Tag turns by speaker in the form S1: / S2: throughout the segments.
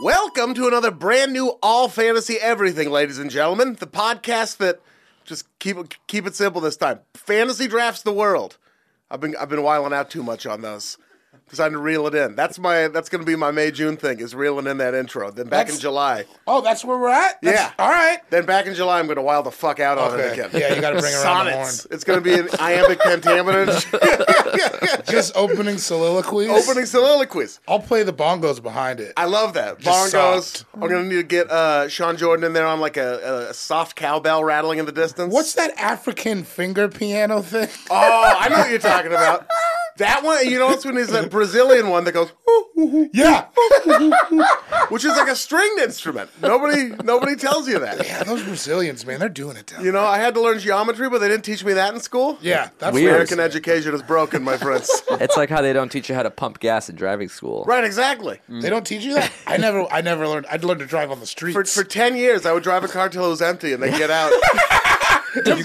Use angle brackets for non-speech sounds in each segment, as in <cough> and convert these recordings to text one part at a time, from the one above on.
S1: Welcome to another brand new all fantasy everything, ladies and gentlemen. The podcast that just keep it- keep it simple this time. Fantasy drafts the world. I've been I've been whiling out too much on those. Decided to reel it in. That's my that's going to be my May June thing is reeling in that intro. Then back in
S2: That's-
S1: July.
S2: Oh, that's where we're at. That's-
S1: Yeah.
S2: All right.
S1: Then back in July I'm going to while the fuck out on
S2: Okay.
S1: it again.
S2: Yeah, you gotta bring around the
S1: Sonnets. It's going to be an iambic
S2: <laughs>
S1: pentameter. <laughs>
S2: Just opening soliloquies.
S1: Opening soliloquies.
S2: I'll play the bongos behind it.
S1: I love that.
S2: Just
S1: Bongos.
S2: soft.
S1: I'm gonna need to get uh, Sean Jordan in there on like a, a soft cowbell rattling in the distance.
S2: What's that African finger piano thing?
S1: <laughs> Oh, I know what you're talking about. That one, you know, what's one is that Brazilian one that goes, "Ooh,"
S2: yeah.
S1: which is like a stringed instrument. Nobody, nobody tells you that.
S2: yeah, those Brazilians, man, they're doing it down.
S1: You know, I had to learn geometry, but they didn't teach me that in school.
S2: yeah, that's
S3: Weird.
S2: weird.
S1: American education is broken, my
S2: <laughs>
S1: friends.
S3: It's like how they don't teach you how to pump gas in driving school.
S1: right, exactly.
S2: They don't
S1: <laughs>
S2: teach you that. I never, I never learned. I'd learn to drive on the streets.
S1: For, for ten years, I would drive a car till it was empty, and then get out.
S2: to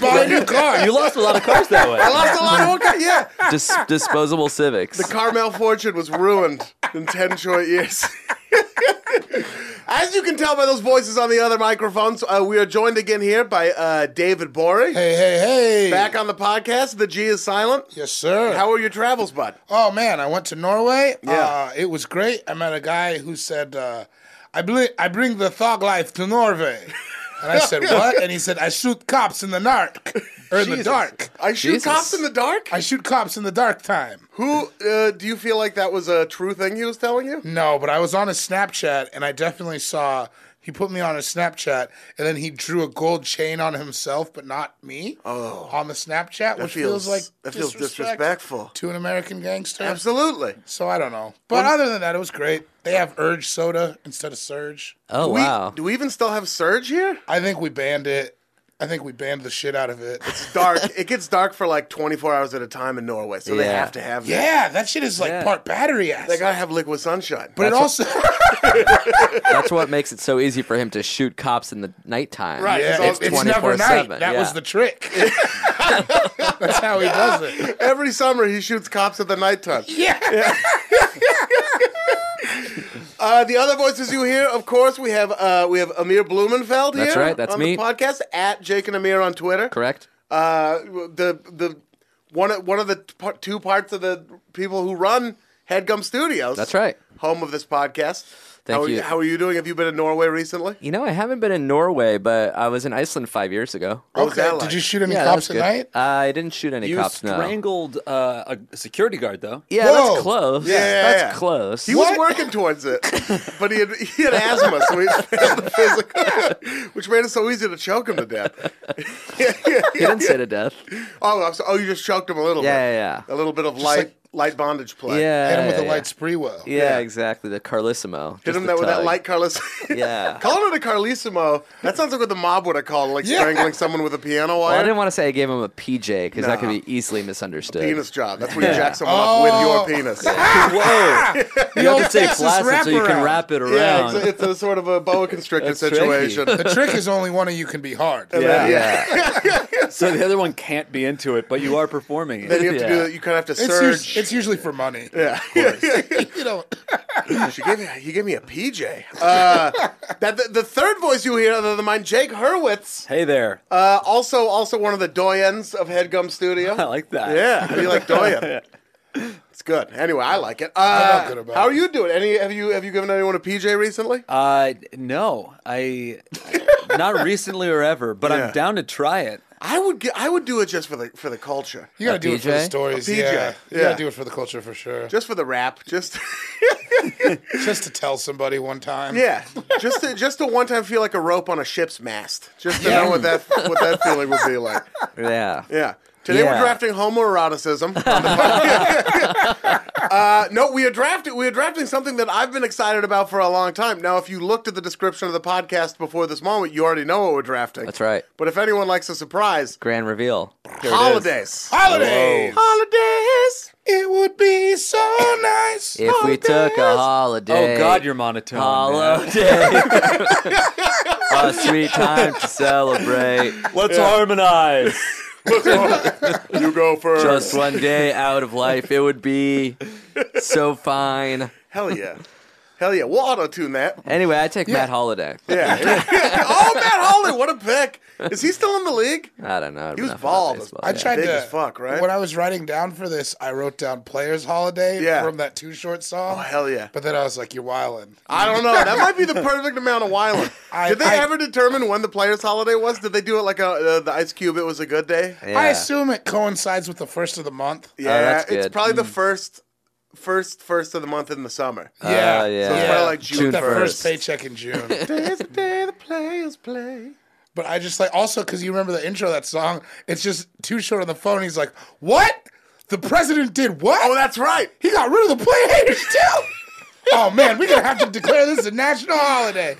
S1: <laughs>
S2: buy a new car.
S3: You lost a lot of cars that way.
S1: I lost a lot of old car. Yeah,
S3: <laughs> Dis- disposable civics.
S1: the Carmel fortune was ruined in ten short years. As you can tell by those voices on the other microphones, uh, we are joined again here by uh, David Bory.
S2: hey, hey, hey.
S1: Back on the podcast, the G is silent.
S2: Yes, sir.
S1: How were your travels, bud?
S2: Oh man, I went to Norway.
S1: Yeah.
S2: Uh, it was great. I met a guy who said, uh, "I bring I bring the thug life to Norway," and
S1: <laughs>
S2: I said, "What?" And he said, "I shoot cops in the dark or in the
S1: Jesus.
S2: dark.
S1: I shoot
S3: Jesus.
S1: cops in the dark.
S2: I shoot cops in the dark time."
S1: Who uh, do you feel like that was a true thing he was telling you?
S2: No, but I was on his Snapchat and I definitely saw he put me on his Snapchat and then he drew a gold chain on himself, but not me. Oh, on the Snapchat, which feels,
S1: feels-
S2: like
S1: that feels
S2: disrespect
S1: disrespectful.
S2: to an American gangster.
S1: Absolutely.
S2: So I don't know. But other than that, it was great. They have Urge soda instead of Surge.
S3: oh
S1: We-
S3: wow.
S1: Do we even still have Surge here?
S2: I think we banned it. I think we banned the shit out of it.
S1: It's dark. it gets dark for like 24 hours at a time in Norway, so they
S3: Yeah.
S1: have to have that.
S2: <laughs> yeah, that shit is like
S3: Yeah.
S2: part battery acid.
S1: They gotta have liquid sunshine.
S2: but it also, <laughs>
S3: That's what makes it so easy for him to shoot cops in the nighttime.
S1: Right.
S2: yeah,
S1: It's
S2: it's,
S1: all-
S2: it's never night.
S3: 24/7,
S2: That was
S3: yeah.
S2: the trick. That's how he does it.
S1: every summer he shoots cops at the nighttime.
S2: Yeah.
S1: Uh, the other voices you hear, of course, we have uh, we have Amir Blumenfeld
S3: That's
S1: here.
S3: right, that's
S1: on
S3: me.
S1: The podcast at Jake and Amir on Twitter.
S3: Correct.
S1: Uh, the the one of- one of the t- part, two parts of the people who run Headgum Studios.
S3: That's right.
S1: Home of this podcast.
S3: Thank
S1: how, are
S3: you.
S1: How are you doing? Have you been in Norway recently?
S3: You know, I haven't been in Norway, but I was in Iceland five years ago.
S1: What was that like?
S2: Did you shoot any
S3: yeah, that was
S2: cops
S3: good.
S2: at night?
S3: Uh, I didn't shoot any
S4: You
S3: cops. No.
S4: strangled uh, a security
S1: <laughs>
S4: guard, though.
S3: Yeah,
S2: Whoa.
S3: that's close.
S1: Yeah, yeah,
S3: that's
S1: yeah.
S3: close.
S1: He was working towards it, but he had, he had asthma, so he failed the physical, which made it so easy to choke him to death. Yeah, yeah,
S3: <laughs> He didn't
S1: yeah.
S3: say to death.
S1: Oh, I'm so, oh, you just choked him a little
S3: Yeah,
S1: bit. A
S3: yeah,
S1: little bit of light
S2: like-
S1: light bondage
S3: yeah.
S1: play.
S3: Yeah,
S2: Hit him with
S3: Uh, yeah,
S2: a
S3: yeah.
S2: light spree well.
S3: Yeah, exactly. The Carlissimo.
S1: Hit
S3: Just
S1: him
S3: the
S1: that with that
S3: tug.
S1: light Carlos.
S3: <laughs> Yeah.
S1: <laughs> Calling it a Carlissimo, that sounds like what the mob would have called, like
S2: Yeah.
S1: strangling someone with a piano
S3: Well, I
S1: wire.
S3: didn't want to say I gave him a PJ because
S1: Nah.
S3: that could be easily misunderstood.
S1: penis job.
S3: <laughs>
S1: That's where you jack someone
S3: Oh.
S1: up with your penis.
S4: <laughs> Whoa! you have to say
S2: Texas
S4: plastic so you can
S2: wraparound.
S4: wrap it around.
S1: Yeah, it's, a, it's a sort of a boa constrictor
S4: That's tricky.
S1: situation.
S3: <laughs>
S2: The trick is only one of you can be hard.
S1: Yeah. <laughs>
S4: so the other one can't be into it, but you are performing
S1: Then
S4: it.
S1: you have to do that. You kind of have to
S2: It's,
S1: surge.
S2: us- it's usually for money.
S1: yeah. yeah, yeah, yeah.
S2: <laughs> you know,
S1: She gave me, he gave me a PJ. Uh, that the, the third voice you hear other than mine, Jake Hurwitz,
S4: Hey there.
S1: uh, also also one of the doyens of Headgum Studio.
S4: <laughs> I like that.
S1: Yeah, how do you like
S4: <laughs>
S1: doyen? It's good. Anyway, I like it. Uh,
S2: not good about
S1: how are
S2: it.
S1: you doing? Any have you have you given anyone a PJ recently?
S4: Uh, no, I not recently or ever, but
S1: Yeah.
S4: I'm down to try it.
S1: I would gi- I would do it just for the for the culture,
S2: you gotta do it for the
S3: PJ?
S2: stories.
S1: A PJ,
S2: Yeah. you
S1: yeah.
S2: gotta do it for the culture for sure. Just,
S1: just for the rap, just <laughs>
S2: to tell somebody one time.
S1: yeah, just to, just to one time feel like a rope on a ship's mast, just to
S2: Yeah.
S1: know what that what that feeling would be like.
S3: Yeah.
S1: Yeah. Today we're
S4: Yeah.
S1: drafting homoeroticism. on the podcast. <laughs> uh, no, we are drafting. We are drafting something that I've been excited about for a long time. Now, if you looked at the description of the podcast before this moment, you already know what we're drafting.
S3: That's right.
S1: But if anyone likes a surprise,
S3: Grand reveal.
S1: holidays.
S2: Holidays.
S1: Holidays.
S2: It would be so nice.
S3: If we took a holiday.
S4: Oh God, you're monotone. man.
S3: holiday.
S1: <laughs>
S3: a sweet time to celebrate.
S4: Let's <laughs> harmonize.
S1: <laughs> you go first.
S3: Just one day out of life, it would be so fine.
S1: Hell yeah. Hell yeah. We'll auto tune that.
S3: Anyway, I take Matt Holiday.
S1: Yeah. <laughs> oh, Matt Holly, what a pick. Is he still in the league?
S3: I don't know.
S1: He was bald.
S3: bald.
S1: I
S2: Oh, I tried
S1: Big
S2: to
S1: as fuck, right?
S2: When I was writing down for this, I wrote down "Players Holiday"
S1: Yeah.
S2: from that Too Short song.
S1: Oh, hell yeah.
S2: But then I was like, "You're wildin'."
S1: I don't know. That might be the perfect amount of whiling.
S2: I-
S1: Did they
S2: I-
S1: ever determine when the players' holiday was? Did they do it like a, uh, the Ice Cube? It was a good day.
S3: Yeah.
S2: I assume it coincides with the first of the month.
S1: Yeah,
S3: that's
S1: it's
S3: good.
S1: probably
S2: Hmm.
S1: the first, first, first of the month in the
S2: <laughs>
S1: summer.
S3: Yeah.
S2: Yeah,
S3: Oh, yeah.
S2: So it's
S1: probably like June
S2: that first
S3: 1st.
S2: paycheck in June.
S3: <laughs>
S1: Today's the day the players play.
S2: but I just like also because you remember the intro of that song. It's just Too Short on the phone. He's like, "What? The president did what?
S1: Oh, that's right.
S2: he got rid of the players
S1: <laughs>
S2: too." oh man, we're gonna have to declare this a national
S1: <laughs>
S2: holiday.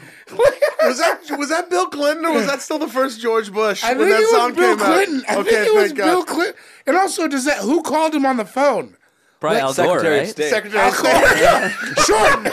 S1: Was that was that Bill Clinton or was that still the first George Bush
S2: I
S1: when
S2: think
S1: that
S2: it was
S1: song
S2: Bill
S1: came
S2: Clinton.
S1: out?
S2: I think it was Bill Clinton. And also, does that who called him on the phone?
S3: Probably Al Gore,
S4: Secretary
S3: right?
S4: of State.
S1: Secretary of State.
S2: Short.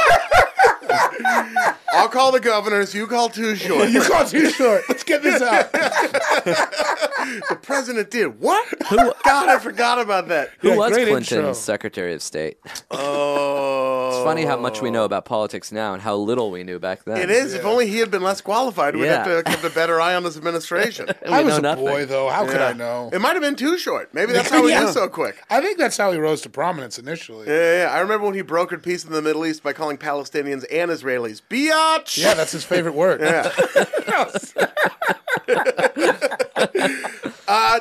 S1: I'll call the governors. You call too short.
S2: you called too short. Let's get this out.
S1: the president did what? God, I forgot about
S2: <laughs>
S1: that.
S3: Who
S2: Yeah,
S3: was
S2: great
S3: Clinton's
S2: intro.
S3: Secretary of State? It's
S1: Oh,
S3: funny how much we know about politics now and how little we knew back then.
S1: It is. If only he had been less qualified, we'd
S3: Yeah.
S1: have to have kept a better eye on this
S2: <laughs>
S1: administration.
S2: I was
S3: know
S2: a
S3: nothing.
S2: boy though. How could I
S1: Yeah.
S2: know?
S1: It might have been too short. Maybe that's how he
S2: Yeah.
S1: is so quick.
S2: I think that's how he rose to prominence initially.
S1: Yeah, yeah, yeah. I remember when he brokered peace in the Middle East by calling Palestinians and Israelis biatch. <laughs>
S2: Yeah, that's his favorite word.
S1: Uh,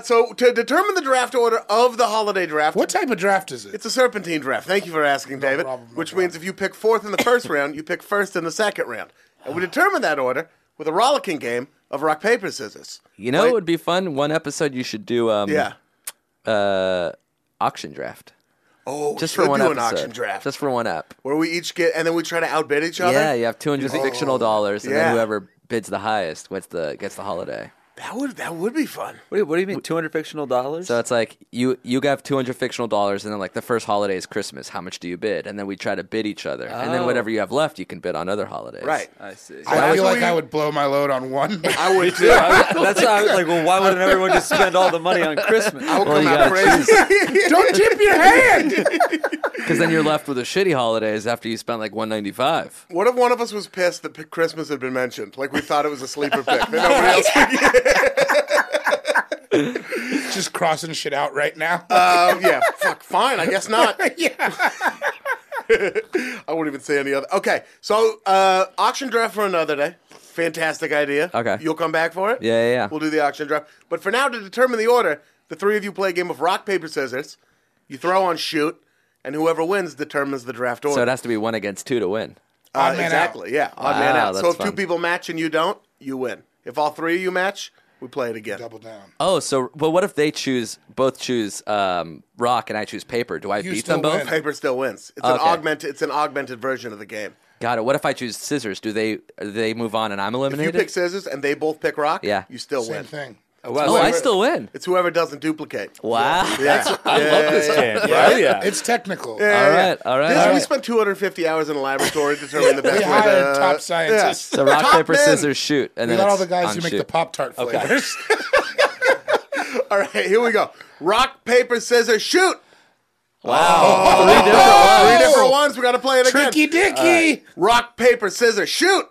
S1: so to determine the draft order of the holiday draft,
S2: What type of draft is it?
S1: It's a serpentine draft. Thank you for asking, David.
S2: problem, no
S1: which means if you pick fourth in the
S2: <coughs>
S1: first round, you pick first in the second round, and we determine that order with a rollicking game of rock paper scissors.
S3: You know, it would be fun. One episode you should do. Um,
S1: Yeah.
S3: Uh, auction draft.
S1: Oh,
S3: Just
S1: should
S3: for one
S1: do
S3: episode.
S1: an auction draft.
S3: Just for one up.
S1: where we each get, and then we try to outbid each other.
S3: Yeah, you have 200 fictional dollars, and
S1: Oh, yeah.
S3: then whoever bids the highest gets the gets the holiday.
S1: That would that would be fun.
S4: What do, you, what do you mean, two hundred fictional dollars?
S3: So it's like you you have 200 fictional dollars, and then like the first holiday is Christmas. How much do you bid? And then we try to bid each other, and then
S4: Oh.
S3: whatever you have left, you can bid on other holidays.
S1: Right.
S4: I see.
S2: I
S1: Why
S2: feel
S1: would
S2: like I
S1: we-
S2: would blow my load on one.
S1: I would
S4: Dude, I was- <laughs> that's why I was like, well, why wouldn't everyone just spend all the money on Christmas?
S1: I would
S3: Well,
S1: come
S3: you
S1: out
S3: gotta
S1: crazy.
S2: <laughs> Don't tip your hand.
S3: Because then you're left with the shitty holidays after you spent
S1: <laughs>
S3: like 195.
S1: <laughs> what if one of us was pissed that p- Christmas had been mentioned? Like we thought it was a sleeper
S3: <laughs>
S1: pick. That nobody else
S2: Just crossing shit out right now.
S3: <laughs>
S1: uh, yeah. Fuck. Fine. I guess not.
S2: yeah.
S1: <laughs> I won't even say any other. Okay, so uh, auction draft for another day. Fantastic idea.
S3: Okay.
S1: You'll come back for it?
S3: Yeah, yeah, yeah.
S1: We'll do the auction draft. But for now, to determine the order, the three of you play a game of rock, paper, scissors. You throw on shoot, and whoever wins determines the draft order.
S3: So it has to be one against two to win.
S1: Uh,
S2: Odd man
S1: exactly, yeah. Odd
S3: Wow,
S1: man out. So
S3: that's
S1: if two
S3: fun.
S1: people match and you don't, you win. If all three of you match, we play it again.
S2: Double down.
S3: Oh, so but what if they choose both choose um, rock and I choose paper? Do I
S2: You
S3: beat
S2: still
S3: them both?
S2: win.
S1: Paper still wins. It's an
S3: Okay.
S1: augmented. It's an augmented version of the game.
S3: Got it. What if I choose scissors? Do they do they move on and
S1: If
S3: I'm
S1: you
S3: eliminated?
S1: pick scissors and they both pick rock,
S3: Yeah.
S1: you still
S2: Same
S1: win.
S2: thing.
S3: oh, I still win.
S1: It's whoever doesn't duplicate.
S3: Wow.
S1: I
S3: <laughs>
S1: love this game.
S2: Oh,
S5: Yeah, yeah.
S2: It's technical.
S3: All right, all right.
S1: This,
S3: all
S1: We
S3: right.
S1: spent 250 hours in a laboratory determining the
S2: We
S1: best way
S2: hired
S1: to.
S2: top scientists.
S3: So rock,
S1: Top
S3: paper,
S1: men.
S3: scissors, shoot, and
S2: We
S3: then
S2: got all
S3: it's
S2: the guys
S3: on
S2: who make
S3: shoot.
S2: the Pop Tart flavors.
S1: All right, here we go. Rock, paper, scissors, shoot. Wow. Three different ones. We got to play it again.
S2: Tricky Dicky.
S1: Rock, paper, scissors, shoot.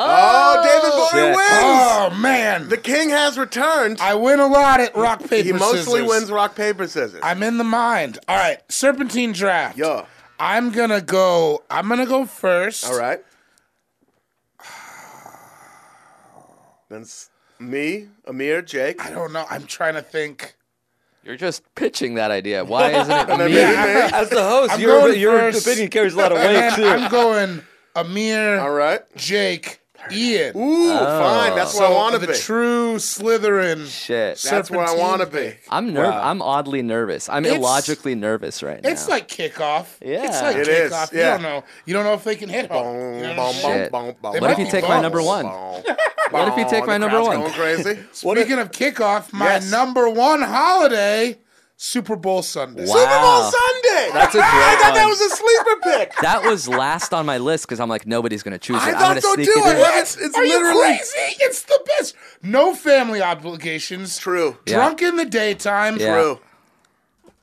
S1: Oh, David Bowie
S4: Shit.
S1: wins.
S2: Oh man,
S1: The king has returned.
S2: I win a lot at rock paper
S1: he mostly
S2: scissors.
S1: wins rock, paper, scissors.
S2: I'm in the mind. All right, serpentine draft.
S1: Yeah.
S2: I'm gonna go. I'm gonna go first.
S1: All right. Then s- me, Amir, Jake.
S2: I don't know. I'm trying to think.
S3: You're just pitching that idea. Why
S1: <laughs>
S3: isn't it
S1: then
S3: me?
S1: maybe me.
S4: As the host,
S2: I'm
S4: your,
S2: going
S4: your
S2: first.
S4: opinion carries a
S1: <laughs>
S4: lot of weight,
S2: Man,
S4: too.
S2: I'm going Amir,
S1: All right.
S2: Jake, Ian.
S1: Ooh, fine. That's where I want to
S2: the
S1: be.
S2: true Slytherin.
S3: Shit.
S1: That's where I
S2: serpentine
S1: want to be.
S3: I'm nerv- I'm oddly nervous. I'm
S2: It's-
S3: illogically nervous right now.
S2: It's like kickoff.
S3: Yeah.
S2: it's like
S3: It
S1: is,
S2: kickoff.
S1: yeah.
S2: You don't know. You don't know if they can hit home. Oh, You know what I'm
S1: Boom,
S2: saying?
S3: Shit.
S1: boom, boom, boom,
S2: They
S3: what if
S2: might
S3: you
S2: be
S3: take my
S2: balls.
S3: number one? <laughs> What if you take
S1: Boom,
S3: my
S1: the
S3: number
S1: crowd's
S3: one?
S1: Going
S3: <laughs>
S1: crazy.
S2: Speaking of kickoff, my
S1: Yes.
S2: number one holiday, Super Bowl Sunday.
S3: Wow.
S1: Super Bowl Sunday.
S3: That's a
S1: <laughs>
S3: great
S1: I thought that
S3: one.
S1: was a sleeper
S3: <laughs>
S1: pick.
S3: that was last on my list because I'm like nobody's gonna choose
S1: I
S3: it. I'm
S1: thought
S3: gonna
S1: so
S3: sneak
S1: too. I
S3: it in.
S1: love it. It's
S2: Are you
S1: literally
S2: crazy? It's the best. No family obligations.
S1: true.
S3: Yeah.
S2: Drunk in the daytime.
S3: Yeah.
S1: True.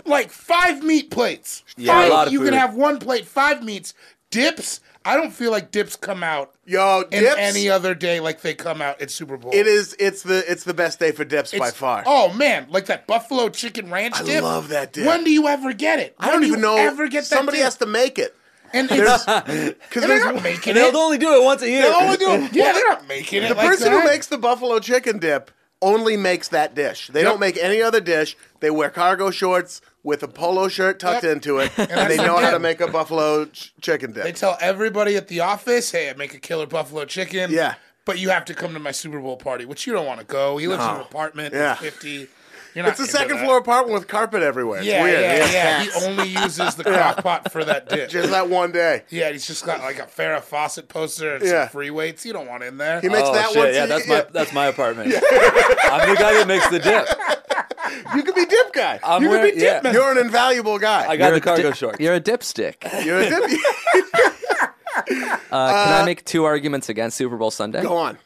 S2: Like five meat plates.
S4: Yeah, a
S2: five,
S4: lot of
S2: you can
S4: food.
S2: have one plate, five meats, dips. I don't feel like dips come out
S1: Yo,
S2: in
S1: dips.
S2: any other day like they come out at Super Bowl.
S1: it is. It's the. It's the best day for dips by
S2: It's-
S1: far.
S2: Oh man, like that buffalo chicken ranch
S1: I
S2: dip.
S1: love that dip.
S2: When do you ever get it?
S1: I don't
S2: When do
S1: even
S2: you
S1: know.
S2: Ever get that
S1: somebody
S2: dip?
S1: has to make
S3: <laughs>
S1: it.
S2: And it's
S1: Because
S2: <laughs> and they're
S1: there's
S2: not making
S4: and they'll
S2: it.
S4: only do it once a year.
S1: They only do it.
S2: Yeah, they're not making it.
S1: The
S2: like
S1: person who
S2: that.
S1: makes the buffalo chicken dip only makes that dish. They don't make any other dish. They wear cargo shorts with a polo shirt tucked
S2: Yep.
S1: into
S2: <laughs>
S1: it, and,
S2: that's
S1: they know
S2: their
S1: how to
S2: dip.
S1: make a buffalo ch- chicken
S2: They
S1: dip.
S2: tell everybody at the office, "Hey, I make a killer buffalo chicken."
S1: Yeah.
S2: but you have to come to my Super Bowl party, which you don't want to go. He lives in an apartment.
S1: Yeah.
S2: Yeah, fifty. You're not
S1: It's a
S2: into
S1: second
S2: that.
S1: floor apartment with carpet everywhere. It's
S2: Yeah,
S1: weird.
S2: yeah,
S1: It's
S2: yeah.
S1: cats.
S2: He only
S1: <laughs>
S2: uses the crock pot for that dip.
S1: Just that one day.
S2: yeah, he's just got like a Farrah Fawcett poster and
S1: Yeah.
S2: some free weights. You don't want in there.
S1: He makes
S4: Oh,
S1: that
S4: shit,
S1: one.
S4: Yeah,
S1: so
S4: that's
S1: you,
S4: my that's my apartment. I'm the guy that makes the dip.
S1: you could be dip guy.
S4: I'm
S1: you could
S4: wearing-
S1: be dip.
S4: yeah.
S1: man. You're an invaluable guy.
S4: I got
S3: You're
S4: the
S3: a
S4: cargo
S3: di-
S4: shorts.
S3: You're a dipstick.
S1: You're a dip.
S3: Uh, can I make two arguments against Super Bowl
S1: <laughs>
S3: Sunday?
S1: Go on.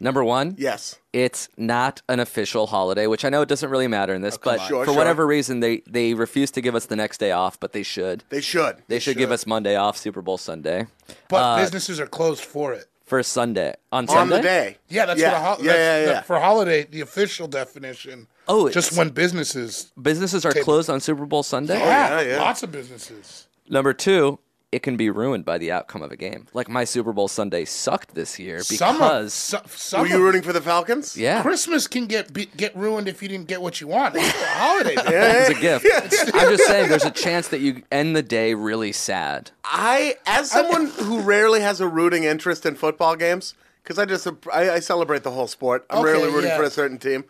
S3: Number one,
S1: Yes.
S3: it's not an official holiday, which I know it doesn't really matter in this, but
S1: Sure,
S3: for
S1: sure.
S3: whatever reason, they they refuse to give us the next day off, but they should.
S1: They should.
S3: They should give us Monday off, Super Bowl Sunday.
S2: but
S3: Uh,
S2: businesses are closed for it.
S3: First Sunday. On
S1: on
S3: Sunday?
S1: the day.
S2: Yeah, that's
S1: yeah.
S2: what a ho-
S1: yeah,
S2: that's
S1: yeah,
S2: the-
S1: yeah.
S2: for holiday. The official definition.
S3: Oh, it's-
S2: just when businesses.
S3: Businesses are closed on Super Bowl Sunday.
S2: yeah,
S1: Oh, yeah.
S2: lots of businesses.
S3: Number two, it can be ruined by the outcome of a game. Like my Super Bowl Sunday sucked this year because
S2: some of so, some
S1: Were
S2: of-
S1: you rooting for the Falcons?
S3: yeah,
S2: Christmas can get be, get ruined if you didn't get what you want. It's a holiday. man.
S3: it's
S1: <laughs>
S3: a gift. I'm just saying, there's a chance that you end the day really sad.
S1: I, as
S2: <laughs>
S1: someone who rarely has a rooting interest in football games, because I just I, I celebrate the whole sport. I'm
S2: Okay,
S1: rarely rooting
S2: yeah.
S1: for a certain team.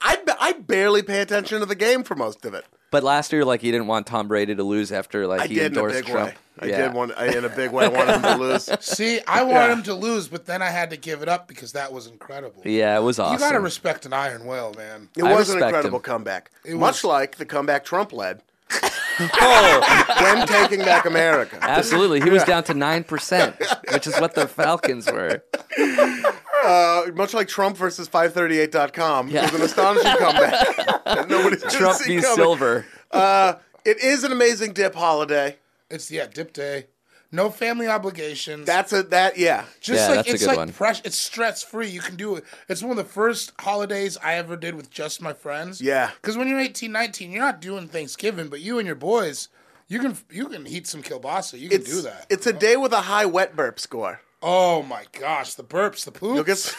S1: I, ba- I barely pay attention to the game for most of it.
S3: But last year, like you didn't want Tom Brady to lose after like
S1: I
S3: he
S1: did in a
S3: endorsed
S1: big
S3: Trump.
S1: way. I did one I, in a big way. I wanted
S3: <laughs>
S1: them to lose.
S2: <laughs> See, I wanted him to lose, but then I had to give it up because that was incredible.
S3: Yeah, it was awesome.
S2: You gotta respect an iron will, man.
S1: It
S3: I
S1: was an
S3: respect
S1: incredible
S3: him.
S1: comeback, much
S2: was-
S1: like the comeback Trump
S3: <laughs>
S1: led
S3: Oh,
S1: when taking back America.
S3: <laughs> absolutely. He was down to nine percent, which is what the Falcons were.
S1: Uh, much like Trump versus 538.com, it was an astonishing
S3: <laughs>
S1: comeback. <laughs> that Nobody <laughs> didn't
S3: Trump
S1: see
S3: v.
S1: coming.
S3: Silver. <laughs>
S1: Uh, it is an amazing dip holiday.
S2: It's yeah, dip day. No family obligations.
S1: That's a that yeah.
S2: just like
S3: Yeah, that's a
S2: it's
S3: good
S2: like
S3: one.
S2: fresh it's stress free. You can do it. It's one of the first holidays I ever did with just my friends.
S1: Yeah.
S2: Cuz when you're 18, 19, you're not doing Thanksgiving, but you and your boys You can you can heat some kielbasa. You can
S1: It's,
S2: do that.
S1: It's a day with a high wet burp score.
S2: oh my gosh, the burps, the poops,
S1: You'll get s-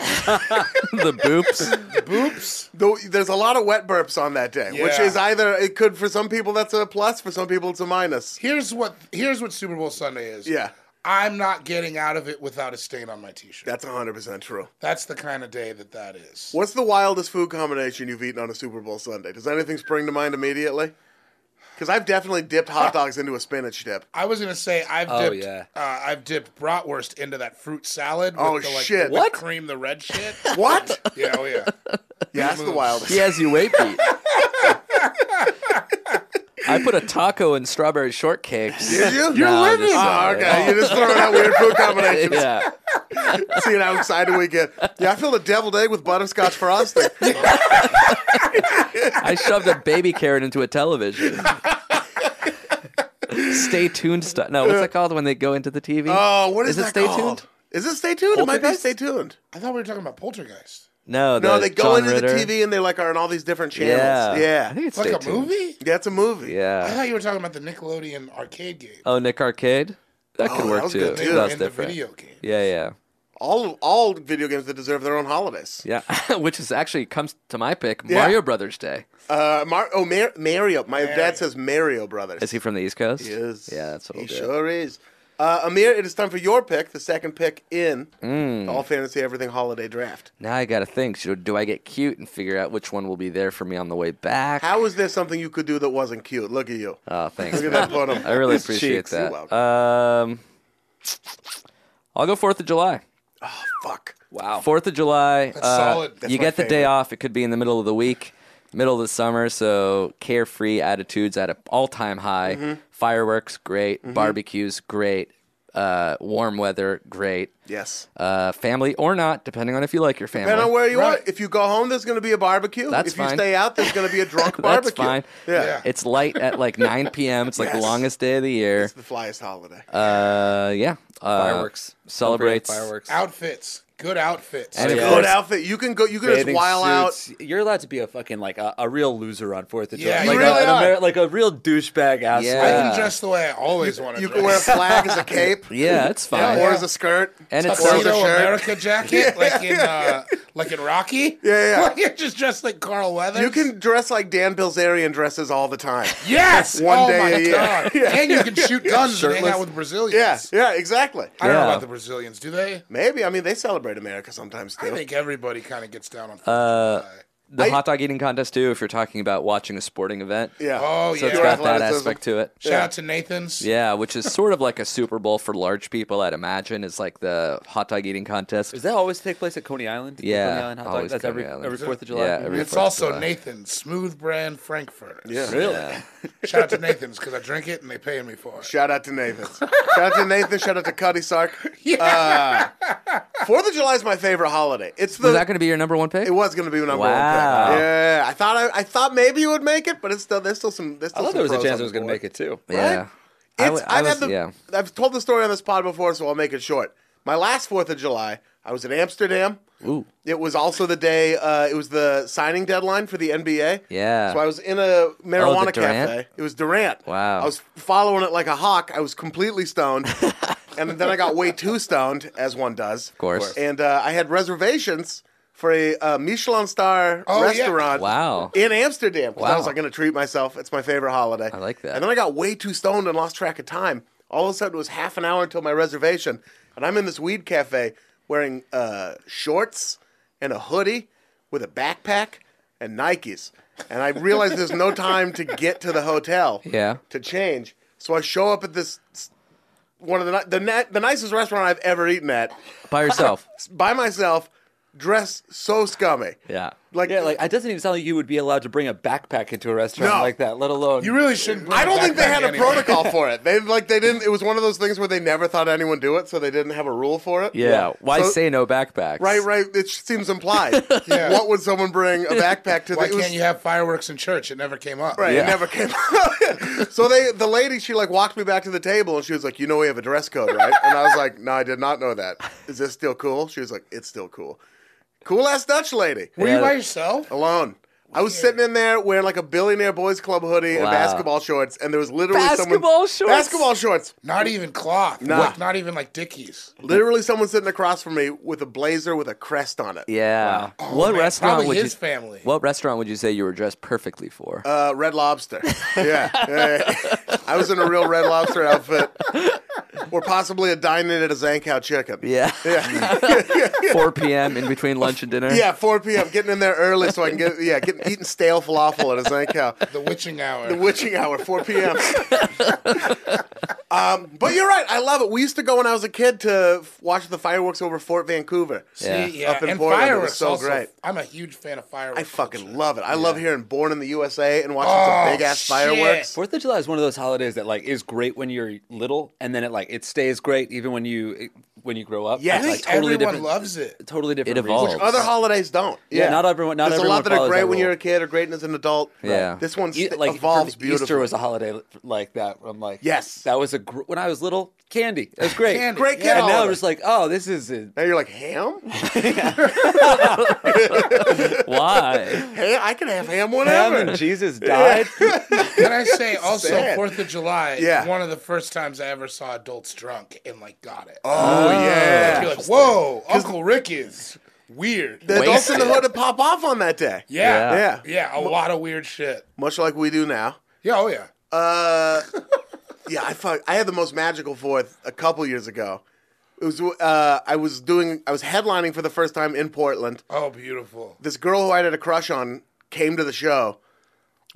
S1: <laughs>
S3: the boops.
S2: the boops.
S1: though there's a lot of wet burps on that day, which
S2: Yeah.
S1: is either it could for some people that's a plus, for some people it's a minus.
S2: Here's what here's what Super Bowl Sunday is.
S1: Yeah,
S2: I'm not getting out of it without a stain on my t-shirt.
S1: that's 100 percent true.
S2: That's the kind of day that that is.
S1: What's the wildest food combination you've eaten on a Super Bowl Sunday? Does anything spring to mind immediately? Because I've definitely dipped hot dogs into a spinach dip.
S2: I was gonna say I've
S4: Oh,
S2: dipped
S4: yeah.
S2: uh, I've dipped bratwurst into that fruit salad. With
S1: Oh,
S2: the, like,
S1: shit.
S2: The
S1: What?
S2: cream, the red shit.
S1: <laughs> What?
S2: yeah, oh yeah.
S1: yeah, that's the
S2: moves.
S1: wildest.
S3: He has you weight beat.
S1: <laughs>
S3: I put a taco in strawberry shortcake.
S1: Did you?
S3: You're No, living. just-
S1: Oh,
S3: <laughs>
S1: okay. You're just throwing out weird food combinations.
S3: yeah.
S1: Seeing how excited we get. Yeah, I filled a deviled egg with butterscotch frosting.
S2: <laughs>
S3: I shoved a baby carrot into a
S1: <laughs>
S3: television. Stay tuned stuff. No, what's that called when they go into the TV?
S1: Oh, what is,
S3: it
S1: that
S3: Stay
S1: called?
S3: tuned?
S1: Is it stay tuned? It might be
S3: Poltergeist?
S1: stay tuned.
S2: I thought we were talking about poltergeist.
S3: No,
S1: No,
S3: the
S1: they go
S3: John
S1: into
S3: Ritter.
S1: the TV and they like are on all these different
S3: Yeah.
S1: channels. Yeah,
S3: I think it's
S2: Like
S3: Stay
S2: a
S3: Tuned.
S2: movie?
S1: yeah, it's a movie.
S2: I
S3: Yeah.
S2: thought you were talking about the Nickelodeon arcade game.
S3: Oh, Nick Arcade? That
S1: Oh,
S3: could
S1: that
S3: work
S1: was
S3: too.
S1: good, too.
S3: That's
S2: and the
S3: different.
S2: video game.
S3: Yeah, yeah.
S1: All all video games that deserve their own holidays.
S3: Yeah, <laughs> which is actually comes to my pick,
S1: Yeah.
S3: Mario Brothers Day.
S1: Uh, Mar- oh, Mar- Mario. My dad says Mario Brothers.
S3: Is he from the East Coast?
S1: He is.
S3: Yeah, that's what
S1: he
S3: I'll do.
S1: sure is. Uh, Amir, it is time for your pick, the second pick in
S3: Mm.
S1: the All Fantasy Everything Holiday Draft.
S3: Now I gotta think. So do I get cute and figure out which one will be there for me on the way back?
S1: How is there something you could do that wasn't cute? Look at you.
S3: Oh, thanks.
S1: Look at
S3: man.
S1: that bottom.
S3: I really
S1: His
S3: appreciate
S1: cheeks. You're
S3: that.
S1: welcome.
S3: Um, I'll go Fourth of July.
S1: Fuck.
S4: Wow.
S3: Fourth of July.
S2: That's
S3: uh,
S2: solid. That's
S3: you
S1: my
S3: get the day
S1: favorite.
S3: off. It could be in the middle of the week, middle of the summer. So carefree attitudes at an all-time high.
S4: Mm-hmm.
S3: Fireworks, great. Barbecues, great. Uh, warm weather, great.
S1: Yes.
S3: Uh, family or not, depending on if you like your family.
S1: Depending on where you
S2: Right.
S1: are. If you go home, there's going to be a barbecue.
S3: That's
S1: if you
S3: fine.
S1: stay out, there's going to
S3: <laughs>
S1: be a drunk
S3: That's
S1: barbecue.
S3: fine.
S1: Yeah.
S2: Yeah.
S3: It's light
S1: <laughs>
S3: at like 9 p.m. It's like the
S1: Yes.
S3: longest day of the year.
S1: It's the flyest holiday.
S3: Uh, yeah. Uh,
S4: Fireworks.
S3: Celebrates.
S4: Fireworks.
S2: Outfits. Good outfits.
S3: And
S4: yeah.
S1: Good outfit. You can go. You can just
S4: Bathing
S1: while out.
S4: suits. You're allowed to be a fucking like a, a real loser on Fourth of
S2: Yeah,
S4: July,
S2: you
S4: like,
S1: really
S4: a,
S1: are.
S4: like a real douchebag asshole.
S3: Yeah.
S2: I can dress the way I always want to
S1: You
S2: dress.
S1: can wear a flag as a cape
S3: <laughs> Yeah, it's fine.
S1: or as a skirt.
S3: And it's
S1: or as a
S2: Tuxedo
S1: shirt. <laughs>
S2: America jacket, like in uh, like in Rocky.
S1: Yeah, yeah.
S2: <laughs> Like you're just dressed like Carl Weathers.
S1: You can dress like Dan Bilzerian dresses all the time.
S3: <laughs>
S1: <laughs>
S2: Yes.
S1: One
S2: oh
S1: day
S2: my
S1: a year. <laughs>
S2: god. And you can shoot guns and hang
S4: Shirtless.
S2: out with Brazilians.
S1: Yeah, yeah, exactly.
S2: I don't know
S3: Yeah.
S2: about the Brazilians. Do they?
S1: Maybe. I mean, they celebrate America sometimes too.
S2: I think everybody kind of gets down on. Uh,
S3: the
S1: I-
S3: hot dog eating contest too, if you're talking about watching a sporting event.
S1: yeah.
S2: oh
S3: So
S2: yeah.
S3: it's got that
S1: athleticism.
S3: aspect to it.
S2: Shout out to Nathan's.
S3: Yeah, which is sort of like a Super Bowl for large people, I'd imagine. Is like the hot dog eating contest.
S4: Does that always take place at Coney Island? The
S3: Yeah,
S4: Coney Island hot dog.
S3: always
S4: That's
S3: Coney
S4: every
S3: Island.
S4: every Fourth of July.
S3: Yeah, every-
S2: It's
S3: Fourth of
S2: also
S3: July.
S2: Nathan's smooth brand frankfurters.
S1: Yeah.
S4: really?
S1: <laughs>
S2: Shout out to Nathan's because I drink it and they paying me for it.
S1: Shout out to
S3: <laughs>
S1: Nathan. shout out to Nathan. Shout out to Cuddy Sark. Uh, Fourth of July is my favorite holiday. It's the.
S3: Was that going to be your number one pick?
S1: it was going to be my number
S3: Wow.
S1: one pick. Yeah, I thought I, I thought maybe you would make it, but it's still there's still some. There's
S4: I
S1: still
S4: thought
S1: some
S4: there was a
S1: pros on
S4: chance I
S1: the
S4: was going to
S1: board.
S4: make it too.
S3: Yeah. I
S1: It's,
S3: w-
S1: I
S3: I
S1: have
S3: was-
S1: had the,
S3: yeah.
S1: I've told the story on this pod before, so I'll make it short. My last Fourth of July, I was in Amsterdam. Ooh. It was also the day. Uh, it was the signing deadline for the NBA.
S3: Yeah. Oh,
S1: So I was in a marijuana
S3: Durant?
S1: cafe. It was Durant.
S3: Wow.
S1: I was following it like a hawk. I was completely
S3: <laughs>
S1: stoned, and then I got way too stoned, as one does. Of
S3: course.
S1: And uh, I had reservations for a uh, Michelin star
S2: Oh, yeah.
S1: restaurant.
S3: Wow.
S1: In Amsterdam. 'cause I was
S3: Wow.
S1: like, going to treat myself. It's my favorite holiday. I
S3: like that.
S1: And then I got way too stoned and lost track of time. All of a sudden, it was half an hour until my reservation, and I'm in this weed cafe wearing uh, shorts and a hoodie with a backpack and Nikes. And I realized there's no time to get to the hotel
S3: Yeah.
S1: to change. So I show up at this one of the ni- the, ni- the nicest restaurant I've ever eaten at
S3: By
S1: <laughs>
S3: yourself.
S1: by myself, dressed so scummy.
S3: yeah.
S1: Like,
S4: Yeah, like it doesn't even sound like you would be allowed to bring a backpack into a restaurant
S1: No.
S4: like that, let alone
S2: You really shouldn't. bring
S1: I don't
S2: it
S1: think they
S2: back
S1: had a
S2: anyway.
S1: protocol for
S2: <laughs>
S1: it. They like they didn't. It was one of those things where they never thought anyone do it, so they didn't have a rule for it.
S3: Yeah. Why
S1: So-
S3: say no backpacks?
S1: Right, right. It seems
S3: <laughs>
S1: implied.
S2: Yeah.
S1: What would someone bring a backpack to?
S2: Why
S1: the, it was-
S2: can't you have fireworks in church? It never came
S1: <laughs>
S2: up.
S1: Right, it
S3: Yeah.
S1: never came out. <laughs> so they, the lady, she like walked me back to the table and she was like, "You know, we have a dress code, right?" And I was like, "No, I did not know that. Is this still cool?" She was like, "It's still cool." Cool ass Dutch lady
S2: Were you by yourself?
S1: alone. I was sitting in there wearing like a billionaire boys club hoodie and
S3: Wow.
S1: basketball shorts, and there was literally someone
S3: Basketball shorts?
S1: basketball shorts.
S2: Not even cloth.
S1: Nah.
S2: Like, not even like Dickies.
S1: Literally, someone sitting across from me with a blazer with a crest on it.
S3: Yeah.
S1: Oh,
S3: what
S2: man,
S3: restaurant
S2: probably
S3: would
S2: his
S3: you?
S2: family.
S3: What restaurant would you say you were dressed perfectly for?
S1: Uh, Red Lobster. Yeah. Yeah. I was in a real Red Lobster outfit, or possibly a dining at a Zankow Chicken.
S3: yeah.
S1: Yeah. <laughs>
S3: <laughs> 4 p.m. in between lunch and dinner.
S1: Yeah, 4 p.m. Getting in there early so I can get yeah, getting eating stale falafel at a Zankow.
S2: The witching hour.
S1: <laughs> The witching hour, 4 p.m. um, but you're right. I love it. We used to go when I was a kid to f- watch the fireworks over Fort Vancouver.
S3: Yeah.
S2: See, yeah.
S1: Up in
S2: and
S1: Portland, it was
S2: fireworks
S1: so
S2: also-
S1: great.
S2: I'm a huge fan of fireworks.
S1: I fucking love it. I love hearing Born in the USA and watching
S2: Oh,
S1: some big ass
S2: shit.
S1: fireworks.
S4: Fourth of July is one of those holidays that like is great when you're little, and then it like it stays great even when you it- when you grow up.
S1: Yeah.
S4: It's,
S2: I
S4: like,
S2: think everyone
S1: <laughs>
S2: loves it.
S4: Totally different.
S3: It
S4: reasons.
S3: evolves.
S1: Other holidays don't. Yeah.
S4: Yeah, not everyone- not
S1: There's a
S4: everyone
S1: lot that are
S4: follows
S1: great
S4: that
S1: when
S4: rule.
S1: you're a kid or great as an adult.
S3: Yeah.
S1: This one's
S4: E- like
S1: evolves
S4: for-
S1: beautifully.
S4: Easter was a holiday like that. I'm like,
S1: Yes.
S4: that was a gr- when I was little candy. It was great.
S2: Candy.
S1: great kid.
S2: Yeah,
S4: And now I'm
S1: holiday.
S4: just like, oh, this is a,
S1: now you're like ham. <laughs>
S3: Why?
S1: Hey, I can have ham
S4: Ham
S1: whenever.
S4: and Jesus died.
S2: Can I say also
S1: sad.
S2: Fourth of July?
S1: Yeah.
S2: One of the first times I ever saw adults drunk and like got it.
S1: Oh, yeah.
S2: You're like, whoa, Uncle Rick is weird.
S1: The adults in the
S3: Wasted.
S1: hood would pop off on that day,
S2: yeah,
S1: Yeah.
S2: yeah, a lot of weird shit.
S1: much like we do now.
S2: Yeah, oh yeah.
S1: Uh, <laughs> yeah, I fuck, I had the most magical fourth a couple years ago. It was uh, I was doing I was headlining for the first time in Portland.
S2: Oh, beautiful.
S1: This girl who I had a crush on came to the show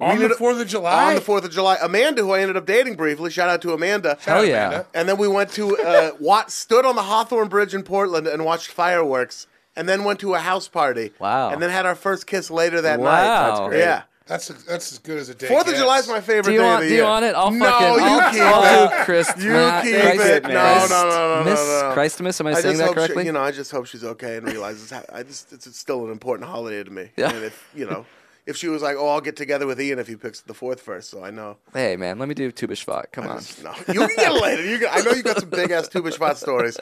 S2: On the
S1: did-
S2: Fourth of July.
S1: on the Fourth of July. Amanda, who I ended up dating briefly, shout out to Amanda.
S3: Hell Oh, yeah.
S2: Amanda.
S1: And then we went to <laughs> uh, wat- stood on the Hawthorne Bridge in Portland and watched fireworks, and then went to a house party.
S3: Wow.
S1: And then had our first kiss later that
S3: Wow.
S1: night.
S3: That's
S4: great.
S1: Yeah.
S2: That's that's as good as a day.
S1: Fourth of
S2: gets.
S1: July is my favorite
S3: Do you
S1: day
S3: want?
S1: of the
S3: Do
S1: year.
S3: you want it? I'll
S1: No,
S3: fucking.
S1: you
S3: I'll,
S1: keep
S3: I'll
S1: it.
S3: do Christ.
S1: You
S3: Matt-
S1: keep
S3: Christ,
S4: it. No,
S3: Christ-
S4: no,
S1: no, no, no,
S3: Miss
S1: no, no.
S3: Christ, miss. Am I
S1: I
S3: saying
S1: just
S3: that
S1: hope she-
S3: correctly?
S1: you know, I just hope she's okay and realizes how, I just it's, it's still an important holiday to me.
S3: Yeah.
S1: And if you know, if she was like, "Oh, I'll get together with Ian if he picks the fourth first, so I know.
S3: Hey man, let me do Tubish Vok.
S1: <laughs>
S3: Come on.
S1: No, you can get it later. You can, I know you got some big ass tuba spot stories.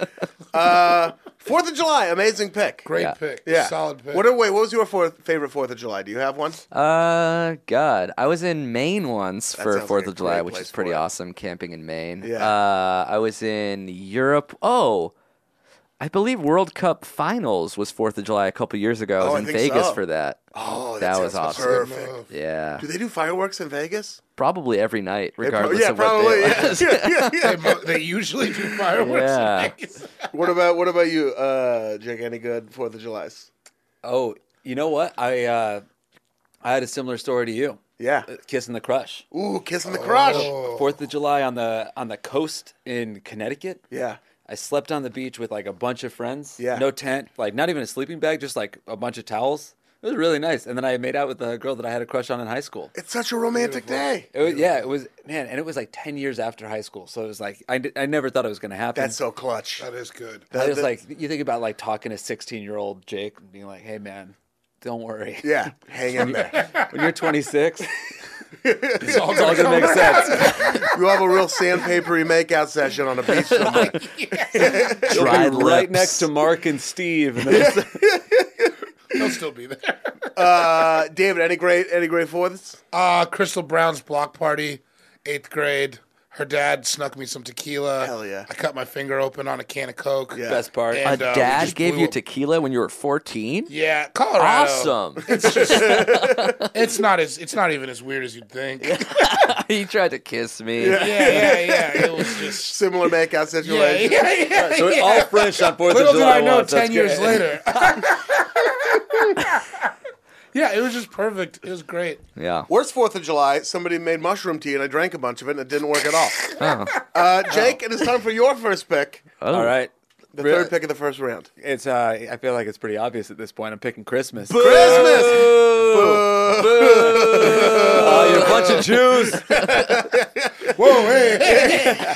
S1: Uh, Fourth of July, amazing pick.
S2: great
S3: Yeah.
S2: pick.
S1: Yeah,
S2: solid pick.
S1: What? Wait, what was your fourth, favorite Fourth of July? Do you have one?
S3: Uh, God, I was in Maine once for
S1: sounds
S3: Fourth
S1: like a
S3: of July,
S1: great
S3: which
S1: place
S3: is pretty
S1: for it.
S3: awesome. Camping in Maine.
S1: Yeah.
S3: Uh, I was in Europe. Oh, I believe World Cup Finals was Fourth of July a couple years ago. I was
S1: Oh, I
S3: in
S1: think
S3: Vegas
S1: so.
S3: for that.
S1: Oh,
S3: That was
S1: sounds
S3: awesome.
S1: Perfect.
S3: Yeah,
S1: Do they do fireworks in Vegas?
S3: probably every night,
S1: They pro-
S3: regardless
S1: yeah,
S3: of what
S1: probably.
S3: day it
S1: <laughs> yeah,
S3: <laughs> was.
S1: yeah, yeah, yeah.
S2: they, mo- they usually do <laughs> fireworks.
S3: Yeah.
S2: in <laughs> Vegas.
S1: What about what about you, uh, Jake? Any good Fourth of July's?
S4: oh, you know what? I uh, I had a similar story to you.
S1: Yeah.
S3: Uh,
S4: Kissing the crush.
S1: Ooh, kissing the
S2: Oh.
S1: crush.
S4: Fourth of July on the on the coast in Connecticut.
S1: Yeah.
S4: I slept on the beach with like a bunch of friends.
S1: Yeah.
S4: No tent, like not even a sleeping bag, just like a bunch of towels. It was really nice. And then I made out with a girl that I had a crush on in high school.
S1: It's such a romantic day.
S4: It was, yeah, it was man, and it was like ten years after high school, so it was like I, d- I never thought it was gonna happen.
S1: That's so clutch.
S2: That is good.
S4: I was
S1: that-
S4: like, you think about like talking to sixteen year old Jake and being like, hey man, don't worry,
S1: Yeah, hang
S3: <laughs>
S1: in there.
S4: when you're twenty six,
S2: It's all
S4: it's all gonna make sense.
S1: You have a real sandpapery makeout session on a beach somewhere.
S3: <laughs>
S4: You'll be
S3: Dry
S4: right
S3: lips.
S4: next to Mark and Steve. And then
S2: He'll still be there. <laughs>
S1: Uh, David, any great, any great fourths?
S2: Uh, Crystal Brown's block party, eighth grade. Her dad snuck me some tequila.
S1: Hell yeah.
S2: I cut my finger open on a can of Coke.
S1: Yeah.
S4: best part,
S2: Yeah.
S3: A
S2: And,
S1: um,
S2: uh, we
S3: dad
S2: just
S3: gave
S2: blew
S3: you
S2: up-
S3: tequila when you were fourteen.
S2: Yeah, Colorado.
S3: Awesome.
S2: <laughs> It's not as it's not even as weird as you'd think. Yeah,
S3: he tried to kiss me.
S2: yeah, yeah. It was just
S1: Similar makeout
S2: <laughs> yeah,
S1: situation.
S2: yeah, yeah.
S4: so we're
S2: yeah.
S4: all fresh on Fourth
S2: Little
S4: of
S2: did
S4: July.
S2: I know,
S4: once. That's
S2: ten years
S4: good.
S2: later. <laughs> yeah, it was just perfect. It was great.
S3: Yeah.
S1: Worst Fourth of July, somebody made mushroom tea and I drank a bunch of it and it didn't work at all. Uh, Jake, it is time for your first pick,
S3: Oh.
S4: All right,
S1: the
S4: Really?
S1: third pick of the first round.
S4: it's uh, I feel like it's pretty obvious at this point. I'm picking Christmas.
S1: Christmas.
S4: Oh, you're a bunch of Jews.
S2: Whoa, hey,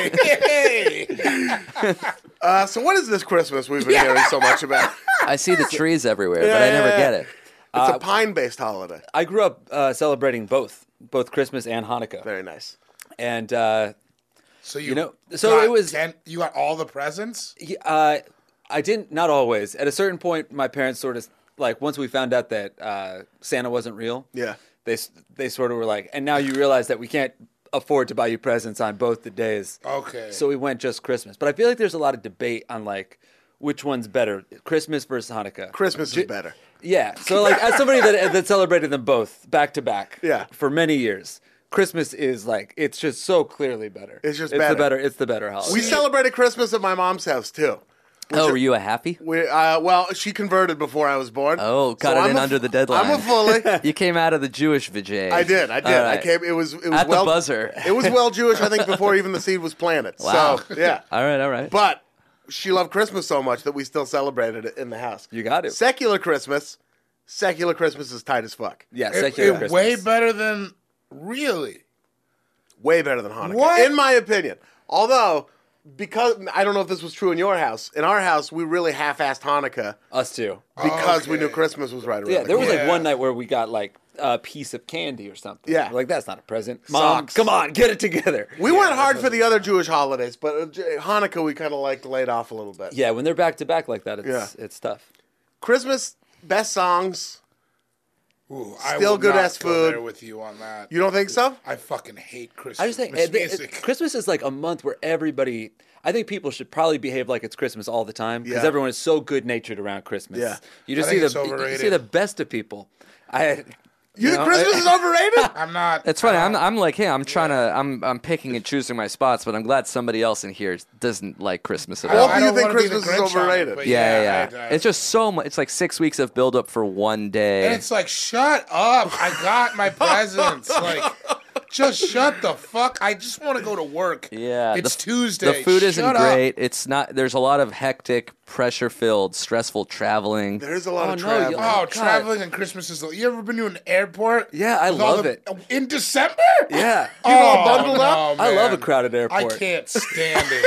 S2: hey, hey, hey.
S1: Uh, so, what is this Christmas we've been hearing so much about?
S3: I see the trees everywhere, but I never
S1: Yeah.
S3: get it.
S1: It's
S3: Uh,
S1: a pine-based holiday.
S4: I grew up uh, celebrating both, both Christmas and Hanukkah,
S1: Very nice.
S4: and uh,
S2: So you,
S4: know, so
S2: got
S4: it was-
S2: ten, you got all the presents.
S4: he- uh, I didn't. Not always. At a certain point, my parents sort of like once we found out that uh, Santa wasn't real,
S1: Yeah.
S4: they s- they sort of were like, and now you realize that we can't afford to buy you presents on both the days.
S2: Okay.
S4: So we went just Christmas. But I feel like there's a lot of debate on like which one's better, Christmas versus Hanukkah.
S1: Christmas is better.
S4: Yeah. So like as somebody that that celebrated them both back to back
S1: Yeah.
S4: for many years, Christmas is like it's just so clearly better.
S1: It's just
S4: it's
S1: better.
S4: the better it's the better holiday.
S1: We celebrated Christmas at my mom's house too.
S3: Oh, were you a happy?
S1: We, uh, well, she converted before I was born.
S3: Oh, got it
S1: I'm
S3: in
S1: a-
S3: under the deadline.
S1: I'm a
S3: <laughs>
S1: fully.
S3: You came out of the Jewish vijay.
S1: I did. I did.
S3: All
S1: I
S3: right.
S1: came. It was. It was
S3: At the
S1: well,
S3: buzzer.
S1: It was well Jewish. I think before even the seed was planted.
S3: Wow.
S1: So yeah.
S3: <laughs> All right, all right.
S1: But she loved Christmas so much that we still celebrated it in the house.
S4: You got it.
S1: Secular Christmas. Secular Christmas is tight as fuck.
S4: yeah,
S2: it,
S4: secular
S2: it
S4: Christmas.
S2: way better than really.
S1: Way better than Hanukkah,
S2: What?
S1: in my opinion. Although, because I don't know if this was true in your house. In our house, we really half-assed Hanukkah
S4: Us too.
S1: because we
S2: Okay.
S1: knew Christmas was right around.
S4: Yeah,
S1: the
S4: there was
S1: corner.
S4: like one night where we got like a piece of candy or something.
S1: Yeah.
S4: We're like that's not a present. Mom,
S1: Socks.
S4: come on, get it together.
S1: We went hard for the other Jewish holidays, but uh, J- Hanukkah we kind of like laid off a little bit.
S4: yeah, when they're back to back like that, it's it's tough.
S1: Christmas best songs.
S2: Ooh, I
S1: Still
S2: will
S1: good
S2: not
S1: ass
S2: go
S1: food.
S2: There with you on that.
S1: You don't think so?
S2: I fucking hate Christmas.
S4: I just think it- it-
S2: music.
S4: Christmas is like a month where everybody. I think people should probably behave like it's Christmas all the time because
S1: Yeah.
S4: everyone is so good natured around Christmas.
S1: Yeah.
S4: you just
S2: I
S4: see
S2: think
S4: the
S2: it's
S4: you
S2: overrated.
S4: see the best of people. I
S1: You think
S4: know,
S1: Christmas
S4: I-
S1: is overrated?
S2: I'm not.
S3: It's funny.
S1: uh,
S3: I'm, I'm like him. I'm trying to. I'm I'm picking and choosing my spots, but I'm glad somebody else in here doesn't like Christmas at
S2: I
S3: all.
S2: don't-
S1: Both
S2: I
S1: of you
S2: don't
S1: think
S2: wanna be the
S1: Christmas is
S2: Grinch on it,
S1: overrated.
S2: but
S3: Yeah, yeah.
S2: I- I-
S3: It's just so much. It's like six weeks of buildup for one day.
S2: And it's like, shut up. I got
S4: <laughs>
S2: my presents. like, just shut the fuck. I just want to go to work.
S3: Yeah,
S2: It's
S3: the-
S2: Tuesday.
S3: The food isn't
S2: Shut up.
S3: great. It's not. There's a lot of hectic, pressure-filled, stressful traveling.
S1: There's a lot
S4: Oh,
S1: of
S4: no,
S1: travel.
S4: you-
S2: Oh,
S4: God.
S2: traveling and Christmas is. You ever been to an airport?
S4: Yeah, I
S2: With all
S4: love
S2: the- Oh,
S4: it.
S2: In December?
S4: yeah,
S2: Oh,
S1: all bundled
S2: no,
S1: up?
S4: I love a
S2: man.
S4: crowded
S2: I
S4: airport. <laughs>
S2: can't stand it.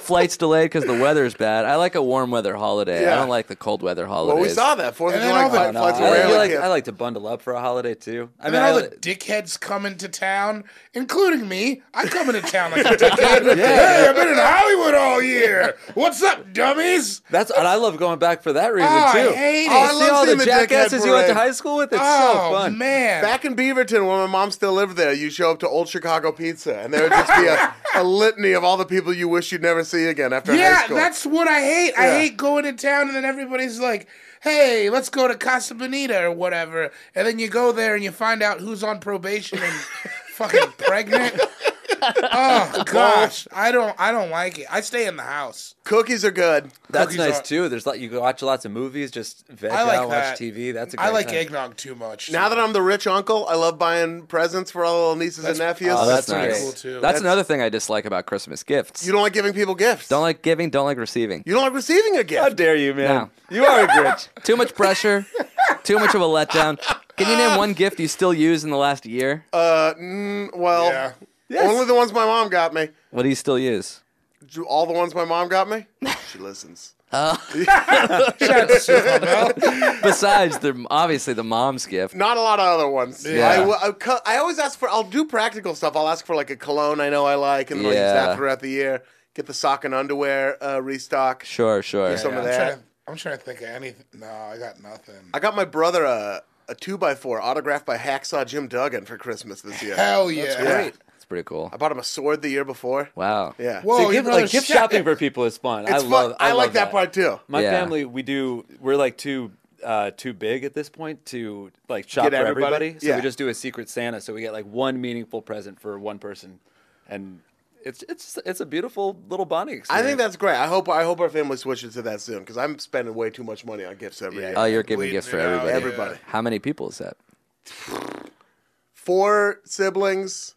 S3: Flights delayed because the weather's bad. I like a warm weather holiday.
S1: Yeah.
S3: I don't like the cold weather holidays. Uh,
S1: well, we saw that Fourth of
S2: And then
S1: July
S2: all the-
S1: flight,
S4: No,
S1: flights
S4: I,
S1: were
S4: I
S1: rarely
S4: like
S1: hit.
S4: I like to bundle up for a holiday too. I
S2: And then
S4: mean, I,
S2: all the dickheads come into town, including me. I come into town like a
S4: <laughs>
S2: dickhead. Hey, I've been in Hollywood all year. What's up, dummies?
S4: that's and I love going back for that reason
S2: Oh, I
S4: too.
S2: hate it.
S4: Oh,
S2: I
S4: see
S1: love
S4: all
S1: seeing
S4: the
S1: the dickhead
S4: jackasses you went to
S1: parade.
S4: high school with. It's so
S2: oh
S4: fun.
S2: man!
S1: Back in Beaverton, when my mom still lived there, you show up to Old Chicago Pizza, and there would just be a, a litany of all the people you wish you'd never see again after high
S2: yeah,
S1: school.
S2: that's what I hate. I
S1: Yeah.
S2: hate going to town and then everybody's like, "Hey, let's go to Casa Bonita or whatever," and then you go there and you find out who's on probation
S4: <laughs>
S2: and fucking pregnant. Oh gosh, I don't, I don't like it. I stay in the house.
S1: Cookies are good.
S4: That's
S2: Cookies
S4: nice
S2: are-
S4: too. There's like you can watch lots of movies, just veg
S2: I like
S4: out,
S2: that.
S4: watch TV. That's a great
S2: I like
S4: time.
S2: eggnog too much.
S1: Now that I'm the rich uncle, I love buying presents for all the little nieces and nephews.
S3: Oh, that's,
S4: pretty
S3: nice.
S2: cool, too.
S3: That's,
S2: That's-
S3: another thing I dislike about Christmas gifts.
S1: you don't like giving people gifts.
S3: don't like giving. Don't like receiving.
S1: you don't like receiving a
S4: How
S1: gift.
S4: dare you, man?
S3: No.
S4: You are a Grinch.
S3: Too much pressure. too much of a letdown. Can you name one gift you still use in the last year?
S1: Uh, mm, well,
S2: yeah,
S1: only the ones my mom got me.
S3: what do you
S1: <laughs>
S3: still use?
S1: Do all the ones my mom got me? She listens.
S3: Besides the obviously the mom's gift.
S1: Not a lot of other ones.
S3: Yeah.
S1: I, w- I co- I always ask for, I'll do practical stuff. I'll ask for like a cologne I know I like, and then I'll use
S3: Yeah.
S1: that throughout the year. Get the sock and underwear uh, restock.
S3: Sure, sure.
S1: some
S2: I'm
S1: of
S2: trying,
S1: that.
S2: to, I'm trying to think of anything. No, I got nothing.
S1: I got my brother a, a 2x4 autographed by Hacksaw Jim Duggan for Christmas this year.
S2: Hell yeah!
S1: Yeah.
S3: It's pretty cool.
S1: I bought him a sword the year before.
S3: Wow.
S1: Yeah.
S2: Whoa,
S4: See,
S2: your
S4: gift,
S2: brother
S4: like gift
S2: shut-
S4: shopping for people is fun. I
S1: It's
S4: love.
S1: fun. I,
S4: love
S1: like that, part too.
S4: My
S3: Yeah.
S4: family, we do. We're like too uh, too big at this point to like shop
S1: Get
S4: for
S1: everybody?
S4: everybody. So
S1: Yeah.
S4: we just do a secret Santa. So we get like one meaningful present for one person, and it's it's it's a beautiful little bonding
S1: I
S4: experience.
S1: think that's great. I hope I hope our family switches to that soon because I'm spending way too much money on gifts every year.
S3: Oh, you're giving
S2: Bleeding
S3: gifts
S2: it
S3: for
S2: out,
S3: everybody.
S1: Everybody.
S3: How many people is that?
S1: Four siblings,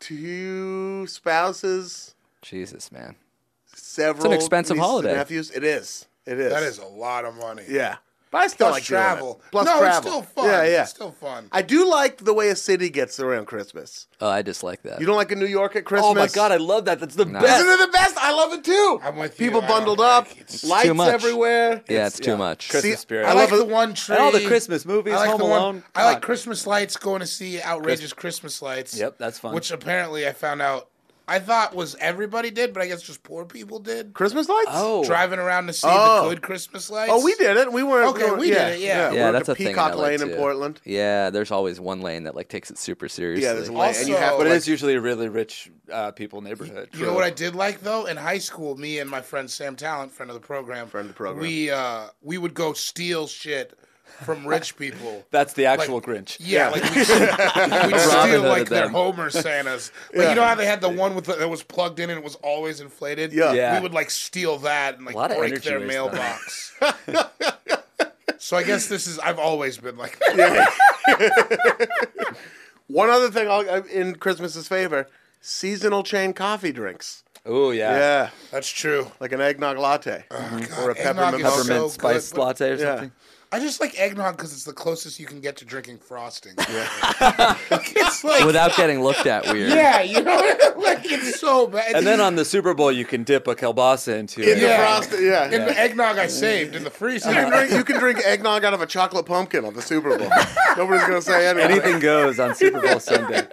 S1: two spouses,
S3: Jesus, man.
S1: several.
S3: expensive
S1: nieces and
S3: holiday.
S1: Nephews. It is. It is.
S2: That is a lot of money.
S1: Yeah. But I still
S2: Plus
S1: like doing it.
S2: travel.
S1: Plus
S2: no,
S1: travel.
S2: it's still fun.
S1: Yeah, yeah.
S2: It's still fun.
S1: I do like the way a city gets around Christmas.
S3: Oh, I dislike that.
S1: You don't like a New York at Christmas?
S4: Oh my god, I love that. That's the best.
S1: Isn't it the best? I love it too.
S2: I'm with you.
S1: People
S2: I don't
S1: bundled
S2: like
S1: up,
S2: it. It's too
S1: lights
S3: much.
S1: everywhere.
S3: yeah, it's, too much.
S4: Christmas
S1: See,
S4: spirit.
S1: I
S2: I,
S1: love
S2: like
S1: it-
S2: the one tree.
S4: and all the Christmas movies,
S2: I like
S4: Home
S2: the one-
S4: Alone.
S2: I like
S4: God.
S2: Christmas lights. Going to see outrageous Christmas lights.
S4: Yep, that's fun.
S2: Which apparently I found out I thought was everybody did, but I guess just poor people did.
S1: Christmas lights?
S4: Oh,
S2: Driving around to see
S1: Oh.
S2: the good Christmas lights.
S1: Oh, we did it. We were
S2: Okay,
S1: were-
S2: we did it, yeah.
S1: we
S2: Yeah,
S1: were
S3: yeah,
S1: at
S3: that's
S1: the
S3: a thing. in
S1: Peacock
S3: LA
S1: Lane in
S3: too.
S1: Portland.
S3: Yeah, there's always one lane that like takes it super seriously.
S1: Yeah, there's a lane, and you
S2: Also-
S1: have to
S4: but it
S1: like,
S4: is usually a really rich uh, people neighborhood.
S2: You know what I did like though? In high school, me and my friend Sam Talent, friend of the program,
S1: Friend of the program.
S2: we uh, we would go steal shit from
S1: <laughs>
S2: rich people.
S4: That's the actual
S2: Like-
S4: Grinch.
S2: Yeah, like we we'd
S3: Robin
S2: steal
S3: Hood
S2: like
S3: of
S2: their
S3: them.
S2: Homer Santas. Like you know how they had the one with the, that was plugged in and it was always inflated.
S1: Yeah.
S4: Yeah.
S2: we would like steal that and like
S3: Lot of
S2: break
S4: energy
S2: their
S4: waste
S2: mailbox. so I guess this is I've always been like that.
S1: One other thing I'll, uh, in Christmas's favor: seasonal chain coffee drinks.
S4: Oh yeah.
S1: Yeah,
S2: That's true.
S1: like an eggnog latte Mm-hmm. or a
S2: God, eggnog
S1: peppermint
S2: is
S1: mocha.
S2: so
S4: Peppermint spice
S2: good, but-
S4: latte or
S1: Yeah.
S4: something.
S2: I just like eggnog because it's the closest you can get to drinking frosting. it's <laughs> like
S3: Without getting looked at weird.
S2: yeah, you know, <laughs> like it's so bad.
S4: And then on the Super Bowl, you can dip a kielbasa into it.
S1: In the
S2: Yeah.
S1: frost- yeah.
S2: and the eggnog I saved in the freezer.
S1: You can drink- you can drink eggnog out of a chocolate pumpkin on the Super Bowl. Nobody's gonna say anything.
S4: Anything goes on Super Bowl Sunday.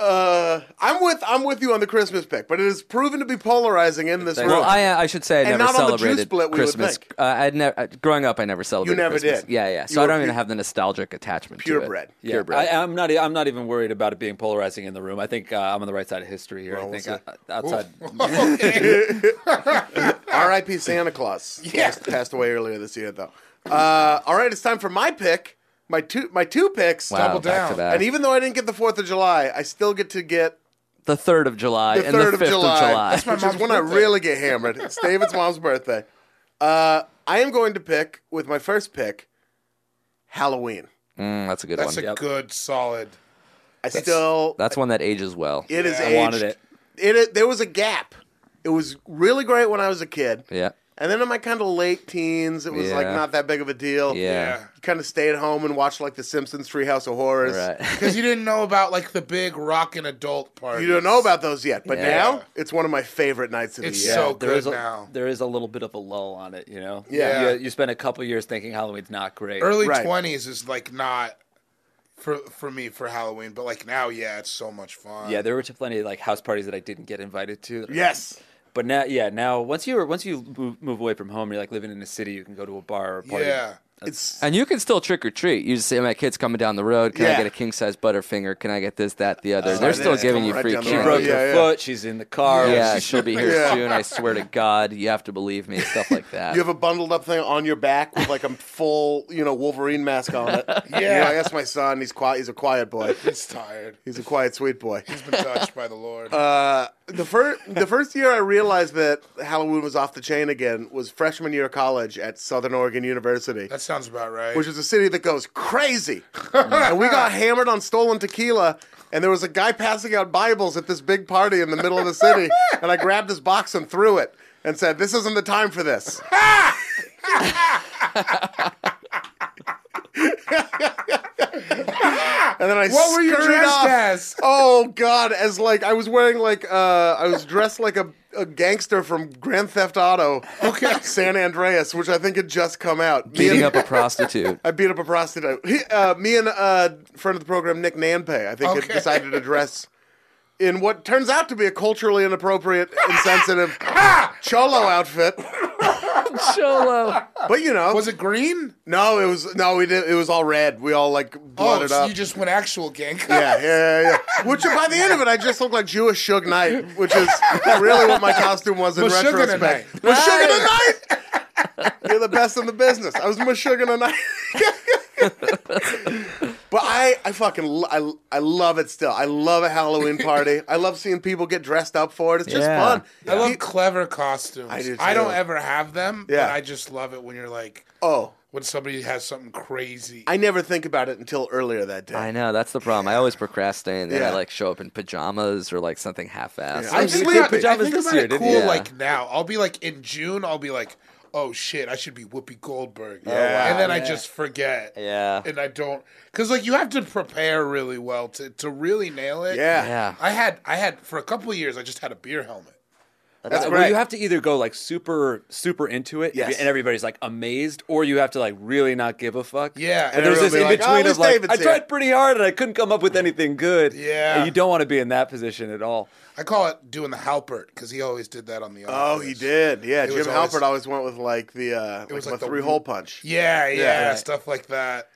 S1: Uh, I'm with I'm with you on the Christmas pick, but it has proven to be polarizing in this room.
S3: Well, I I should say I
S1: And
S3: never
S1: not on the juice
S3: celebrated
S1: split, we would
S3: Christmas.
S1: think.
S3: Uh, I'd never growing up. I never celebrated.
S1: never
S3: Christmas.
S1: did.
S3: Yeah, yeah. So
S1: You
S3: I
S1: were
S3: don't even
S1: pu-
S3: have the nostalgic attachment. to it.
S1: Purebred.
S3: Yeah. uh, Purebred.
S4: I, I'm not. I'm not even worried about it being polarizing in the room. I think uh, I'm on the right side of history here. I
S1: we'll
S4: think uh, outside.
S2: <laughs>
S1: <laughs>
S2: Okay.
S1: R.I.P. Santa Claus.
S2: Yeah.
S1: Passed, passed away earlier this year, though. Uh, all right, it's time for my pick. My two, my two picks.
S3: wow,
S2: double
S3: back
S2: down.
S3: To back.
S1: And even though I didn't get the Fourth of July, I still get to get
S3: the third of July
S1: the
S3: and the
S1: Third
S3: fifth
S1: of July, <laughs>
S2: That's my
S1: which
S2: mom's
S1: is when I
S2: birthday.
S1: really get hammered. It's David's mom's birthday. Uh, I am going to pick with my first pick, Halloween.
S3: Mm, that's a good
S2: That's
S3: one.
S2: a good solid.
S1: I still
S3: that's one that ages well.
S1: it is
S4: I wanted
S1: aged.
S4: it.
S1: It, is- there was a gap. It was really great when I was a kid,
S3: Yeah.
S1: and then in my kind of late teens, it was like
S3: Yeah.
S1: not that big of a deal.
S3: Yeah.
S1: kind of stay at home and watch like The Simpsons, Treehouse of Horrors. <laughs>
S3: Right. <laughs>
S2: Because you didn't know about like the big rockin' adult party.
S1: You don't know about those yet, but
S3: Yeah.
S1: now it's one of my favorite nights of
S2: It's
S1: the year.
S2: so
S4: there
S2: good
S4: is a,
S2: now.
S4: There is a little bit of a lull on it, you know.
S1: Yeah.
S4: You, you spend a couple years thinking Halloween's not great.
S2: Early
S1: Right.
S2: twenties is like not for for me for Halloween, but like now, yeah, it's so much fun.
S4: Yeah, there were plenty of like house parties that I didn't get invited to.
S1: yes,
S4: But now, yeah, now once you once you move, move away from home, you're like living in a city. You can go to a bar or a party.
S2: yeah.
S1: it's
S3: and you can still trick or treat. You just say, "My kid's coming down the road. Can
S1: Yeah.
S3: I get a king size butterfinger? Can I get this, that, the other?" They're
S1: yeah,
S3: still
S1: yeah.
S3: giving you
S1: Right
S3: free
S1: down the
S4: She
S1: road.
S3: candy.
S4: broke
S1: Yeah,
S4: her
S1: yeah.
S4: foot. She's in the car.
S3: Yeah,
S4: she's-
S3: she'll be here
S1: Yeah.
S3: soon. I swear to God, you have to believe me. Stuff like that.
S1: you have a bundled up thing on your back with like a full, you know, Wolverine mask on it. yeah, that's my son. He's quiet. He's a quiet boy.
S2: It's tired.
S1: He's a quiet, sweet boy.
S2: He's been touched by the
S1: <laughs>
S2: Lord.
S1: Uh, the first the first year I realized that Halloween was off the chain again was freshman year of college at Southern Oregon University.
S2: that sounds about right.
S1: which is a city that goes
S2: <laughs>
S1: crazy. and we got hammered on stolen tequila, and there was a guy passing out Bibles at this big party in the middle of the city, and I grabbed his box and threw it and said, This isn't the time for this. and then I
S2: what were you
S1: scurried
S2: dressed
S1: off.
S2: as?
S1: Oh God! As like I was wearing like uh, I was dressed like a, a gangster from Grand Theft Auto, okay, San Andreas, which I think had just come out. Me
S3: Beating
S1: and-
S3: up a prostitute.
S1: I beat up a prostitute. He, uh, me and uh, friend of the program Nick Nanpe, I think, had
S2: Okay.
S1: decided to dress in what turns out to be a culturally inappropriate,
S2: <laughs>
S1: insensitive cholo outfit.
S3: Cholo.
S1: But you know,
S2: Was it green?
S1: no, it was no, we did. It was all red. We all like
S2: Oh,
S1: blooded
S2: so
S1: up.
S2: you just went actual gang.
S1: yeah, yeah, yeah, yeah. Which by the end of it, I just looked like Jewish Suge Knight, which is really what my costume was in
S2: Meshuggah
S1: retrospect. Meshuggah tonight. You're the best in the business. I was Meshuggah tonight. but I, I fucking, lo- I, I love it still. I love a Halloween party. I love seeing people get dressed up for it. It's just
S3: Yeah.
S1: fun.
S2: <laughs> I love clever costumes.
S1: I
S2: I,
S1: do, too.
S2: do not ever have them,
S1: Yeah.
S2: but I just love it when you're like
S1: Oh,
S2: when somebody has something crazy.
S1: I never think about it until earlier that day.
S3: I know that's the problem. I always procrastinate, and then
S1: Yeah.
S3: I like show up in pajamas or like something half-assed.
S1: Yeah.
S3: Yeah.
S2: I
S1: You
S2: think,
S4: did
S2: about,
S4: pajamas
S2: I think
S4: this
S2: about
S4: year,
S2: it
S4: didn't
S2: cool
S4: you?
S3: Yeah.
S2: like now. I'll be like in June, I'll be like, oh shit, I should be Whoopi Goldberg.
S1: wow.
S2: And then I just forget.
S3: Yeah.
S2: And I don't because like you have to prepare really well to, to really nail it.
S1: Yeah.
S3: Yeah.
S2: I had I had for a couple of years I just had a beer helmet.
S1: That's
S4: Uh,
S1: great.
S4: Well, you have to either go like super, super into it,
S1: Yes.
S4: and everybody's like amazed, or you have to like really not give a fuck.
S2: Yeah.
S4: and, there's this in
S1: everyone will be like,
S4: between
S1: "Oh,
S4: of
S1: Miss
S4: like,
S1: David's
S4: I tried
S1: here."
S4: pretty hard and I couldn't come up with anything good.
S2: Yeah.
S4: and you don't want to be in that position at all.
S2: I call it doing the Halpert because he always did that on the.
S1: oh,
S2: Office.
S1: he did. Yeah,
S2: It
S1: Jim
S2: was always-
S1: Halpert always went with like the uh, like
S2: was
S1: the
S2: like the-
S1: three hole punch.
S2: Yeah, yeah,
S4: right.
S2: stuff like that,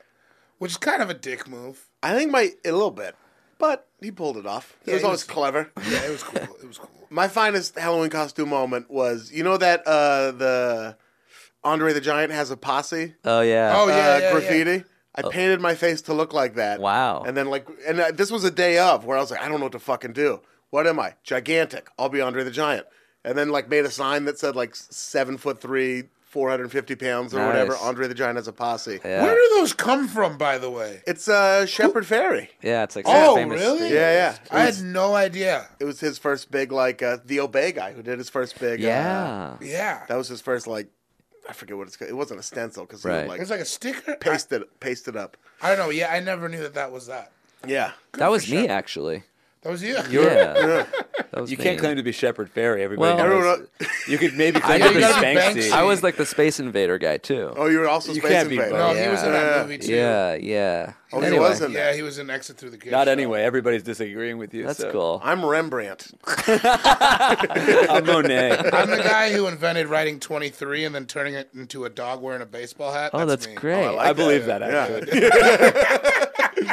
S2: which is kind of a dick move.
S1: I think my a little bit, but he pulled it off. He
S2: Yeah,
S1: was
S2: he
S1: always
S2: was-
S1: clever.
S2: Yeah, it was cool. It was cool.
S1: My finest Halloween costume moment was you know that uh, the Andre the Giant has a posse
S3: Oh yeah.
S2: Oh, yeah,
S1: uh,
S2: yeah, yeah.
S1: graffiti. I painted my face to look like that.
S3: Wow.
S1: And then like, and uh, this was a day of where I was like, I don't know what to fucking do. What am I? Gigantic. I'll be Andre the Giant. And then like made a sign that said like s- seven foot three, four hundred and fifty pounds or whatever.
S3: Nice.
S1: Andre the Giant has a posse.
S3: Yeah.
S2: Where do those come from, by the way?
S1: It's uh, Shepherd Ferry.
S3: Yeah, it's like
S2: Oh,
S3: famous
S2: really?
S3: street.
S1: Yeah, yeah.
S2: I had no idea.
S1: It was his first big like uh, the Obey guy who did his first big. Uh,
S3: Yeah.
S2: Yeah,
S1: that was his first like, I forget what it's called. It wasn't a stencil because he
S3: Right.
S1: would,
S2: it was
S1: like
S2: like a sticker. I,
S1: pasted pasted up.
S2: I don't know. Yeah, I never knew that that was that.
S1: <laughs> Yeah.
S3: That was me actually.
S2: That was you.
S3: Yeah. <laughs> That was
S4: You
S3: me.
S4: can't claim to be Shepard Fairey. Everybody,
S3: Well-
S4: knows.
S1: Everyone-
S4: you could maybe claim to
S3: did
S4: be
S3: that.
S4: Banksy.
S2: Banksy.
S3: I was like the space invader guy too.
S1: <laughs> Oh, you were also
S4: You
S1: Space
S4: can't be
S1: Invaders.
S4: both.
S2: No, he was in that
S1: Yeah.
S2: movie too.
S3: yeah, yeah.
S1: Oh, he
S3: Anyway,
S1: was in
S2: yeah,
S1: that.
S2: he was in Exit Through the Cage.
S4: Not
S2: so-
S4: anyway. Everybody's disagreeing with you.
S3: That's
S4: so.
S3: cool.
S1: I'm Rembrandt.
S4: <laughs> I'm Monet.
S2: I'm the guy who invented writing 23 and then turning it into a dog wearing a baseball hat.
S3: Oh, that's,
S2: me.
S3: great.
S4: I believe that actually.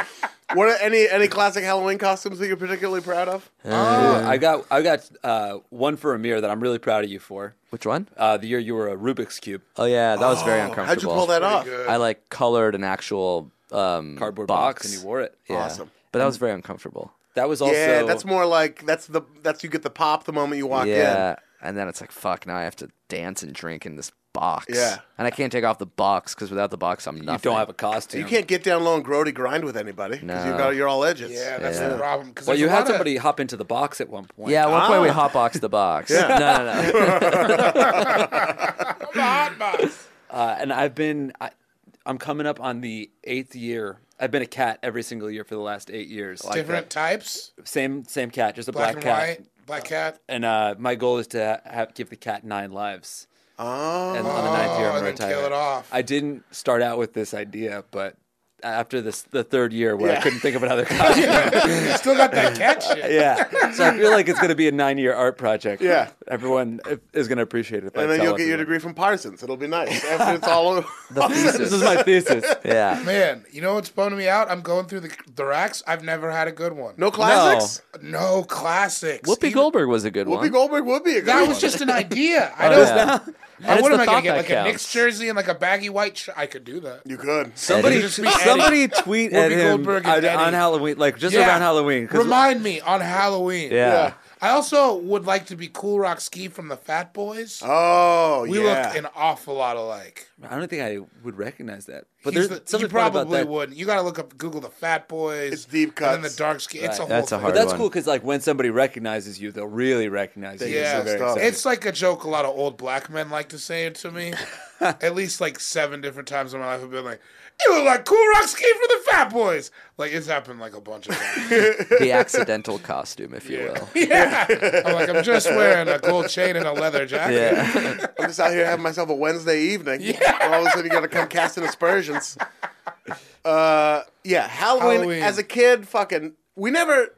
S1: <laughs>
S2: <laughs>
S1: What are any any classic Halloween costumes that you're particularly proud of?
S4: Oh, I got I got uh, one for Amir that I'm really proud of you for.
S3: Which one?
S4: Uh, the year you were a Rubik's cube
S3: Oh yeah, that was very uncomfortable.
S1: How'd you pull that off?
S2: good.
S3: I like colored an actual um,
S4: cardboard box.
S3: box.
S4: and you wore it.
S3: Yeah.
S1: Awesome.
S3: But that was very uncomfortable.
S4: That was also
S1: yeah, that's more like that's the that's you get the pop the moment you walk
S3: yeah. And then it's like, fuck, now I have to dance and drink in this box.
S1: Yeah.
S3: And I can't take off the box because without the box, I'm
S4: you
S3: nothing.
S4: don't have a
S1: in.
S4: costume.
S1: You can't get down low and grody grind with anybody because you
S3: No.
S1: got you're all edges.
S2: Yeah, that's
S3: Yeah.
S2: the problem. 'cause
S4: Well,
S2: there's
S4: you
S2: a
S4: had
S2: lot of-
S4: somebody hop into the box at one point.
S3: Yeah, at one point we hotboxed the box. No, no, no.
S2: I'm a hot box.
S4: uh, and I've been I, I'm coming up on the eighth year. I've been a cat every single year for the last eight years. Like
S2: Different types.
S4: that. same same cat, just a
S2: Black,
S4: black,
S2: and
S4: cat.
S2: white. Black cat. <laughs>
S4: And uh, my goal is to ha- have, give the cat nine lives.
S1: Oh,
S4: And on the ninth year,
S2: Oh,
S4: I'm
S2: and then
S4: retiring.
S2: kill it off.
S4: I didn't start out with this idea, but after this, the third year where I
S1: Yeah.
S4: couldn't think of another
S2: <laughs>
S4: costume,
S2: You still got that cat shit.
S4: yeah. So I feel like it's going to be a nine-year art project.
S1: Yeah.
S4: everyone is going to appreciate it. If
S1: and
S4: I
S1: then
S4: tell
S1: you'll get your
S4: everyone.
S1: degree from Parsons. It'll be
S4: <laughs>
S1: nice after it's all over.
S4: This is my thesis.
S3: Yeah.
S2: Man, you know what's bummed me out? I'm going through the, the racks. I've never had a good one.
S1: <laughs> No classics.
S2: No classics.
S3: Whoopi
S2: Even-
S3: Goldberg was a good
S1: Whoopi
S3: one.
S1: Goldberg would be a good
S2: That
S1: one.
S2: was just an idea. I
S3: Oh,
S2: don't.
S3: yeah.
S2: I,
S3: it's
S2: what
S3: the
S2: am I
S3: thought
S2: gonna get?
S3: that
S2: Like
S3: counts.
S2: a Knicks jersey and like a baggy white. Sh- I could do that.
S1: you could.
S4: Somebody,
S2: Just be
S4: somebody tweet at
S2: Whoopi
S4: him
S2: Goldberg
S4: on,
S2: and Eddie.
S4: on Halloween, like just
S2: Yeah.
S4: around Halloween. 'cause-
S2: Remind me on Halloween.
S3: Yeah.
S2: I also would like to be Cool Rock Ski from the Fat Boys.
S1: Oh,
S2: we
S1: yeah.
S2: look an awful lot alike.
S4: I don't think I would recognize that. But
S2: He's
S4: there's
S2: the-
S4: something
S2: you
S4: fun
S2: probably
S4: about that.
S2: wouldn't. You got to look up Google the Fat Boys.
S1: It's deep
S2: And then
S1: cuts.
S2: the dark skin. It's a whole.
S3: Right. That's a
S2: thing.
S3: hard
S4: But that's
S3: one.
S4: cool because like when somebody recognizes you, they'll really recognize you.
S2: Yeah,
S4: So very
S1: stuff.
S4: excited.
S2: It's like a joke. A lot of old black men like to say it to me. At least like seven different times in my life, I've been like, "You look like Cool Rock Ski from the Fat Boys." Like it's happened like a bunch of times.
S3: <laughs> The accidental costume, if you will.
S2: yeah, <laughs> I'm like, I'm just wearing a gold chain and a leather jacket.
S3: Yeah.
S1: I'm just out here having myself a Wednesday
S2: <laughs>
S1: evening. And all of a sudden, you got to come casting aspersions. Uh, yeah, Halloween,
S2: Halloween.
S1: As a kid, fucking, we never.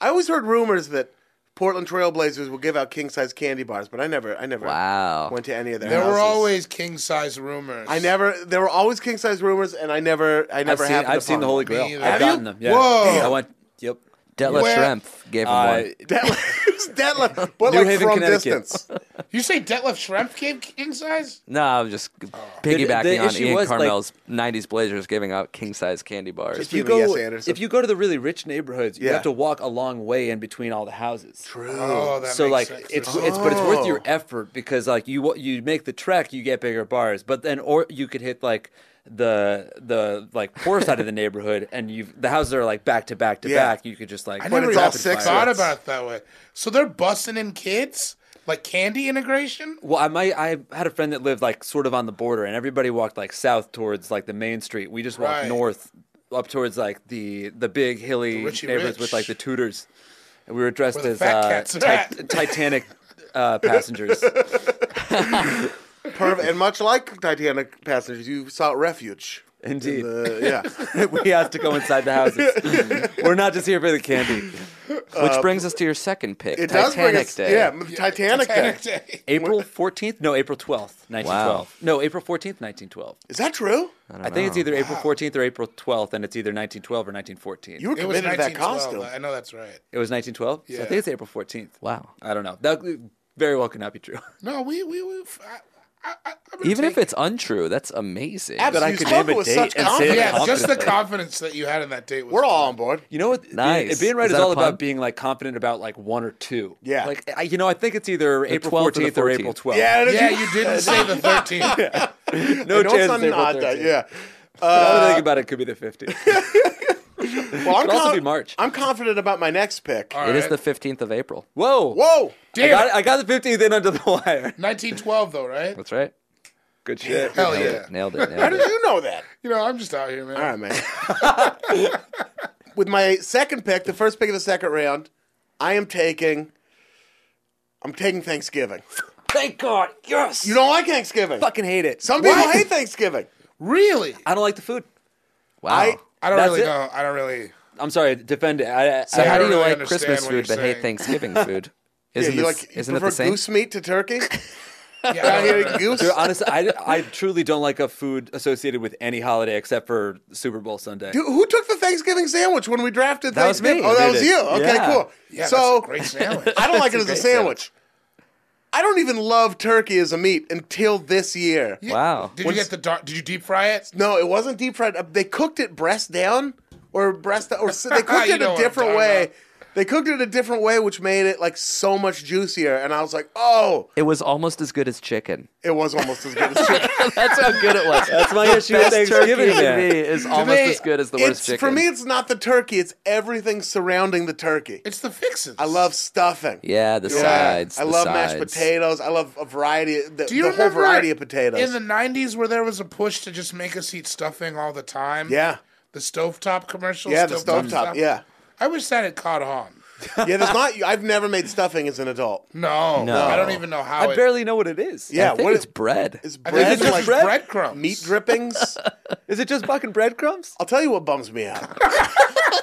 S1: I always heard rumors that Portland Trailblazers will give out king size candy bars, but I never, I never
S3: Wow.
S1: went to any of their.
S2: There were
S1: houses.
S2: always king size rumors.
S1: I never. There were always king size rumors, and I never, I
S4: I've
S1: never
S4: seen,
S1: happened
S4: I've seen
S1: upon
S4: the Holy
S1: one.
S4: Grail.
S2: Me
S4: I've
S2: either.
S1: Have
S4: gotten
S1: you?
S4: them. Yeah.
S2: Whoa.
S4: I went. Yep.
S3: Detla
S2: Where-
S3: Schrempf gave him
S4: Uh,
S3: one.
S1: <laughs> Detlef, Detlef, but
S4: New
S1: like
S4: Haven,
S1: from
S4: Connecticut.
S1: distance.
S2: You say Detlef Schrempf came king size?
S3: No, I'm just piggybacking
S4: Oh. the
S3: on
S4: issue
S3: Ian
S4: was, like-
S3: Carmel's '90s Blazers giving out king-size candy bars.
S1: Just-
S4: if you
S1: Give me a
S4: go,
S1: yes, Anderson.
S4: if you go to the really rich neighborhoods, you
S1: Yeah.
S4: have to walk a long way in between all the houses. True.
S2: Oh, that
S4: so like
S2: makes sense.
S4: it's it's but it's worth your effort because like you wa- you make the trek, you get bigger bars, but then or you could hit like the the like poor side of the neighborhood, and you the houses are like back to back to
S1: Yeah.
S4: back. You could just like
S2: I
S1: But
S2: never
S1: it's all
S2: even
S1: six
S2: thought
S1: hits.
S2: about it that way. So they're busting in kids like candy integration.
S4: Well, I might. I had a friend that lived like sort of on the border, and everybody walked like south towards like the main street. We just walked
S2: Right.
S4: north up towards like the the big hilly
S2: The Richie
S4: neighborhoods
S2: Rich.
S4: with like the Tudors, and we were dressed
S2: Where the
S4: as
S2: fat
S4: uh,
S2: cats are
S4: Ti-
S2: at.
S4: Titanic uh, passengers. <laughs>
S1: Perv- and much like Titanic passengers, you sought refuge.
S4: Indeed.
S1: Uh, yeah.
S4: we have to go inside the houses. We're not just here for the candy.
S3: Which brings us to your second pick,
S1: It does bring
S3: Titanic
S1: us,
S3: Day.
S1: yeah, Titanic, Day.
S2: Day.
S4: April 14th? No, April 12th, 1912. No, April 14th, 1912.
S1: Is that true?
S4: I, think it's either April 14th or April 12th, and it's either 1912 or 1914.
S1: You were
S2: It was
S1: committed to that
S2: 1912.
S1: costume.
S2: I know that's right.
S4: it was 1912? So I
S2: Yeah.
S4: think it's April 14th.
S3: Wow.
S4: I don't know. That very well could not
S1: <laughs>
S4: be true.
S2: No, we we we. I, I, I, I'm gonna
S3: Even if
S2: take-
S3: it's untrue, that's amazing.
S1: Absolutely.
S4: But I
S1: You
S4: could
S1: spoke
S4: name a
S1: with
S4: date
S1: such
S4: and say
S1: confidence.
S4: it
S2: yeah, just the
S4: confidently.
S2: confidence that you had in that date. Was
S1: We're all on board.
S4: You know what? being-
S3: Nice.
S4: Being right
S3: Is
S4: is,
S3: that a
S4: all
S3: pun?
S4: about being like confident about like one or two.
S1: Yeah.
S4: Like I, you know, I think it's either April
S3: 12th or the
S4: 14th or, April
S3: 14th.
S4: 12th.
S1: Yeah, it is-
S2: Yeah, you didn't say
S1: <laughs>
S2: the 13th.
S4: No
S1: I know
S4: chance.
S1: it's
S4: it's
S1: not
S4: April
S1: not that.
S4: 13th.
S1: Yeah.
S4: But now that I think about it, it could be the 15th.
S1: Well, I'm
S4: Could also
S1: con-
S4: be March.
S1: I'm confident about my next pick.
S2: All
S3: It is
S2: right.
S3: the 15th of April.
S4: Whoa.
S1: <laughs> Whoa!
S4: I
S2: Damn
S4: got,
S2: it.
S4: I got the 15th in under the wire.
S2: 1912 though, right?
S3: That's right.
S4: Good shit.
S2: Hell
S3: Nailed
S2: yeah.
S3: it. Nailed it.
S1: How
S3: Nailed
S1: did
S3: it.
S1: you know that?
S2: You know, I'm just out here, man.
S1: All right, man. <laughs> With my second pick, the first pick of the second round, I am taking. I'm taking Thanksgiving.
S4: Thank God. Yes.
S1: You don't like Thanksgiving.
S4: fucking hate it.
S1: Some people hate Thanksgiving.
S2: Really?
S4: <laughs> I don't like the food.
S3: Wow.
S1: I
S2: I don't
S4: That's
S2: really
S4: it.
S2: know. I
S1: <laughs>
S2: don't really.
S4: I'm sorry. Defend it. I, I,
S3: so
S4: I-
S3: how do you
S2: really
S3: like
S2: understand
S3: Christmas
S2: what
S3: food
S2: you're
S3: but hate
S2: saying.
S3: Thanksgiving food? Isn't,
S1: you
S3: this,
S1: like you
S3: isn't it
S1: prefer
S3: the same?
S1: goose meat to turkey?
S2: Yeah, I
S1: I
S2: don't
S1: hear
S2: know.
S1: goose. <laughs>
S4: Dude, honestly, I, I truly don't like a food associated with any holiday except for Super Bowl Sunday.
S1: Dude, who took the Thanksgiving sandwich when we drafted
S3: That was
S1: Thanksgiving?
S3: me.
S1: Oh, that
S3: Did
S1: was
S3: it.
S1: you. Okay,
S4: Yeah.
S1: cool.
S2: Yeah, that's
S1: so
S2: a great sandwich.
S1: <laughs> I don't like it
S3: That's
S1: as
S3: a
S1: a
S3: great
S1: sandwich. I don't even love turkey as a meat until this year.
S3: Wow.
S2: Did you get the dark? Did you deep fry it?
S1: No, it wasn't deep fried. Uh, They cooked it breast down or breast or so
S2: <laughs>
S1: they cooked
S2: You
S1: it
S2: know
S1: a
S2: what I'm
S1: different
S2: talking
S1: way.
S2: about.
S1: They cooked it a different way, which made it like so much juicier. And I was like, oh,
S3: It was almost as good as chicken.
S1: it was almost as good as chicken.
S3: That's how good <laughs> it was.
S4: That's my issue with Thanksgiving,
S3: turkey to
S4: man.
S3: me is almost
S2: they-
S3: as good as the worst
S1: it's,
S3: chicken.
S1: for me, it's not the turkey; it's everything surrounding the turkey.
S2: It's the fixins.
S1: I love stuffing.
S3: yeah, the
S1: Yeah.
S3: sides.
S1: I
S3: the
S1: love mashed
S3: sides.
S1: potatoes. I love a variety, the,
S2: Do you
S1: the whole
S2: remember
S1: variety of potatoes.
S2: in the 90s where there was a push to just make us eat stuffing all the time?
S1: yeah,
S2: The stovetop commercials?
S1: yeah, the stovetop.
S2: stuff?
S1: Yeah,
S2: I wish that had caught on.
S1: <laughs> yeah. There's not. I've never made stuffing as an adult.
S2: No.
S3: No.
S2: I don't even know how
S4: I
S2: it.
S4: barely know what it is.
S3: I
S1: Yeah,
S3: think
S1: what
S3: it's
S1: is-
S3: bread.
S1: is
S2: I think
S1: bread
S2: it's
S1: and,
S2: just
S1: like
S4: bread?
S2: breadcrumbs.
S1: meat
S3: <laughs>
S1: drippings?
S4: Is it just fucking breadcrumbs?
S1: I'll tell you what bums me out.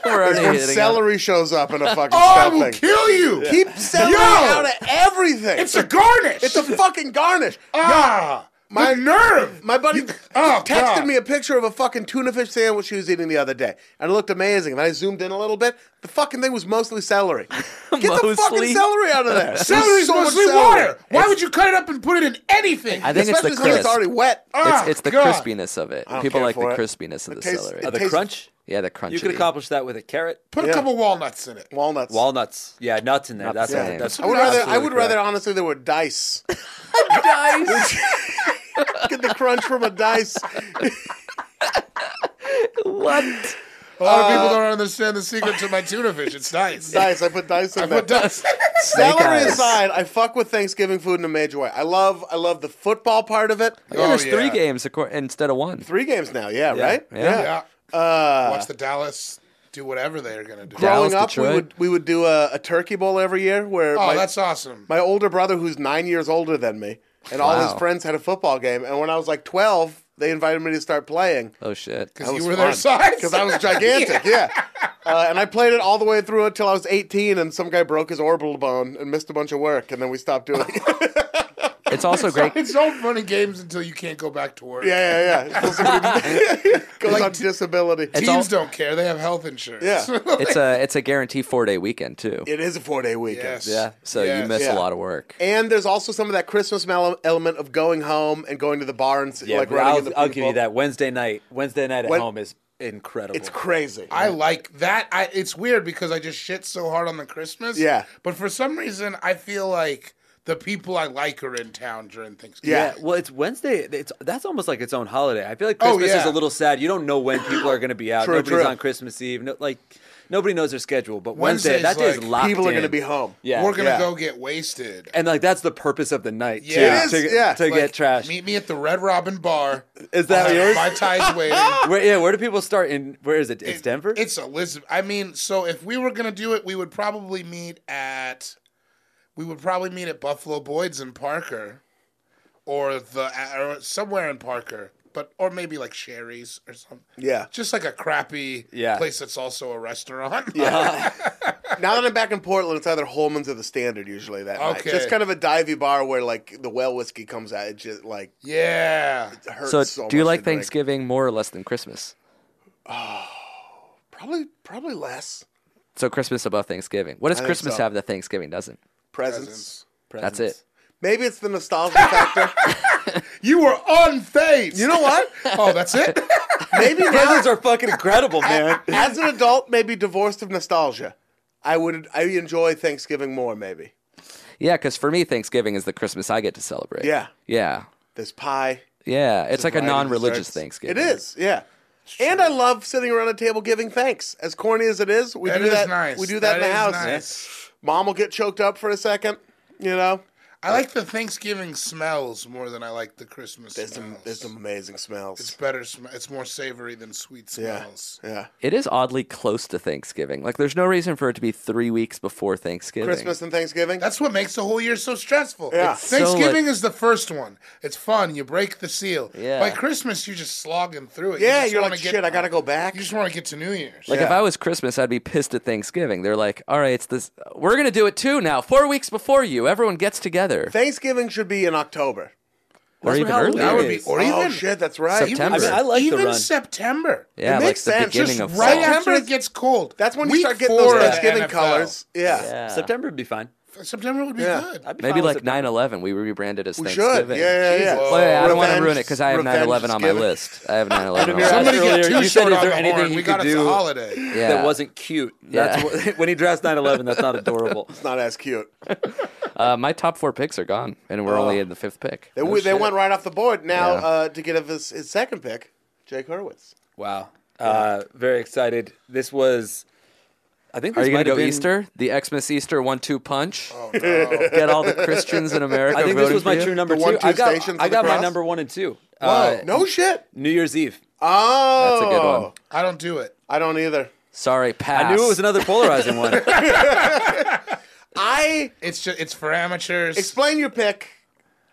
S3: We're already
S1: when
S3: hitting on-
S1: celery shows up in a
S3: <laughs>
S1: fucking
S2: Oh, I will
S1: stuffing.
S2: kill you.
S1: Keep celery
S2: Yo!
S1: out of everything.
S2: It's a garnish.
S1: It's a <laughs> fucking garnish.
S2: ah, my nerve.
S1: My buddy
S2: oh,
S1: texted
S2: God.
S1: me a picture of a fucking tuna fish sandwich he was eating the other day, and it looked amazing. And I zoomed in a little bit. The fucking thing was mostly celery. Get the
S3: Mostly?
S1: fucking celery out of there.
S2: Celery's
S1: There's so much
S2: mostly
S1: celery.
S2: water. Why would you cut it up and put it in anything?
S3: I think it's the
S1: Especially something that's
S3: crisp.
S1: already wet.
S3: It's, it's the
S2: God.
S3: crispiness of it. People
S1: care
S3: like the
S1: for it.
S3: crispiness of the
S1: tastes-
S3: celery.
S1: it
S4: Uh, the
S1: tastes-
S4: crunch?
S3: yeah, the crunchy.
S4: You could accomplish that with a carrot.
S2: Put
S1: Yeah.
S2: a couple walnuts in it.
S1: Oh, Walnuts.
S4: Walnuts. Yeah, nuts in there.
S3: Nuts
S4: That's,
S3: in there.
S4: that's
S1: I would rather. I
S4: absolutely
S1: would
S4: correct.
S1: rather honestly there were dice. <laughs> dice. Get the crunch from a dice.
S3: <laughs> What?
S2: A lot
S1: uh,
S2: of people don't understand the secret to my tuna fish. It's
S1: <laughs>
S2: nice.
S1: Dice. I put dice in
S2: I
S1: there.
S2: put dice. <laughs>
S1: Celery
S3: eyes.
S1: aside, I fuck with Thanksgiving food in a major way. I love. I love the football part of it.
S3: Yeah, there's
S2: Oh,
S3: three
S2: yeah.
S3: games acor- instead of one.
S1: Three games now. Yeah. Right.
S2: yeah. Watch the Dallas do whatever they are gonna do.
S3: Dallas,
S1: Growing up, we
S3: Detroit.
S1: would we would do a, a turkey bowl every year where
S2: Oh,
S1: my,
S2: that's awesome. <laughs>
S1: my older brother, who's nine years older than me, and all his
S3: Wow.
S1: friends had a football game. And when I was like twelve, they invited me to start playing.
S3: Oh shit.
S2: Because
S1: was <laughs>
S2: you were their
S1: fun.
S2: size.
S1: because I was gigantic.
S2: <laughs>
S1: yeah. Uh, and I played it all the way through until I was 18, and some guy broke his orbital bone and missed a bunch of work, and then we stopped doing it. yeah,
S3: It's also great.
S2: It's all funny games until you can't go back to work.
S1: yeah, <laughs> yeah. Until <laughs> somebody goes on disability.
S3: It's
S2: Teams
S3: all-
S2: don't care. They have health insurance.
S1: Yeah.
S3: It's a it's a guarantee four day weekend too.
S1: It is a four day weekend.
S2: yes.
S3: Yeah. So you
S2: Yes.
S3: miss
S1: Yeah.
S3: a lot of work.
S1: And there's also some of that Christmas mel- element of going home and going to the bar and
S4: Yeah,
S1: like
S4: but
S1: running
S4: I'll,
S1: into
S4: I'll
S1: people.
S4: give you that Wednesday night. Wednesday night at
S1: When-
S4: home is incredible.
S1: It's crazy.
S2: <laughs> I like that. I it's weird because I just shit so hard on the Christmas.
S1: Yeah.
S2: But for some reason, I feel like the people I like are in town during Thanksgiving.
S1: Yeah.
S4: yeah. well, it's Wednesday. It's that's almost like its own holiday. I feel like
S2: Oh,
S4: Christmas is
S2: yeah.
S4: a little sad. You don't know when people are going to be out.
S1: True,
S4: Nobody's
S1: true.
S4: on Christmas Eve. No, like nobody knows their schedule. But Wednesday,
S2: Wednesday's
S4: that day is
S2: like,
S4: locked.
S1: people are
S4: going to
S1: be home.
S4: Yeah,
S2: We're gonna
S1: Yeah.
S2: go get wasted.
S4: and like that's the purpose of the night. too,
S2: Yeah. It
S1: is,
S4: to, get-
S1: yeah.
S4: to
S2: Like,
S4: get trash.
S2: Meet me at the Red Robin Bar.
S4: Is that
S2: I'll have
S4: yours?
S2: My tie's waiting.
S4: where, yeah, where do people start? In where is it? It's Denver.
S2: It's Elizabeth. I mean, so if we were gonna do it, we would probably meet at. we would probably meet at Buffalo Boyd's in Parker, or the or somewhere in Parker, but or maybe like Sherry's or something.
S1: <laughs> Yeah.
S2: Just like a crappy
S4: Yeah.
S2: place that's also a restaurant.
S1: Now that I'm back in Portland, it's either Holman's or the Standard usually that night.
S2: Okay.
S1: Just kind of a divey bar where like the well whiskey comes out. It just like
S2: <laughs> yeah.
S1: hurts.
S3: So,
S1: So,
S3: do you
S1: much
S3: like
S1: to drink.
S3: Thanksgiving more or less than Christmas?
S1: Probably, probably less
S3: So Christmas above Thanksgiving. What does
S1: think
S3: Christmas
S1: so.
S3: have that Thanksgiving doesn't?
S1: presents.
S3: That's it.
S1: Maybe it's the nostalgia <laughs> factor.
S2: You were unfazed. You know what? <laughs> oh, that's
S1: <laughs>
S2: it.
S1: Maybe now,
S4: Presents are fucking incredible, man.
S1: as an adult, maybe divorced of nostalgia. I would, I enjoy Thanksgiving more. Maybe
S3: Yeah, because for me, Thanksgiving is the Christmas I get to celebrate.
S1: Yeah.
S3: Yeah.
S1: there's pie.
S3: Yeah. It's like a
S2: variety of
S3: non religious
S2: desserts.
S3: Thanksgiving.
S1: It is, yeah. And I love sitting around a table giving thanks. As corny as it is, we
S2: That
S1: do
S2: is
S1: that.
S2: nice.
S1: We do that, in
S2: That
S1: the
S2: is
S1: house.
S2: nice.
S1: Mom will get choked up for a second. You know,
S2: I like the Thanksgiving smells more than I like the Christmas
S1: there's some
S2: smells.
S1: there's some amazing
S2: It's
S1: smells.
S2: better. Sm- it's more savory than sweet
S1: Yeah,
S2: smells.
S1: yeah.
S3: It is oddly close to Thanksgiving. Like, there's no reason for it to be three weeks before Thanksgiving.
S1: Christmas and Thanksgiving.
S2: That's what makes the whole year so stressful.
S1: Yeah. It's
S3: so,
S2: Thanksgiving
S3: like-
S2: is the first one. It's fun. You break the seal.
S3: Yeah.
S2: By Christmas, you're just slogging through it. You
S1: yeah,
S2: just
S1: you're
S2: wanna
S1: like
S2: get-
S1: shit. I gotta go back.
S2: You just want to get to New Year's.
S3: Like, if I was Christmas, I'd be pissed at Thanksgiving. They're like, all right, it's this. We're going to do it too now. Four weeks before you, everyone gets together.
S1: Thanksgiving should be in October.
S3: or even
S4: how
S3: earlier.
S2: that would
S4: it
S2: be,
S4: is.
S2: or
S1: oh
S2: even
S1: shit, that's right.
S3: September.
S4: I mean, I like the
S2: even
S4: run.
S2: September.
S3: yeah,
S1: it
S3: like
S1: makes
S3: the
S1: sense.
S3: beginning
S1: Just
S3: of
S2: Right
S3: fall.
S2: after it gets cold.
S1: That's when you
S2: Week
S1: start getting those
S2: four of the
S1: Thanksgiving
S2: NFL.
S1: colors. <laughs> Yeah.
S3: Yeah.
S4: September would be fine.
S2: September would be
S1: Yeah.
S2: good.
S4: I'd be
S3: Maybe
S4: fine with
S3: like
S4: September.
S3: 9 11, we rebranded as
S1: We should. Yeah,
S3: Thanksgiving.
S1: yeah, yeah.
S3: Well, yeah, I don't want to
S1: Revenge-
S3: ruin it because I have 9 11 on my
S1: revenge-giving.
S3: list. I have 9 11 on
S4: You're
S3: my
S4: right.
S2: Somebody
S3: list.
S2: get
S4: Earlier,
S2: too
S4: you said,
S2: short
S4: "Is
S2: on
S4: there
S2: the
S4: anything
S2: horn.
S4: you
S2: We
S4: could
S2: got us a
S4: do?" <laughs>
S2: holiday.
S3: Yeah.
S4: That wasn't cute.
S3: Yeah.
S4: That's what, <laughs> when he drafts 9/11, that's not adorable.
S1: It's not as
S3: <laughs>
S1: cute.
S3: Uh, my top four picks are gone, and we're only in the fifth pick.
S1: They, Oh. we- they
S4: shit.
S1: went right off the board now
S3: Yeah.
S1: uh, to get of his, his second pick, Jake Hurwitz.
S4: Wow. Uh, very excited. This was. I think. This
S3: Are you
S4: might
S3: gonna
S4: have
S3: go
S4: been-
S3: Easter? The Xmas Easter one-two punch. Get all the Christians
S4: <laughs>
S3: in America.
S4: Oh, I think this
S3: voting
S4: was my
S3: for you?
S4: true number
S1: The
S4: two.
S1: one, two
S4: I got,
S1: stations
S4: I
S1: of the
S4: got my
S1: cross?
S4: number one and two.
S1: Oh,
S4: Uh,
S1: no shit.
S4: New Year's Eve.
S1: Oh,
S3: That's a good one.
S2: I don't do it.
S1: I don't either.
S3: Sorry, pass.
S4: I knew it was another polarizing one.
S1: I
S2: It's just it's for amateurs.
S1: explain your pick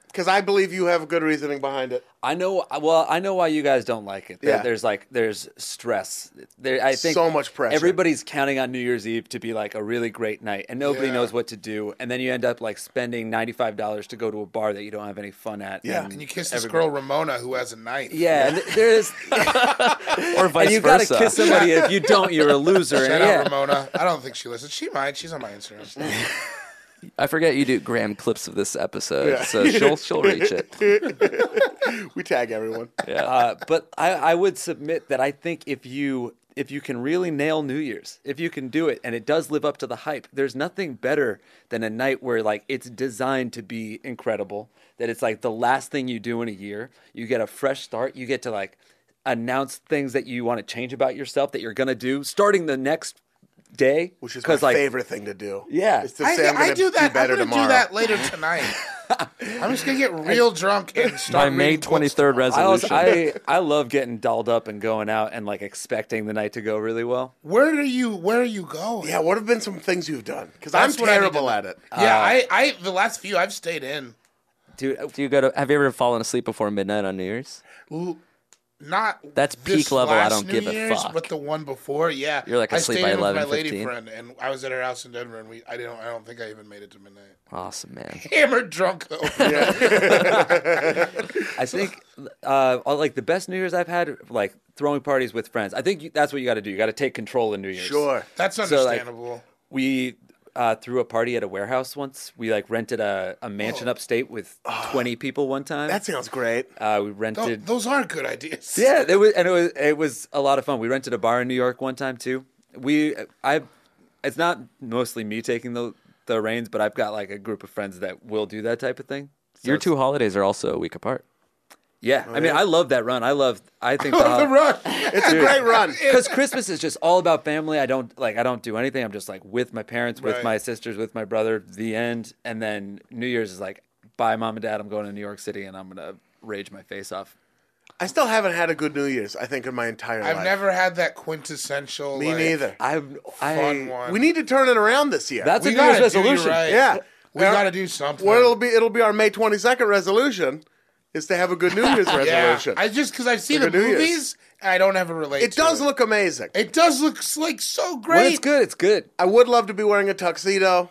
S1: because I believe you have good reasoning behind it.
S4: I know. Well, I know why you guys don't like it. There-
S1: Yeah.
S4: There's like there's stress. There, I think
S1: So much pressure.
S4: Everybody's counting on New Year's Eve to be like a really great night, and nobody
S2: Yeah.
S4: knows what to do. And then you end up like spending ninety five dollars to go to a bar that you don't have any fun at.
S1: Yeah.
S2: and you kiss this girl Ramona who has a knife.
S4: Yeah, and there is,
S3: or vice
S4: <laughs> and you gotta
S3: versa.
S4: kiss somebody. If you don't, you're a loser.
S2: <laughs> Shout
S4: and
S2: out
S4: yeah.
S2: Ramona. I don't think she listens. She might. She's on my Instagram.
S3: I forget you do gram clips of this episode,
S1: Yeah.
S3: so she'll she'll reach
S4: <laughs>
S3: it.
S1: We tag everyone.
S4: Uh, but I, I would submit that I think if you if you can really nail New Year's, if you can do it, and it does live up to the hype, there's nothing better than a night where like it's designed to be incredible. That it's like the last thing you do in a year. You get a fresh start. You get to like announce things that you want to change about yourself that you're gonna do starting the next day.
S1: Which is my
S4: 'Cause, like,
S1: favorite thing to do.
S4: Yeah.
S1: is to
S2: I,
S1: say I'm
S2: I
S1: gonna
S2: do that.
S1: Do better
S2: I'm gonna
S1: tomorrow.
S2: do that later tonight. I'm just gonna get real drunk and start
S3: My May
S2: reading books
S3: twenty third
S2: tomorrow.
S4: I, also,
S3: resolution.
S4: I I love getting dolled up and going out and like expecting the night to go really well.
S2: Where are you? Where are you going?
S1: Yeah, what have been some things you've done? Because I'm
S2: That's what I need
S1: terrible
S2: to-
S1: at it. Uh,
S2: Yeah, I, I the last few I've stayed in.
S4: Dude,
S3: do you go to? Have you ever fallen asleep before midnight on New Year's?
S2: L- Not
S3: That's
S2: this
S3: peak level, I
S2: last
S3: don't
S2: New
S3: give a
S2: Year's,
S3: fuck.
S2: But the one before, yeah,
S3: You're like
S2: I
S3: asleep
S2: stayed
S3: by
S2: in with my
S3: 11,
S2: lady
S3: 15.
S2: friend, and I was at her house in Denver, and we I don't I don't think I even made it to midnight.
S3: Awesome, man.
S2: Hammered drunk
S3: <laughs>
S2: though.
S4: I think uh, all- like the best New Year's I've had, like throwing parties with friends. I think you, that's what you got to do. You got to take control in New Year's.
S1: Sure.
S2: <laughs> That's
S4: like,
S2: understandable.
S4: We uh, threw a party at a warehouse once. We like rented a, a mansion upstate with twenty people one time.
S1: That sounds great.
S4: uh, we
S2: Tho-
S4: rented.
S2: those are good ideas. <laughs>
S4: yeah, it was and it was it was a lot of fun. We rented a bar in New York one time too. We I, it's not mostly me taking the the reins, but I've got like a group of friends that will do that type of thing. So
S3: Your
S4: it's-
S3: two holidays are also a week apart.
S4: yeah. I mean, I love that run. I love. I think the,
S2: Love the
S4: hol-
S2: run.
S1: It's a great
S4: <laughs>
S1: run.
S4: because Christmas is just all about family. I don't like I don't do anything. I'm just like with my parents, with
S2: Right.
S4: my sisters, with my brother. The end. And then New Year's is like, bye, mom and dad. I'm going to New York City, and I'm gonna rage my face off.
S1: I still haven't had a good New Year's. I think in my entire life.
S2: I've never had that quintessential.
S1: Me
S2: like,
S1: neither.
S4: I'm.
S2: Fun
S4: I.
S2: one.
S1: We need to turn it around this year.
S4: That's
S2: We
S4: a New
S2: gotta
S4: Year's
S2: do you
S4: resolution.
S2: right.
S1: yeah. Uh,
S2: We got to do something.
S1: Well, it'll be it'll be our May twenty second resolution is to have a
S2: <laughs>
S1: good New Year's
S2: yeah,
S1: resolution.
S2: I just because I've seen
S1: For
S2: the
S1: New Year's.
S2: movies, I don't ever relate.
S1: it
S2: to
S1: does
S2: It.
S1: look amazing.
S2: it does look s- like so great.
S4: When it's good, it's good.
S1: I would love to be wearing a tuxedo.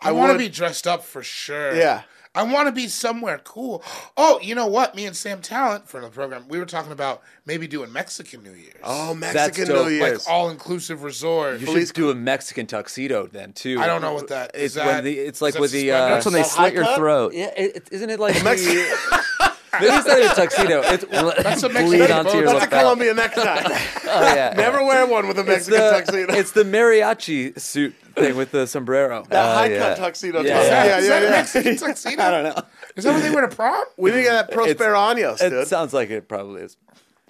S2: I, want
S1: would-
S2: to be dressed up for sure.
S1: Yeah.
S2: I want to be somewhere cool. Oh, you know what? Me and Sam Talent for the program, we were talking about maybe doing Mexican New Year's.
S1: Oh, Mexican
S4: dope.
S1: New Year's.
S2: like all inclusive resort.
S4: You
S1: Police-
S4: should do a Mexican tuxedo then too.
S2: I don't know what that
S4: It's
S2: is. That,
S4: when the it's
S2: is
S4: like
S2: that
S4: with the uh,
S2: suspenders?
S3: That's when they
S1: Is that high
S3: slit your
S1: cut?
S3: throat.
S4: yeah. It, it, isn't it like the, <laughs>
S1: Mexican- <laughs>
S4: maybe it's not even a tuxedo. It's
S2: <laughs> That's a
S4: <laughs>
S3: bleed
S2: Mexican
S3: onto
S2: vote.
S3: your
S1: That's a
S3: left back.
S1: Colombian necktie.
S3: Oh yeah.
S1: Never wear one with a
S4: it's
S1: Mexican
S4: the,
S1: tuxedo.
S4: it's the mariachi suit thing with the sombrero. Uh,
S1: that
S3: Oh,
S1: high
S3: yeah.
S1: cut tuxedo.
S4: Yeah.
S1: top.
S4: Is
S2: Is that-
S1: yeah,
S2: is
S1: yeah,
S2: that
S1: yeah. <laughs>
S2: Mexican tuxedo?
S4: <laughs> I don't know.
S2: Is that what they wear to prom?
S1: We need to get that Prosperanos,
S4: It
S1: dude.
S4: sounds like it probably is,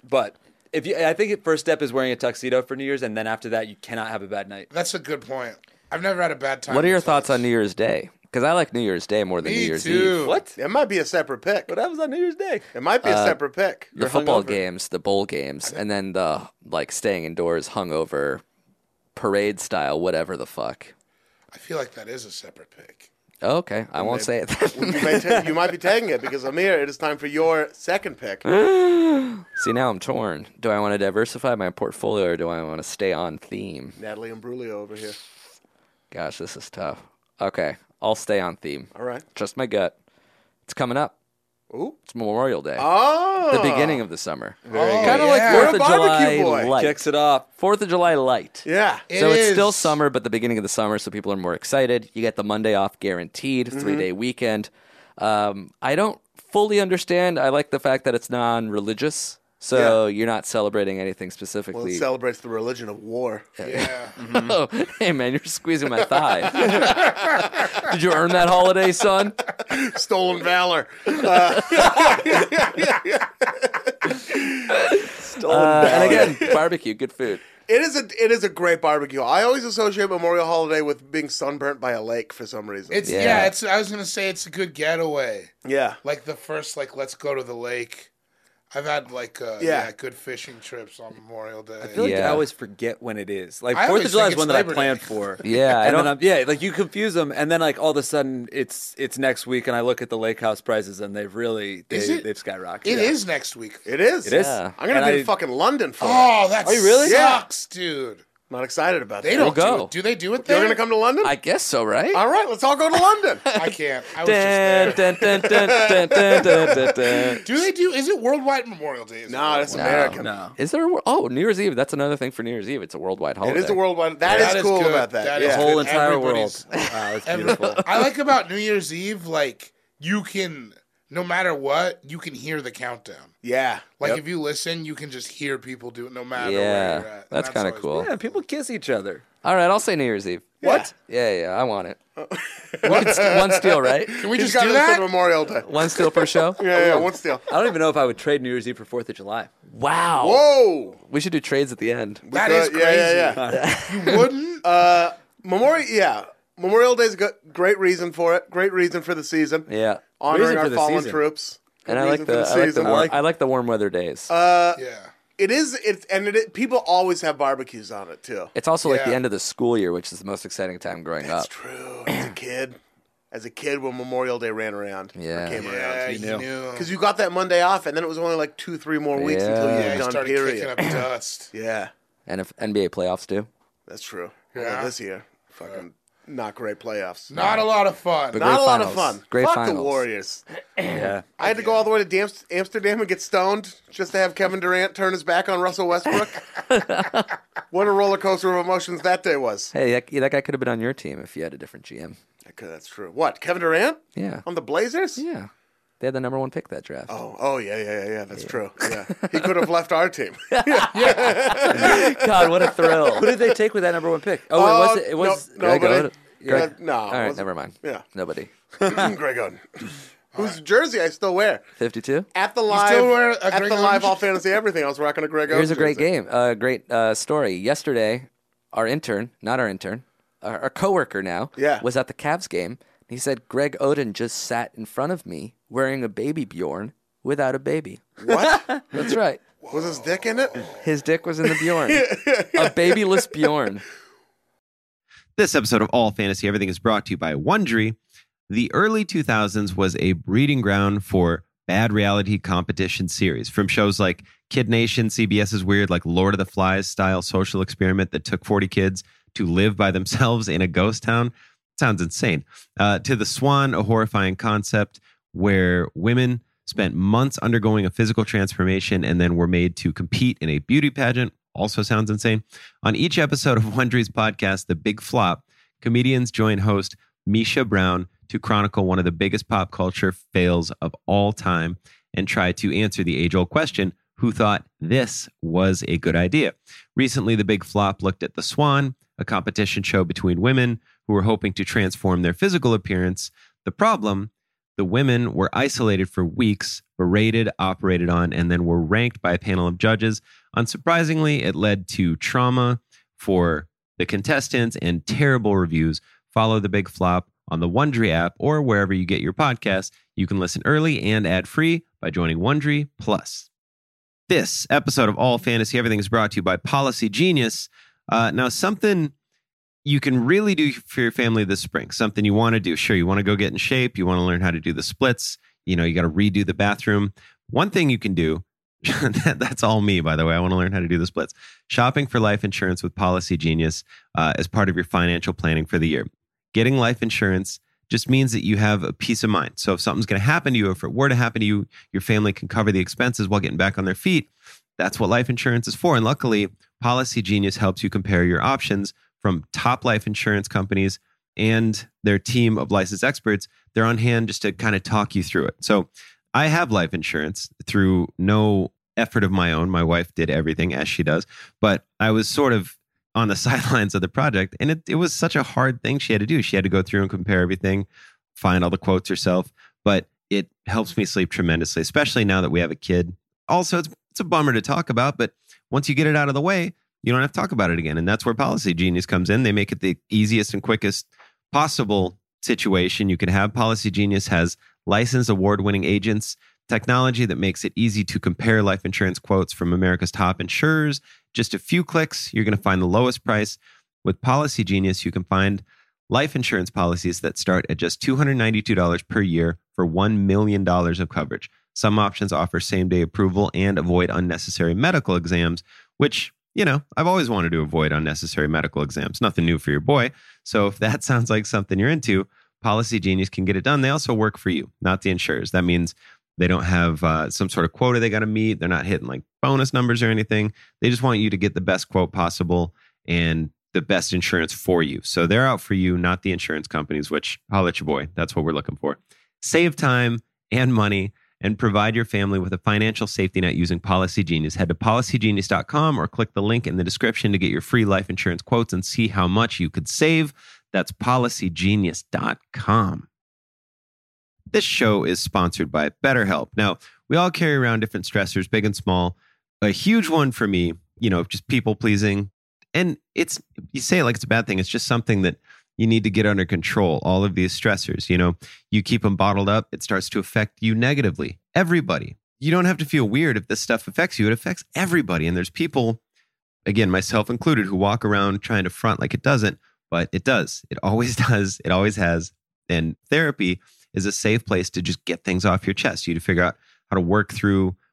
S4: but if you, I think the first step is wearing a tuxedo for New Year's, and then after that, you cannot have a bad night.
S2: That's a good point. I've never had a bad time.
S3: What are your
S2: with
S3: thoughts
S2: those.
S3: on New Year's Day? Because I like New Year's Day more than
S2: Me
S3: New Year's
S2: too.
S3: Eve.
S4: What?
S1: it might be a separate pick.
S4: What happens on New Year's Day?
S1: It might be
S4: uh,
S1: a separate pick.
S3: The football
S4: hungover.
S3: games, the bowl games, and then the like staying indoors, hungover, parade style, whatever the fuck. Oh,
S2: I feel like that is a separate pick.
S3: Okay, I won't say it. then.
S1: You, may ta- you might be taking it because Amir, it is time for your second pick.
S3: <laughs> See, now I'm torn. Do I want to diversify my portfolio or do I want to stay on theme?
S1: Natalie Imbruglia over here.
S3: Gosh, this is tough. Okay, I'll stay on theme.
S1: All right.
S3: Trust my gut. It's coming up.
S1: Ooh.
S3: It's Memorial Day.
S1: Oh,
S3: the beginning of the summer.
S2: Oh,
S3: Kind of like
S2: yeah.
S3: Fourth
S1: We're a
S3: of July
S1: barbecue boy.
S3: light.
S4: Kicks it off.
S3: Fourth of July light.
S1: Yeah.
S2: It
S3: so it's
S2: is.
S3: still summer, but the beginning of the summer, so people are more excited. You get the Monday off guaranteed, three day weekend. Um, I don't fully understand. I like the fact that it's non religious, so you're not celebrating anything
S1: Well, it
S3: specifically. <laughs>
S1: celebrates the religion of war.
S2: Yeah.
S3: oh, hey, man, you're squeezing my thigh. <laughs> Did you earn that holiday, son?
S1: <laughs> Stolen valor.
S3: Uh, and again, barbecue, good food.
S1: It is a it is a great barbecue. I always associate Memorial Holiday with being sunburnt by a lake for some reason.
S2: It's yeah.
S3: Yeah.
S2: It's I was gonna say it's a good getaway.
S1: yeah.
S2: Like the first like let's go to the lake. I've had like uh,
S1: Yeah.
S2: yeah. good fishing trips on Memorial Day.
S4: I feel like
S3: Yeah.
S4: I always forget when it is. Like
S2: I
S4: Fourth
S2: always
S4: of July
S2: think
S4: is one
S2: it's
S4: that I
S2: Labor
S4: planned
S2: Day.
S4: for.
S3: Yeah, I
S4: and
S3: don't.
S4: then I'm, yeah, like you confuse them, and then like all of a sudden it's it's next week, and I look at the lake house prices, and they've really they,
S2: Is it-
S4: they've skyrocketed.
S2: It
S4: Yeah.
S2: is next week.
S1: It is.
S4: It is.
S3: Yeah.
S1: I'm gonna
S4: And
S1: be
S4: I-
S1: in fucking London for it.
S2: Oh, that
S4: Are you really? Yeah.
S2: sucks, dude.
S1: Not excited about that.
S2: They don't
S3: We'll go.
S2: do it. Do they do it there?
S1: You're gonna come to London?
S3: I guess so, right?
S1: All right, let's all go to London.
S2: <laughs> I can't. I was just
S3: Dun,
S2: there.
S3: dun, dun, dun, dun, dun, dun, dun, dun.
S2: Do they do? Is it Worldwide Memorial Day? Is
S1: no,
S2: it?
S1: that's American.
S4: No,
S3: Is there? A, wor- oh, New Year's Eve. That's another thing for New Year's Eve. It's a worldwide
S1: It
S3: holiday.
S1: is a worldwide.
S2: That
S1: that is
S2: is
S1: cool
S2: good.
S1: about that.
S2: That
S1: yeah.
S2: is
S4: the whole
S2: And
S4: entire world.
S2: everybody's-
S4: Wow, that's
S2: Every-
S4: <laughs> beautiful.
S2: I like about New Year's Eve, like you can, no matter what, you can hear the countdown.
S1: <laughs> Yeah.
S2: Like if you listen, you can just hear people do it, no matter where
S3: Yeah,
S2: you're at. And
S3: that's kind of
S2: always-
S3: cool.
S4: yeah, people kiss each other.
S3: All right, I'll say New Year's Eve.
S1: What?
S3: Yeah, yeah, I want it. <laughs> one, st- one steal, right?
S2: Can we
S1: Oh. He's
S2: just
S1: got
S2: do
S1: it until
S2: that?
S1: Memorial Day.
S3: One steal per show.
S1: <laughs> Yeah, yeah, one steal.
S4: I don't even know if I would trade New Year's Eve for Fourth of July.
S3: Wow.
S1: Whoa.
S3: We should do trades at the end.
S2: That is
S1: Uh,
S2: crazy.
S1: Yeah, yeah, yeah.
S2: You wouldn't?
S1: Memorial, yeah. Memorial Day's got great reason for it. Great reason for the season.
S3: Yeah.
S1: Honoring
S4: Reason for
S1: our
S4: the
S1: fallen
S4: season.
S1: troops. Good
S3: And I like
S1: reason for
S3: the, I like the
S1: season. Uh,
S3: warm, I
S4: like-
S3: like, the warm weather days.
S2: yeah.
S1: It is, it, and it, people always have barbecues on it too.
S3: it's also like the
S2: yeah.
S3: end of the school year, which is the most exciting time growing
S1: That's
S3: up.
S1: true. As a kid, as a kid, when Memorial Day ran around, or
S3: Yeah.
S1: came
S2: Yeah,
S1: around,
S2: you
S4: knew.
S2: knew.
S1: because you got that Monday off, and then it was only like two, three more weeks until you
S3: Yeah.
S1: were
S2: yeah, you
S1: done.
S2: started
S1: Period.
S2: kicking up <clears throat> dust.
S1: Yeah,
S3: And if NBA playoffs do,
S1: that's true.
S2: Yeah.
S1: Although this year, fucking not great playoffs.
S2: Not a lot of fun.
S3: But-
S1: Not
S3: Great
S1: a lot of
S3: finals.
S1: fun.
S3: Great
S1: Fuck the
S3: finals.
S1: Warriors.
S4: Yeah,
S1: I had to go all the way to Dam- Amsterdam and get stoned just to have Kevin Durant turn his back on Russell
S3: <laughs>
S1: Westbrook. what a roller coaster of emotions that day was.
S3: hey, that, that guy could have been on your team if you had a different GM.
S1: Okay, that's true. What Kevin Durant
S3: Yeah.
S1: on the Blazers?
S3: Yeah. They had the number one pick that draft.
S1: <laughs> Oh, oh yeah, yeah, yeah, yeah. That's true. Yeah,
S3: <laughs>
S1: he could have left our team.
S3: God, what a thrill.
S4: who did they take with that number one pick? Oh,
S1: Uh,
S4: it was it
S1: no-
S4: was
S1: nobody.
S3: Greg Oden?
S1: Yeah,
S3: Greg-
S1: no,
S3: All right, never mind.
S1: Yeah.
S3: Nobody.
S1: mind. Mm, Greg Oden, whose jersey I still wear
S3: 52?
S1: at the live
S2: still wear a
S1: at
S2: Greg
S1: the
S2: Oden
S1: live
S2: jer-
S1: all fantasy everything. I was rocking a Greg Oden.
S3: Here's a great
S1: jersey.
S3: game, a uh, great uh, story. Yesterday, our intern, not our intern, our, our coworker now,
S1: Yeah.
S3: was at the Cavs game. He said Greg Oden just sat in front of me wearing a baby Bjorn without a baby. <laughs>
S1: What <laughs>
S3: That's right.
S1: was his dick in it?
S3: His dick was in the
S1: <laughs>
S3: Bjorn, a babyless Bjorn.
S6: This episode of All Fantasy Everything is brought to you by Wondery. the early 2000s was a breeding ground for bad reality competition series from shows like Kid Nation, CBS's weird, like Lord of the Flies style social experiment that took 40 kids to live by <laughs> themselves in a ghost town. Sounds insane. Uh, to The Swan, a horrifying concept where women spent months undergoing a physical transformation and then were made to compete in a beauty pageant. Also sounds insane. On each episode of Wondry's podcast, The Big Flop, comedians join host Misha Brown to chronicle one of the biggest pop culture fails of all time and try to answer the age old question who thought this was a good idea? Recently, The Big Flop looked at The Swan, a competition show between women who were hoping to transform their physical appearance. The problem the women were isolated for weeks, berated, operated on, and then were ranked by a panel of judges. Unsurprisingly, it led to trauma for the contestants and terrible reviews. Follow the big flop on the Wondry app or wherever you get your podcasts. You can listen early and ad free by joining Wondry Plus. This episode of All Fantasy Everything is brought to you by Policy Genius. Uh, now, something you can really do for your family this spring, something you want to do. Sure, you want to go get in shape, you want to learn how to do the splits, you know, you got to redo the bathroom. One thing you can do, <laughs> that, that's all me, by the way. I want to learn how to do the splits. Shopping for life insurance with Policy Genius uh, as part of your financial planning for the year. Getting life insurance just means that you have a peace of mind. So if something's going to happen to you, if it were to happen to you, your family can cover the expenses while getting back on their feet. That's what life insurance is for. And luckily, Policy Genius helps you compare your options from top life insurance companies and their team of licensed experts. They're on hand just to kind of talk you through it. So I have life insurance through no effort of my own. My wife did everything as she does, but I was sort of on the <laughs> sidelines of the project. And it, it was such a hard thing she had to do. She had to go through and compare everything, find all the quotes herself. But it helps me sleep tremendously, especially now that we have a kid. Also, it's, it's a bummer to talk about, but once you get it out of the way, you don't have to talk about it again. And that's where Policy Genius comes in. They make it the easiest and quickest possible situation you can have. Policy Genius has licensed award winning agents, technology that makes it easy to compare life insurance quotes from America's top insurers. Just a few clicks, you're going to find the lowest price. With Policy Genius, you can find life insurance policies that start at just $292 per year for $1 million of coverage. Some options offer same day approval and avoid unnecessary medical exams, which you know, I've always wanted to avoid unnecessary medical exams. Nothing new for your boy. So if that <laughs> sounds like something you're into, Policy Genius can get it done. They also work for you, not the insurers. That means they don't have uh, some sort of quota they got to meet. They're not hitting like bonus numbers or anything. They just want you to get the best quote possible and the best insurance for you. So they're out for you, not the insurance companies, which I'll let your boy. That's what we're looking for. Save time and money and provide your family with a financial safety net using Policy Genius. Head to policygenius.com or click the link in the description to get your free life insurance quotes and see how much you could save. That's policygenius.com. This show is sponsored by BetterHelp. Now, we all carry around different stressors, big and small. A huge one for me, you know, just people pleasing. And it's, you say it like it's a bad thing, it's just something that you need to get under control all of these stressors you know you keep them bottled up it starts to affect you negatively everybody you don't have to feel weird if this stuff affects you it affects everybody and there's people again myself included who walk around trying to front like it doesn't but it does it always <laughs> does it always has and therapy is a safe place to just get things off your chest you to figure out how to work through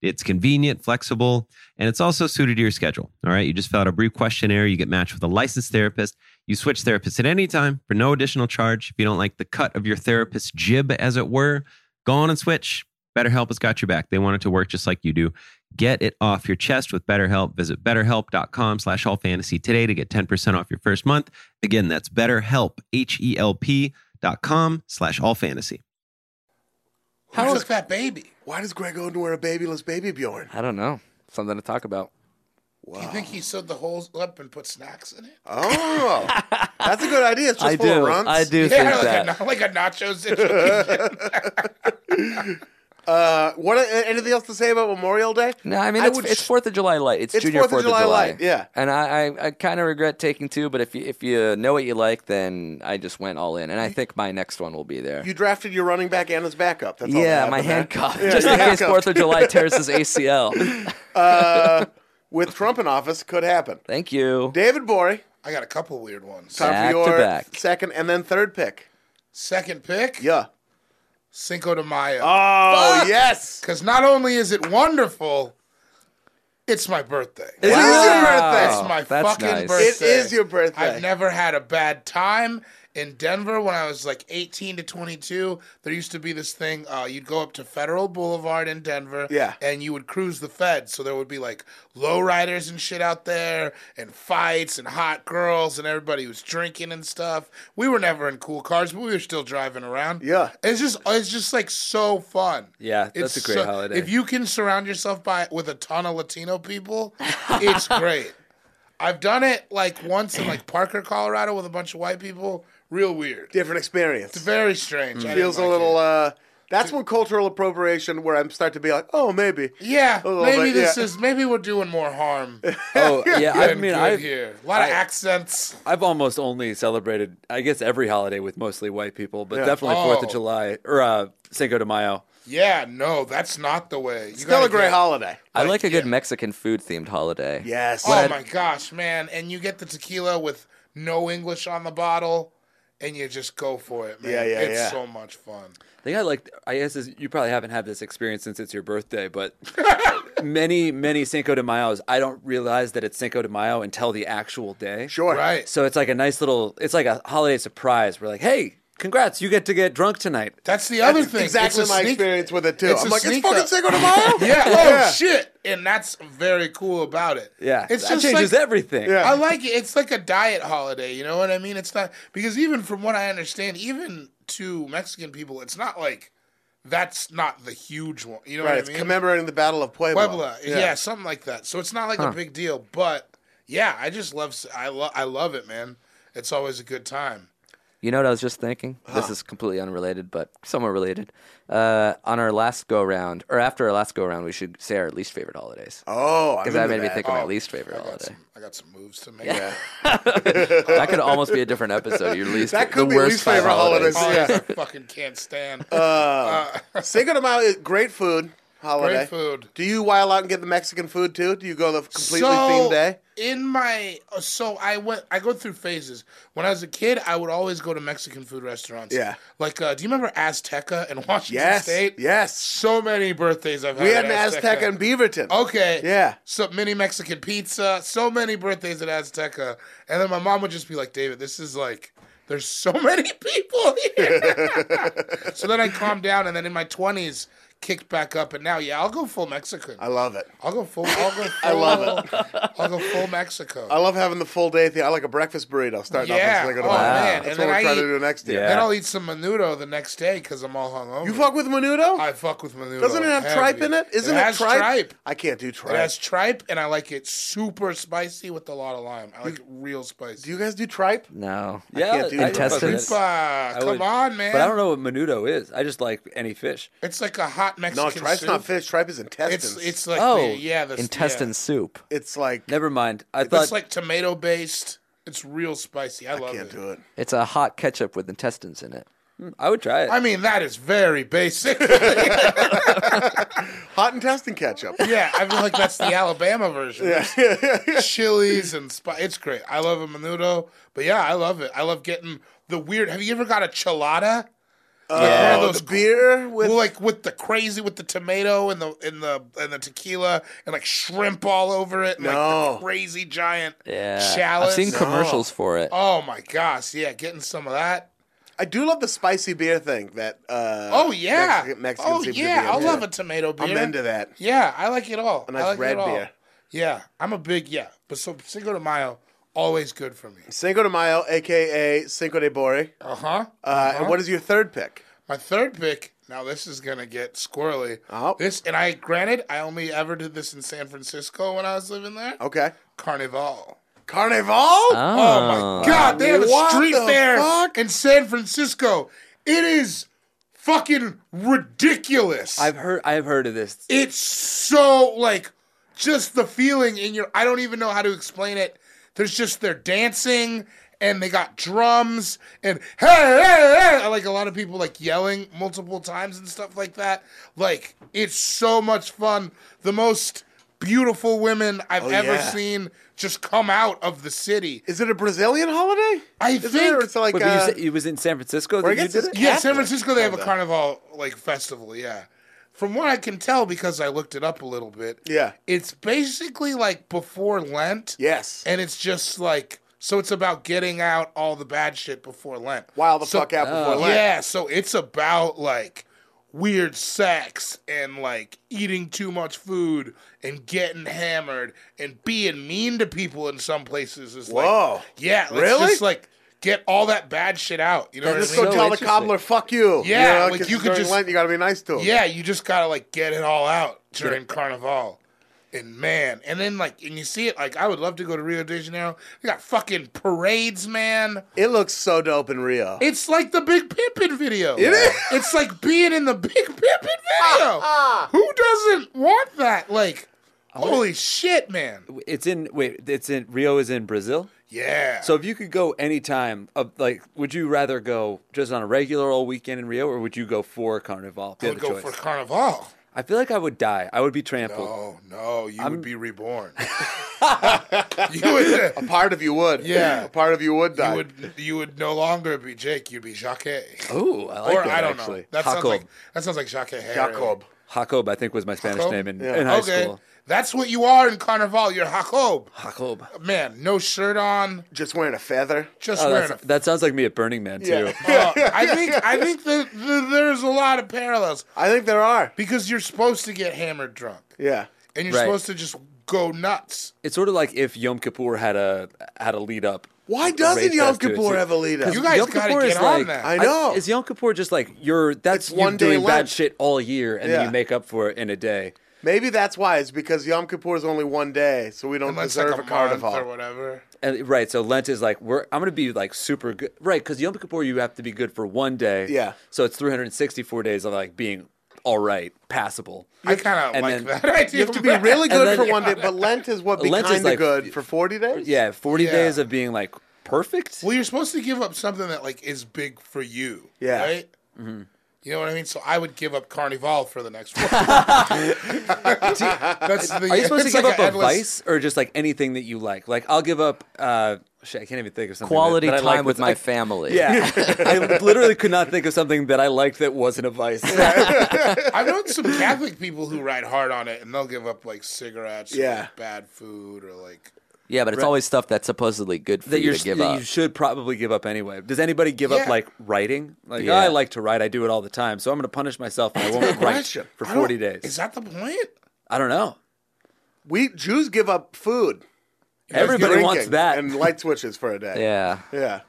S6: It's convenient, flexible, and it's also suited to your schedule. All right. You just fill out a brief questionnaire. You get matched with a licensed therapist. You switch therapists at any time for no additional charge. If you don't like the cut of your therapist's jib, as it were, go on and switch. BetterHelp has got your back. They want it to work just like you do. Get it off your chest with BetterHelp. Visit betterhelp.com slash all fantasy today to get 10% off your first month. Again, that's betterhelp, H-E-L-P dot com slash all fantasy.
S2: How is that baby?
S1: Why does Greg Oden wear a babyless baby Bjorn?
S3: I don't know. Something to talk about.
S2: Do You think he sewed the holes up and put snacks in it?
S1: Oh, that's a good idea. It's just
S3: <laughs> I
S1: full of
S3: do.
S1: runts.
S3: I do
S2: yeah, <laughs>
S3: think
S2: like,
S3: that.
S2: A, na- like a nacho situation.
S1: Uh, what? Anything else to say about Memorial Day?
S3: No, I mean it's,
S1: would
S3: it's
S1: sh-
S3: Fourth of July light. It's,
S1: It's
S3: Junior
S1: Fourth
S3: Fourth
S1: of July light, yeah.
S3: and I I, I kind of regret taking two, but if you if you know what you like, then I just went all in, and I think my next one will be there.
S1: You drafted your running back and his backup. That's all that
S3: yeah,
S1: happened
S3: my
S1: there.
S3: handcuff, <laughs>
S1: Yeah,
S3: just
S1: your
S3: in case
S1: handcuff.
S3: Fourth of
S1: <laughs>
S3: July tears his ACL.
S1: Uh, with Trump in office, could happen.
S3: Thank you.
S1: David Bory,
S2: I got a couple weird ones.
S1: time
S3: Back to
S1: for your
S3: back.
S1: second and then third pick.
S2: Second pick,
S1: Yeah.
S2: Cinco de Mayo.
S1: Oh yes.
S2: Because not only is it wonderful, it's my birthday.
S1: It is
S3: Wow.
S1: your
S2: It's my
S3: That's
S2: fucking
S3: nice.
S2: birthday.
S1: It is your birthday.
S2: I've never had a bad time in Denver when I was like 18 to 22. There used to be this thing uh, you'd go up to Federal Boulevard in Denver
S1: Yeah.
S2: and you would cruise the feds. So there would be like lowriders and shit out there and fights and hot girls and everybody was drinking and stuff. We were never in cool cars, but we were still driving around.
S1: Yeah.
S2: It's just it's just like so fun.
S4: Yeah,
S2: It's
S4: that's a great
S2: so-
S4: holiday.
S2: If you can surround yourself by with a ton of Latino
S4: <laughs>
S2: people, it's great. I've done it like once in like Parker, Colorado, with a bunch of white people. Real weird.
S1: Different experience.
S2: Very
S4: Mm.
S2: strange. I didn't
S1: Feels a
S2: like
S1: little.
S2: it.
S1: uh That's when cultural appropriation, where I start to be like, oh maybe.
S2: yeah,
S1: little
S2: maybe
S1: bit,
S2: this
S1: yeah.
S2: is maybe we're doing more
S1: <laughs>
S2: harm. <laughs>
S4: Oh yeah, I
S2: than
S4: mean,
S2: good
S4: I've,
S2: here a lot of
S4: I-
S2: accents.
S4: I've almost only celebrated, I guess, every holiday with mostly white people, but
S1: Yeah.
S4: definitely Fourth
S2: Oh.
S4: of July or uh, Cinco de Mayo.
S2: Yeah, no, that's not the way. You
S1: Still a
S2: gotta
S1: great
S2: get-
S1: holiday.
S3: I like a good Mexican food themed holiday.
S1: Yes.
S2: Oh my gosh, man! And you get the tequila with no English on the bottle, and you just go for it, man.
S1: Yeah, yeah,
S2: it's
S1: yeah.
S2: so much fun.
S4: thing I like, I guess, is you probably haven't had this experience since it's your
S2: <laughs>
S4: birthday, but many, many Cinco de Mayo's, I don't realize that it's Cinco de Mayo until the actual day.
S1: Sure.
S2: Right.
S4: So it's like a nice little, it's like a holiday surprise. We're like, hey, congrats, you get to get drunk tonight.
S2: That's the other thing.
S1: Exactly
S2: It's a
S1: my
S2: sneak-
S1: experience with it too.
S2: it's
S1: I'm
S2: a
S1: like, it's
S2: sneak
S1: fucking
S2: up."
S1: Cinco de Mayo. <laughs>
S2: <laughs> Yeah. Oh
S1: Yeah.
S2: shit! And that's very cool about it.
S4: Yeah,
S2: It's
S4: that
S2: just
S4: changes
S2: like,
S4: everything.
S1: Yeah.
S2: I like it. It's like a diet holiday. You know what I mean? It's not because even from what I understand, even to Mexican people, it's not like that's not the huge one. You know
S1: Right.
S2: what I
S1: It's
S2: mean?
S1: commemorating the Battle of Puebla.
S2: Puebla. Yeah. something like that. So it's not like a big deal, but yeah, I just love I love I love it, man. It's always a good time.
S3: You know what I was just thinking? This is completely unrelated, but somewhat related. Uh, on our last go round, or after our last go round, we should say our least favorite holidays.
S1: Oh, I'm
S3: Because that
S1: into
S3: made me think of my
S2: Oh,
S3: least favorite
S2: I got
S3: holiday.
S2: some I got some moves to make.
S3: That could almost be a different episode. Your least
S1: That could
S3: the
S1: be
S3: worst
S1: least
S3: five
S1: favorite holidays.
S3: holidays.
S2: <laughs> Holidays
S1: Yeah.
S2: I fucking can't stand.
S1: Cinco de Mayo is great food holiday.
S2: Great food.
S1: Do you wild out and get the Mexican food too? Do you go the completely
S2: so
S1: themed eh? day?
S2: in my uh, so I went I go through phases. When I was a kid, I would always go to Mexican food restaurants.
S1: Yeah.
S2: like uh, do you remember Azteca in <laughs> Washington
S1: Yes.
S2: State?
S1: Yes.
S2: so many birthdays I've had.
S1: We had an
S2: at
S1: Aztec in Beaverton.
S2: Okay.
S1: Yeah.
S2: So mini Mexican pizza, so many birthdays at Azteca. And then my mom would just be like, David, this is like, there's so <laughs> many people here.
S1: <laughs>
S2: so then I calmed down and then in my 20s, kicked back up. And now, yeah, I'll go full Mexican.
S1: I love it.
S2: I'll go full. I'll go full
S1: <laughs> I love
S2: it. I'll go full Mexico.
S1: I love having the full day thing. I like a breakfast burrito starting
S2: Yeah.
S1: off with Cinco de Mayo.
S2: Oh, man.
S1: That's
S2: And
S1: what
S2: then
S1: we're
S2: I
S1: trying to do
S2: eat-
S1: next year.
S4: Yeah.
S2: then I'll eat some menudo the next day because I'm all hungover.
S1: You fuck with menudo?
S2: I fuck with menudo.
S1: Doesn't it have
S2: Heck
S1: tripe
S2: yeah.
S1: in it? Isn't it,
S2: has
S1: tripe?
S2: tripe.
S1: I can't do
S2: It
S1: tripe.
S2: has tripe, and I like it super spicy with a lot of lime. I like it real spicy.
S1: do you guys do tripe?
S3: No.
S4: Yeah,
S1: can't do that.
S3: Intestines?
S2: Fuck,
S4: I
S2: come
S4: would-
S2: on, man.
S4: But I don't know what menudo is. I just like any fish.
S2: It's like a hot Mexican
S1: No, tripe's
S2: soup.
S1: not fish. Tripe is intestines.
S2: It's it's like
S3: Oh,
S2: the, yeah, the,
S3: intestine soup.
S1: It's like
S4: Never mind. I
S2: Yeah.
S4: thought
S2: It's like tomato based. It's real spicy. I love
S1: can't
S2: it.
S1: do it.
S3: It's a hot ketchup with intestines in it.
S4: I would try it.
S2: I mean, that is very basic.
S1: Hot intestine
S2: <laughs>
S1: ketchup. Uh,
S2: yeah, I feel like that's
S1: <laughs>
S2: the Alabama version. Chilies and spice. It's great. I love a menudo, but yeah, I love it. I love getting the weird. Have you ever got a chilada?
S1: yeah,
S2: one of
S1: those
S2: those-
S1: Uh, beer with
S2: Well, like with the crazy with the tomato and the and the and the tequila and like shrimp all over it and
S1: No.
S2: like the crazy giant
S3: Yeah.
S2: shallot.
S3: I've
S1: Oh.
S3: seen commercials for it.
S2: Oh my gosh, yeah, getting some of that.
S1: I do love the spicy beer thing that. Uh,
S2: Oh yeah.
S1: Mexican, Mexican
S2: oh
S1: seems to
S2: yeah,
S1: be
S2: I
S1: into.
S2: love a tomato beer.
S1: I'm into that.
S2: Yeah, I like it all.
S1: A nice
S2: I like
S1: red
S2: it all.
S1: beer.
S2: Yeah, I'm a big yeah. But so Cinco de Mayo always good for me.
S1: Cinco de Mayo, aka Cinco de Bori. Uh,
S2: Uh huh.
S1: And what is your third pick?
S2: My third pick. Now this is gonna get squirrely.
S1: Oh.
S2: This and I granted I only ever did this in San Francisco when I was living there.
S1: Okay,
S2: Carnival.
S1: Carnival.
S2: Oh my God, they have a
S1: What
S2: street
S1: the
S2: fair
S1: fuck?
S2: in San Francisco. It is fucking ridiculous.
S4: I've heard I've heard of this.
S2: it's so like just the feeling in your I don't even know how to explain it. There's just they're dancing and they got drums and hey, hey, hey, like a lot of people like yelling multiple times and stuff like that. Like it's so much fun. The most beautiful women I've
S1: Oh,
S2: ever
S4: yeah.
S2: seen just come out of the city.
S1: Is it a Brazilian holiday?
S2: I
S1: Is
S2: think-
S1: it, or it's like
S4: Wait,
S1: uh,
S4: but you said it was in San Francisco
S1: or I
S4: that you
S1: guess
S4: did
S1: it's-
S4: it?
S2: Yeah, San
S1: Catholic,
S2: Francisco they have a
S1: kinda.
S2: carnival like festival, yeah. From what I can tell because I looked it up a little bit.
S1: Yeah.
S2: It's basically like before Lent.
S1: yes.
S2: And it's just like so it's about getting out all the bad shit before Lent.
S1: Wow, the
S2: So- uh,
S1: fuck out before Lent.
S2: Yeah, so it's about like weird sex and like eating too much food and getting hammered and being mean to people in some places is
S1: Whoa.
S2: like yeah, it's
S1: Really?
S2: just like get all that bad shit out. You know
S4: That's
S1: Just
S2: what
S1: go
S2: I mean?
S4: so
S1: tell the
S4: interesting.
S1: cobbler, fuck you.
S2: Yeah,
S1: you
S2: like,
S1: 'cause
S2: you could
S1: during
S2: just-
S1: Lent, you gotta be nice to him.
S2: Yeah, you just gotta like Oh. get it all out during Carnival. And man, and then like, and you see it. Like, I would love to go to Rio de Janeiro. They got fucking parades, man.
S1: It looks so dope in Rio.
S2: It's like the Big Pimpin' video. It is. <laughs> It's like being in the Big Pimpin' video. Who doesn't want that? Like, holy shit, man.
S4: It's in wait, it's in Rio is in Brazil.
S2: Yeah.
S4: So if you could go any time of like would you rather go just on a regular old weekend in Rio or would you go for Carnival? If
S2: I
S4: you
S2: would
S4: had the
S2: go
S4: choice.
S2: for Carnival.
S4: I feel like I would die. I would be trampled.
S2: Oh no, you would be <laughs> reborn. you would.
S1: A part of you would.
S2: Yeah.
S1: A part of you would die.
S2: You would. You would no longer be Jake. You'd be Jacques.
S4: Oh, I like
S2: or
S4: that
S2: I don't
S4: actually.
S2: know. That sounds
S4: Jacob.
S2: like that sounds like Jacques Herring.
S1: Jacob.
S4: Jacob, I think was my Spanish
S2: Jacob?
S4: name in,
S1: Yeah.
S4: in high
S2: okay,
S4: school.
S2: that's what you are in Carnival. You're Jacob.
S4: Jacob.
S2: Man, no shirt on,
S1: Just wearing a feather.
S2: just
S4: Oh,
S2: wearing
S4: that's,
S2: <laughs>
S4: that sounds like me at Burning Man too. <laughs>
S1: Yeah.
S2: a.
S1: <laughs>
S2: Uh, I think I think that the, there's a lot of parallels
S1: I think there are.
S2: because you're supposed to get hammered drunk
S1: Yeah.
S2: and you're
S4: Right.
S2: supposed to just go nuts.
S4: It's sort of like if Yom Kippur had a had a lead up.
S1: Why
S4: a
S1: doesn't
S4: race
S1: Yom
S4: fest to it,
S1: Kippur
S4: too.
S1: have a lead up?
S2: You guys
S4: Yom
S2: gotta
S4: Kippur
S2: get
S4: is
S2: on
S4: like-
S2: that.
S1: I know.
S4: is Yom Kippur just like you're that's
S1: It's
S4: you
S1: one day
S4: doing bad
S1: Lent.
S4: shit all year and then
S1: Yeah.
S4: you make up for it in a day.
S1: Maybe that's why. It's because Yom Kippur is only one day, so we don't
S2: Unless
S1: deserve
S2: like a,
S1: a
S2: month or
S1: carnival.
S2: whatever.
S4: And right, so Lent is like we're I'm gonna be like super good, right? Because Yom Kippur you have to be good for one day.
S1: Yeah.
S4: So it's 364 days of like being all right, passable.
S2: I kind of
S4: and
S2: like
S4: then-
S2: that <laughs> idea.
S1: You have to be
S2: <laughs>
S1: really
S4: then-
S1: good for
S4: <laughs>
S1: one day, but Lent is what be
S4: Lent is
S1: kind of
S4: like-
S1: good for forty days.
S4: Yeah, 40
S2: Yeah.
S4: days of being like perfect.
S2: Well, you're supposed to give up something that like is big for you.
S1: Yeah.
S2: Right. You know what I mean? So I would give up Carnival for the next one. <laughs> That's the,
S4: Are you supposed to
S2: it's
S4: give
S2: like
S4: up a
S2: endless-
S4: vice or just like anything that you like? Like I'll give up. uh Shit, I can't even think of something. that-
S3: Quality
S4: that I
S3: time
S4: like
S3: with
S4: that's-
S3: my
S4: I-
S3: family. <laughs>
S4: Yeah, I literally could not think of something that I liked that wasn't a vice.
S2: <laughs> I've known some Catholic people who ride hard on it, and they'll give up like cigarettes, or,
S1: Yeah.
S2: like, bad food, or like
S3: Yeah, but it's always stuff that's supposedly good for
S4: that
S3: you
S4: you're
S3: to give
S4: that
S3: up.
S4: you should probably give up anyway. Does anybody give up
S2: Yeah.
S4: like writing? Like
S3: Yeah.
S4: "Oh, I like to write, I do it all the time, so I'm going to punish myself and I won't write
S2: Question.
S4: for
S2: I don't-
S4: 40 days.
S2: Is that the point?
S4: I don't know.
S1: we Jews give up food,
S4: Everybody
S1: drinking,
S4: wants that.
S1: and light switches for a
S4: <laughs>
S1: day.
S3: yeah.
S1: yeah,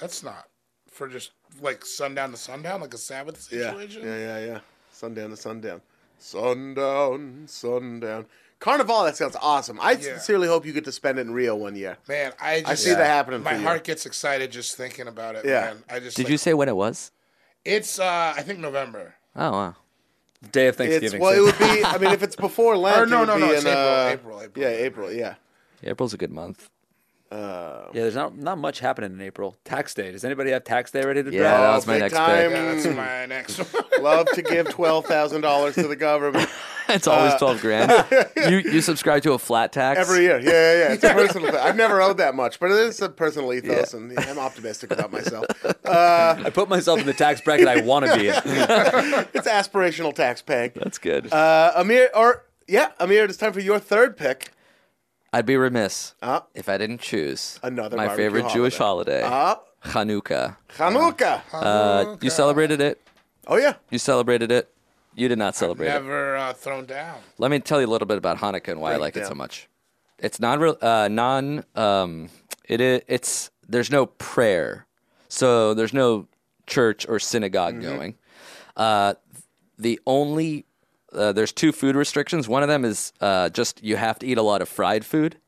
S2: That's not for just like sundown to sundown, like a Sabbath
S1: yeah,
S2: situation.
S1: yeah, yeah, yeah. Sundown to sundown, sundown, sundown. Carnival. That sounds awesome. I sincerely hope you get to spend it in Rio one year.
S2: Man, I just,
S1: see that happening
S2: My
S1: for you.
S2: heart gets excited just thinking about it.
S1: Yeah.
S2: man. I just
S3: Did
S2: like-
S3: you say when it was?
S2: it's uh I think November.
S3: Oh wow.
S4: Day of
S1: It's
S4: Thanksgiving.
S1: well,
S4: so-
S1: it would be. I mean,
S3: <laughs>
S1: if it's before Lent,
S2: Or no,
S1: it would
S2: no,
S1: be
S2: no,
S1: in,
S2: it's April,
S1: uh,
S2: April, April.
S1: Yeah, April. Yeah.
S3: April's a good month. <laughs>
S4: yeah, there's not not much happening in April. Tax day. Does anybody have tax day ready to
S3: Yeah, that
S4: draw?
S3: was my
S1: big
S3: next
S1: time.
S2: Yeah, that's my next one.
S1: <laughs> Love to give twelve thousand dollars to the
S3: <laughs>
S1: government
S3: It's always twelve grand.
S1: <laughs>
S3: you you subscribe to a flat tax
S1: Uh, every year. Yeah, yeah, yeah. It's a personal. thing. I've never owed that much, but it is a personal ethos, and yeah, I'm optimistic about myself. Uh,
S4: I put myself in the tax bracket I want to
S3: <laughs>
S4: be in.
S1: it's aspirational tax paying.
S3: That's good.
S1: Uh, Amir, or yeah, Amir, it's time for your third pick.
S3: I'd be remiss
S1: Uh,
S3: if I didn't choose
S1: Another
S3: my
S1: barbecue
S3: favorite Jewish holiday,
S1: uh,
S3: Hanukkah.
S1: Hanukkah.
S3: Uh, you celebrated it.
S1: Oh yeah,
S3: You celebrated it. You did not celebrate it.
S2: Never uh, thrown down.
S3: Let me tell you a little bit about Hanukkah and why I like it so much. It's non real uh, non um it i- it's there's no prayer. So there's no church or synagogue
S1: Mm-hmm.
S3: going. Uh the only uh, there's two food restrictions. One of them is uh, just you have to eat a lot of fried food.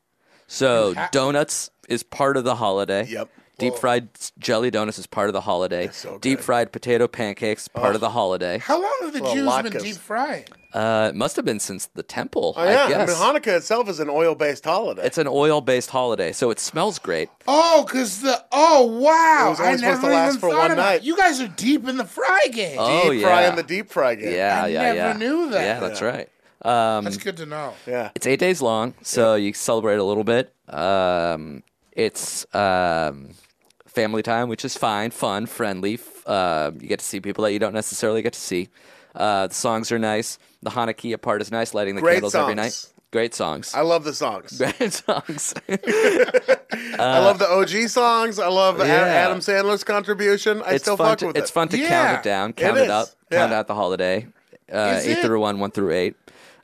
S3: So donuts is part of the holiday.
S1: Yep.
S3: Deep fried s- jelly donuts is part of the holiday.
S1: so good. Oh.
S3: Deep fried potato pancakes part of the holiday.
S2: How long have the
S1: Well,
S2: Jews
S1: latkes.
S2: been deep frying?
S3: Uh, it must have been since the temple.
S1: Oh, yeah.
S3: I
S1: I,
S3: guess
S1: mean, Hanukkah itself is an oil based holiday.
S3: it's an oil-based holiday, so it smells great.
S2: Oh, cause the oh wow!
S1: It was only
S2: I
S1: supposed
S2: never
S1: to last
S2: even
S1: for
S2: thought
S1: one
S2: about
S1: night.
S2: You guys are deep in the fry game.
S3: Oh
S1: deep
S3: yeah,
S1: fry in the deep fry game.
S3: yeah,
S2: I
S3: yeah,
S2: never
S3: yeah.
S2: knew that.
S3: Yeah, that's right. Um,
S2: That's good to know.
S1: Yeah.
S3: It's eight days long, so you celebrate a little bit. Um, it's um, family time, which is fine, fun, friendly. F- Uh, you get to see people that you don't necessarily get to see. Uh, the songs are nice. The Hanukkah part is nice. Lighting the
S1: Great
S3: candles every night.
S1: songs.
S3: Great songs.
S1: I love the
S3: <laughs>
S1: songs.
S3: Great
S1: <laughs>
S3: songs.
S1: I love the OG songs. I love A-
S3: Yeah.
S1: Adam Sandler's contribution. I
S3: it's
S1: still
S3: fun.
S1: fuck
S3: to,
S1: with
S3: it's
S1: it.
S3: fun to count
S2: Yeah,
S3: it down,
S1: it
S3: count it,
S1: is.
S3: up,
S1: Yeah.
S3: count out the holiday. Uh,
S2: Is
S3: eight
S2: it?
S3: through one, one through eight.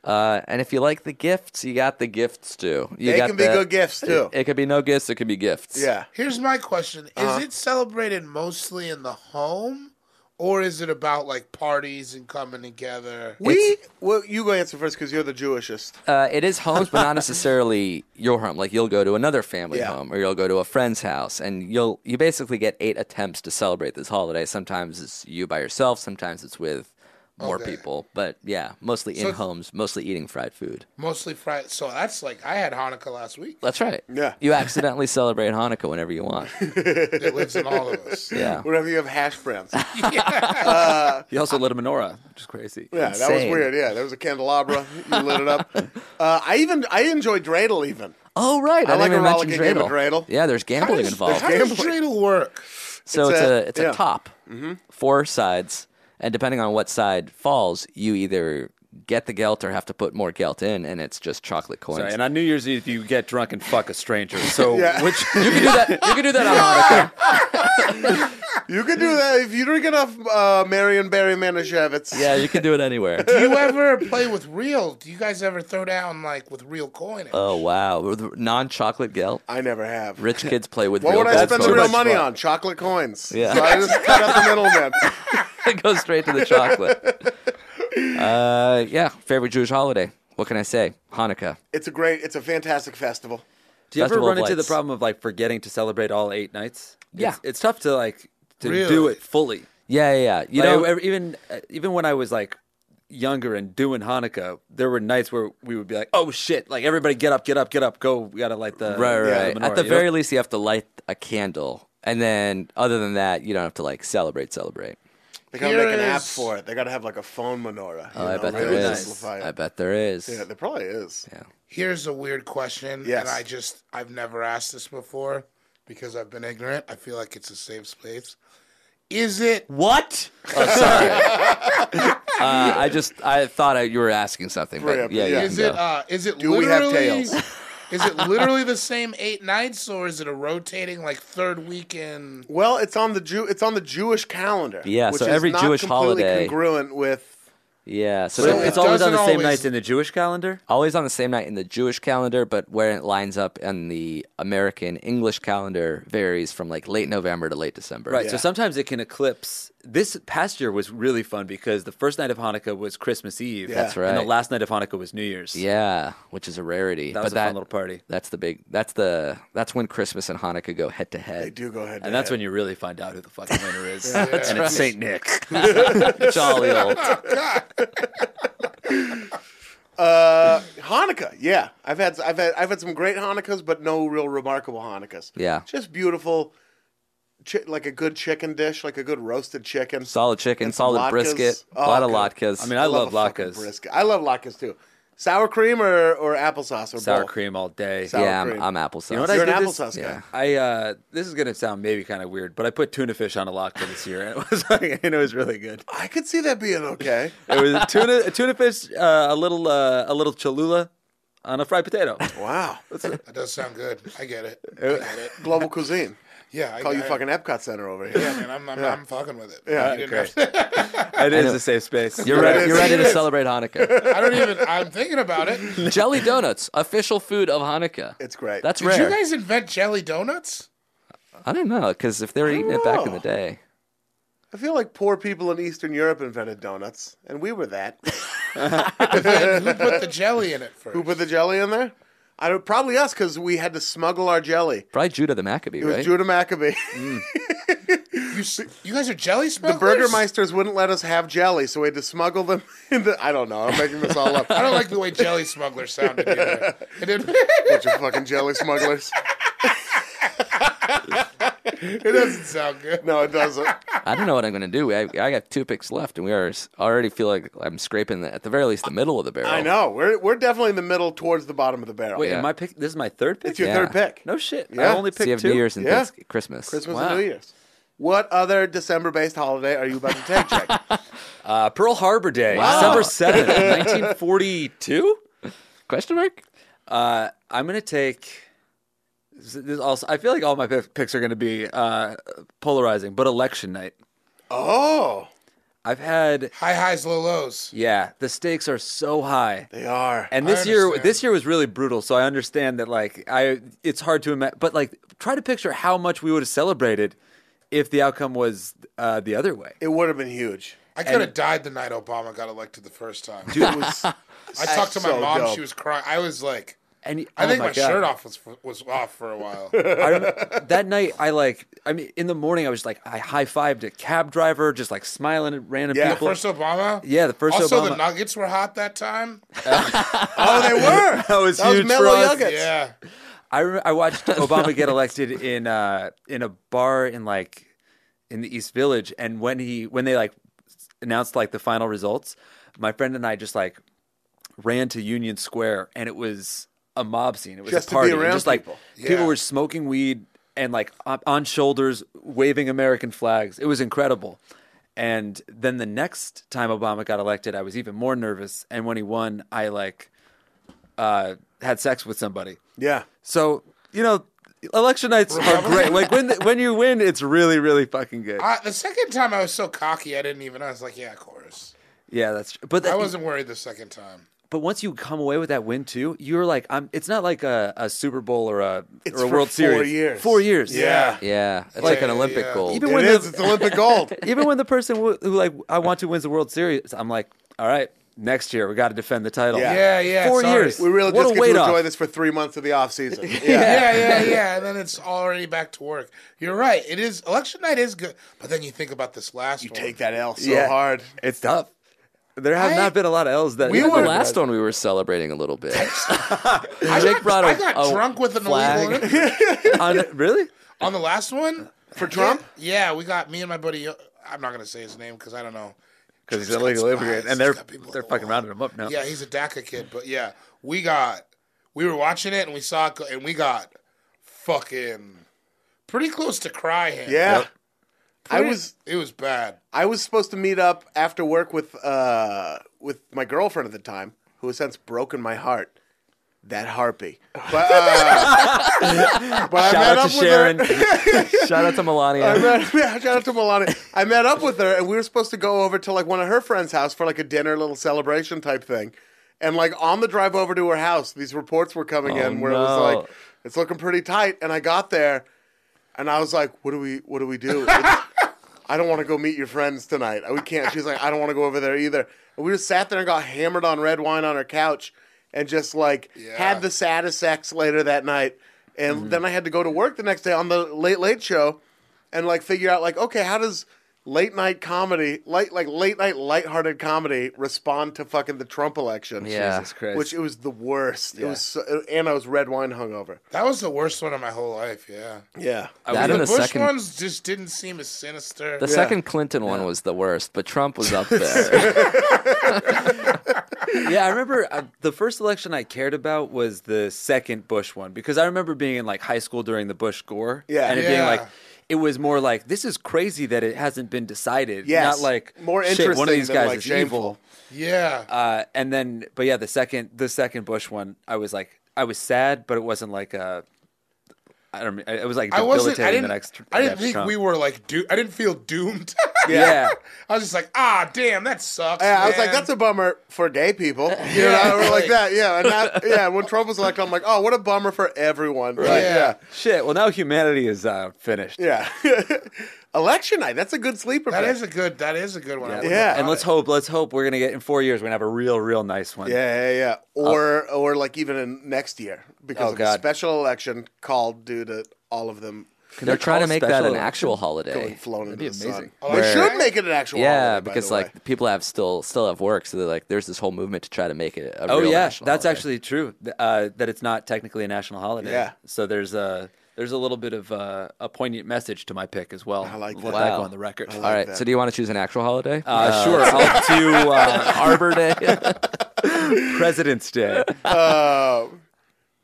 S3: Uh, and if you like the gifts, you got the gifts too. You
S1: They
S3: got
S1: can be
S3: the-
S1: good gifts, too.
S3: It, it could be no gifts. It could be gifts.
S1: Yeah.
S2: Here's my question: Is
S1: Uh-huh.
S2: it celebrated mostly in the home, or is it about like parties and coming together?
S1: We, well, you go answer first because you're the Jewishest.
S3: Uh, it is homes, but not
S1: <laughs>
S3: necessarily your home. Like you'll go to another family
S1: Yeah.
S3: home, or you'll go to a friend's house, and you'll you basically get eight attempts to celebrate this holiday. Sometimes it's you by yourself, sometimes it's with more
S2: Okay.
S3: people. But yeah, mostly in
S2: it's-
S3: homes, mostly eating fried food.
S2: Mostly fry. So that's like I had Hanukkah last week.
S3: That's right.
S1: Yeah.
S3: you accidentally celebrate Hanukkah whenever you want.
S2: It lives in all of
S1: <laughs>
S2: us.
S3: Yeah,
S1: Whenever you have hash
S3: <laughs>
S1: browns. Yeah,
S4: You also lit a menorah, which is crazy.
S1: that was
S3: Insane.
S1: weird. Yeah, there was a candelabra. You lit it
S3: <laughs>
S1: up. Uh, I even I enjoy dreidel even.
S3: Oh right, I,
S1: I like
S3: didn't even
S1: a
S3: mention
S1: rollicking game of
S3: dreidel.
S1: dreidel.
S3: Yeah, there's
S2: How
S3: gambling
S2: does,
S3: involved.
S2: how does dreidel work?
S3: So
S1: It's
S3: it's,
S1: a-
S3: a, it's
S1: yeah. Mm-hmm.
S3: a top, four sides, and depending on what side falls, you either get the gelt or have to put more gelt in, and it's just chocolate coins.
S4: Sorry, and on New Year's Eve, you get drunk and fuck a stranger. So,
S1: <laughs> Yeah.
S4: which
S3: you can do that. You can
S1: <laughs>
S3: do that on Hanukkah.
S1: You could do that if you drink enough uh, Marion Barry Manischewitz.
S3: Yeah, you can do it anywhere. <laughs>
S2: Do you ever play with real? Do you guys ever throw down like with real coin?
S1: Uh,
S3: Oh wow, With non-chocolate gelt.
S1: I never have.
S3: Rich kids play with
S1: what
S3: real
S1: would I
S3: gold
S1: spend the
S3: coins.
S1: real money on? Chocolate coins.
S3: Yeah.
S1: So I just cut out the middleman.
S3: <laughs> <laughs> it goes straight to
S1: <laughs>
S3: the chocolate. Uh, yeah, favorite Jewish holiday. What can I say? Hanukkah.
S1: It's a great. It's a fantastic festival.
S4: do you ever
S3: Festival of
S4: run into the
S3: Lights.
S4: problem of like forgetting to celebrate all eight nights?
S3: Yeah.
S4: it's, it's tough to like to do
S2: Really?
S4: it fully.
S3: Yeah, yeah, yeah. You
S4: Like,
S3: know,
S4: ev- even uh, even when I was like younger and doing Hanukkah, there were nights where we would be like, "Oh shit!" Like everybody, get up, get up, get up, go. We gotta light the
S3: Right,
S4: yeah,
S3: right.
S4: the
S3: right.
S4: menorah,
S3: At the
S4: you know?
S3: very least, you have to light a candle, and then other than that, you don't have to like celebrate, celebrate.
S1: They gotta
S2: Here
S1: make an app
S2: is-
S1: for it. They gotta have like a phone menorah.
S3: Oh, I bet there
S4: really
S3: is.
S4: simplify
S3: I bet there is.
S1: Yeah, there probably is.
S2: Here's a weird question,
S1: Yes.
S2: and I just I've never asked this before because I've been ignorant. I feel like it's a safe space. Is it?
S4: <laughs>
S3: What? Oh, <laughs> sorry. uh, I just I thought I, you were asking something, but
S1: Preempt,
S3: yeah,
S1: yeah.
S3: yeah.
S2: Is it? Uh, is it
S1: Do we have
S2: literally?
S1: tails?
S2: <laughs> is it literally the same eight nights, or is it a rotating like third weekend?
S1: Well, it's on the Jew. It's on the Jewish calendar.
S3: Yeah,
S1: which
S3: so
S1: is
S3: every
S1: not
S3: Jewish
S1: completely
S3: holiday-
S1: congruent with.
S3: yeah. So,
S4: So
S3: they're-
S2: it
S4: it's always
S2: doesn't
S4: on the same
S2: always-
S4: nights in the Jewish calendar.
S3: always on the same night in the Jewish calendar, but where it lines up in the American English calendar varies from like late November to late December.
S4: Right. So sometimes it can eclipse. This past year was really fun because the first night of Hanukkah was Christmas Eve.
S1: That's
S4: And the
S3: right.
S4: last night of Hanukkah was New Year's.
S3: Yeah, which is a rarity.
S4: That
S3: but
S4: was a
S3: that
S4: fun little party.
S3: that's the big. That's the. That's when Christmas and Hanukkah go head to
S1: They
S3: head.
S1: do go ahead.
S4: And that's when you really find out who the fucking winner
S3: <laughs>
S4: is.
S2: that's
S4: and it's St. Nick.
S3: Jolly old.
S1: <laughs> uh, Hanukkah. Yeah, I've had I've had I've had some great Hanukkahs, but no real remarkable Hanukkahs.
S3: Yeah.
S1: just beautiful, chi- like a good chicken dish, like a good roasted chicken.
S3: Solid chicken,
S1: And some
S3: solid
S1: latkes.
S3: brisket,
S1: Oh,
S3: a lot of
S1: good.
S3: latkes.
S4: I mean, I, love,
S1: a fucking
S4: latkes.
S1: brisket. I love latkes too. Sour cream or, or applesauce or
S4: Sour
S1: both?
S4: cream all day.
S1: Sour
S3: yeah,
S1: cream.
S3: I'm, I'm applesauce.
S4: You know what
S1: You're
S4: I
S1: an
S4: did this-
S1: applesauce guy.
S3: yeah.
S4: I uh, this is gonna sound maybe kind of weird, but I put tuna fish on a latke this year, and it <laughs> was like, and it was really good.
S1: I could see that being okay.
S4: It was tuna tuna fish, uh, a little uh, a little Cholula on a fried potato.
S3: <laughs>
S1: Wow,
S2: That does sound good. I get it. I get it.
S1: global cuisine.
S2: Yeah, I
S1: Call
S2: get
S1: you
S2: it.
S1: fucking Epcot Center over
S2: <laughs> Yeah,
S1: here.
S2: man, I'm, I'm, I'm fucking with it.
S1: Yeah,
S2: You didn't
S4: great.
S2: have to-
S4: It is a safe space.
S3: You're
S1: it
S3: ready.
S1: is.
S3: You're ready to
S1: <laughs>
S3: celebrate Hanukkah.
S2: I don't even. I'm thinking about it. Did
S3: Jelly donuts, official food of Hanukkah.
S1: It's great.
S3: That's
S2: you
S3: rare.
S2: guys invent jelly donuts?
S3: I don't know because if they're eating it back in the day,
S1: I feel like poor people in Eastern Europe invented donuts, and we were that. <laughs>
S2: Who put the jelly in it first?
S1: Who put the jelly in there? I don't, probably us because we had to smuggle our jelly.
S3: Probably Judah the Maccabee,
S1: It was
S3: right?
S1: Judah <laughs> Maccabee.
S2: You, s- you guys are jelly
S1: the
S2: smugglers?
S1: Burgermeisters wouldn't let us have jelly, so we had to smuggle them. <laughs> In the, I don't know. I'm making this all
S2: <laughs>
S1: up.
S2: I don't like the way jelly smugglers sounded. either. It didn't- <laughs>
S1: bunch of fucking jelly smugglers.
S2: it doesn't sound good.
S1: No, it
S4: <laughs>
S1: doesn't.
S3: I don't know what I'm going to do. I, I got two picks left, and we are s- already feel like I'm scraping the, at the very least the middle of the barrel.
S1: I know. We're we're definitely in the middle, towards the bottom of the barrel.
S4: Wait,
S3: Yeah.
S4: am I pick? This is my third pick.
S1: it's your
S3: yeah.
S1: third pick.
S4: No shit.
S1: Yeah.
S4: I only
S3: So you
S4: picked
S3: have
S4: two.
S3: New Year's and
S1: Yeah.
S3: Thanksgiving- Christmas.
S1: Christmas
S4: Wow.
S1: and New Year's. What other December-based holiday are you about to take,
S4: <laughs>
S1: Jack?
S4: Uh, Pearl Harbor Day,
S3: Wow.
S1: <laughs>
S4: December seventh, nineteen forty-two.
S3: Question mark?
S4: Uh, I'm gonna take. This this also, I feel like all my pick- picks are gonna be uh, polarizing, but election night.
S1: oh,
S4: I've had
S2: High highs, low lows.
S4: yeah, the stakes are so high.
S1: they are.
S4: And
S2: I
S4: this year,
S2: understand.
S4: this year was really brutal. So I understand that, like, I it's hard to imagine. But like, try to picture how much we would have celebrated if the outcome was uh, the other way.
S1: it would have been
S4: <laughs>
S1: huge.
S2: I could have died the night Obama got elected the first time.
S1: Dude it was.
S2: I talked to my
S1: so
S2: mom.
S1: dope.
S2: She was crying. I was like,
S4: And
S2: I
S4: oh
S2: think
S4: my,
S2: my,
S4: God.
S2: shirt off was was off for a while.
S4: I remember, that night, I like, I mean, in the morning, I was like, I high fived a cab driver, just like smiling at random
S1: Yeah.
S4: people.
S2: First Obama.
S4: yeah, the first
S2: Also,
S4: Obama.
S2: the Nuggets were hot that time.
S1: oh,
S4: <laughs>
S1: they were.
S4: That was huge for
S1: Mellow
S4: us.
S1: Yuggets.
S2: Yeah,
S4: I re- I watched Obama get elected in uh in a bar in like in the East Village, and when he when they like announced like the final results, my friend and I just like ran to Union Square, and it was a mob scene. It was
S1: Just to
S4: a
S1: be
S4: party, and
S1: around
S4: just like
S1: people.
S2: Yeah.
S4: people were smoking weed and like on, on shoulders waving American flags. It was incredible. And then the next time Obama got elected, I was even more nervous. And when he won, I like uh, had sex with somebody.
S1: Yeah.
S4: So you know, election nights are great. Like when when you win, it's really really fucking good.
S2: I, the second time I was so cocky, I didn't even. I was like, yeah, of course.
S4: yeah, that's true. But
S2: I
S4: that-
S2: wasn't worried the second time.
S4: but once you come away with that win too, you're like, I'm. It's not like a, a Super Bowl or a
S1: It's
S4: or a
S1: for
S4: World
S1: four
S4: Series.
S1: years.
S4: Four years.
S1: Yeah.
S3: Yeah, it's like an
S2: Yeah,
S3: Olympic
S2: yeah.
S3: gold.
S4: Even
S1: It
S4: when
S1: is.
S4: the
S1: It's Olympic gold.
S4: <laughs> even when the person who, who like I want to wins the World Series, I'm like, all right, next year we got to defend the title.
S1: Yeah.
S2: Yeah, yeah.
S4: Four
S2: sorry.
S4: years.
S1: We really
S4: What
S1: just
S4: a
S1: get
S4: weight
S1: to enjoy
S4: off.
S1: this for three months of the off season.
S4: <laughs>
S1: Yeah.
S2: Yeah, yeah, yeah. And then it's already back to work. You're right. It is election night is good, but then you think about this last
S1: You
S2: one.
S1: take that L so
S4: Yeah.
S1: hard.
S4: It's tough. There have
S2: I-
S4: not been a lot of L's that <laughs>
S2: We
S3: Even
S2: were-
S3: the last one we were celebrating a little
S1: <laughs>
S3: bit.
S2: I
S3: Jake
S2: got,
S3: brought
S2: I
S3: a-
S2: got
S3: a
S2: drunk with an
S3: flag.
S2: illegal immigrant
S4: on, really.
S2: on the last one
S1: For Trump?
S2: Yeah, we got me and my buddy. uh, I'm not gonna say his name because I don't know.
S4: Because he's
S2: He's
S4: an illegal
S2: got
S4: immigrant,
S2: spies.
S4: and they're
S2: He's got people
S4: they're
S2: all
S4: fucking
S2: over.
S4: rounding him up now.
S2: Yeah, he's a DACA kid, but yeah, we got. We were watching it and we saw it, go- and we got fucking pretty close to crying.
S1: Yeah. I
S2: Pretty-
S1: was
S2: It was bad.
S1: I was supposed to meet up after work with uh with my girlfriend at the time, who has since broken my heart. That harpy. But, uh,
S4: <laughs>
S1: but I
S4: Shout
S1: met
S4: out
S1: up
S4: to
S1: with
S4: Sharon.
S1: her. <laughs>
S3: Shout out to Melania.
S1: I met, <laughs> shout out to Melania. I met up with her, and we were supposed to go over to like one of her friends' house for like a dinner, little celebration type thing. And like on the drive over to her house, these reports were coming
S4: Oh,
S1: in where it was
S3: no.
S1: like it's looking pretty tight. And I got there, and I was like, "What do we? What do we
S4: <laughs>
S1: do?" It's- I don't want to go meet your friends tonight. We can't. She's like, "I don't want to go over there either." And we just sat there and got hammered on red wine on her couch, and just like had the saddest sex later that night. And
S4: Mm-hmm.
S1: then I had to go to work the next day on the Late Late Show and like figure out like okay how does late night comedy light like late night lighthearted comedy respond to fucking the Trump election
S3: Yeah.
S4: Jesus Christ.
S1: which it was the worst it was so, and I was red wine hungover
S2: That was the worst one of my whole life. Yeah.
S1: yeah
S3: that and
S2: the
S3: the
S2: Bush
S3: second,
S2: ones just didn't seem as sinister.
S3: the second Clinton one was the worst, but Trump
S1: <laughs>
S3: was up there.
S4: yeah, I remember uh, the first election I cared about was the second Bush one because I remember being in like high school during the Bush Gore.
S1: Yeah.
S4: And it being
S2: Yeah.
S4: like, it was more like, this is crazy that it hasn't been decided.
S1: Yes.
S4: Not like,
S1: More
S4: shit, one of
S1: interesting
S4: these
S1: than,
S4: guys
S1: like,
S4: is
S1: shameful.
S4: evil.
S2: yeah.
S4: Uh, and then, but yeah, the second, the second Bush one, I was like, I was sad, but it wasn't like a, I don't. It was like
S2: I
S4: debilitating
S2: wasn't. I
S4: the
S2: didn't.
S4: next.
S2: I didn't
S4: after
S2: think
S4: Trump.
S2: we were like. Do- I didn't feel doomed. <laughs>
S4: yeah.
S2: I was just like, ah, damn, that sucks.
S1: Yeah, I was like,
S2: man."
S1: that's a bummer for gay people. You know, or like that. Yeah, and that, yeah. When Trump was elected, I'm like, oh, what a bummer for everyone. Like,
S2: Yeah.
S4: Shit. Well, now humanity is uh, finished.
S1: yeah, yeah. <laughs> Election night. That's a good sleeper.
S2: That
S1: pick.
S2: is a good. That is a good one. I wouldn't
S1: Yeah.
S2: have
S4: And
S2: thought
S4: let's
S2: it.
S4: hope, let's hope we're gonna get in four years. We're gonna have a real, real nice one.
S1: Yeah, yeah, yeah. Or or like even in next year because
S4: Oh,
S1: of a
S4: God.
S1: special election called due to all of them
S3: <laughs> They're trying to
S4: call
S3: make that
S4: special
S3: an actual
S1: <laughs>
S3: holiday.
S1: going flown into
S4: be
S1: the sun.
S4: amazing.
S2: Oh,
S1: They
S2: that's
S1: should
S2: right.
S1: make it an actual.
S3: Yeah,
S1: holiday, by
S3: because
S1: the way.
S3: like people have still still have work, so they're like, there's this whole movement to try to make it. A
S4: Oh
S3: real
S4: yeah,
S3: national
S4: that's
S3: holiday.
S4: actually true. th- Uh, that it's not technically a national holiday.
S1: Yeah.
S4: So there's a there's a little bit of uh, a poignant message to my pick as well. I
S1: like
S4: Let
S1: that.
S4: that
S3: Wow.
S4: go on the record.
S3: all right. So do you want to choose an actual holiday?
S4: Uh, sure. I'll do uh,
S3: Arbor <laughs> Day.
S4: President's Day.
S1: Uh,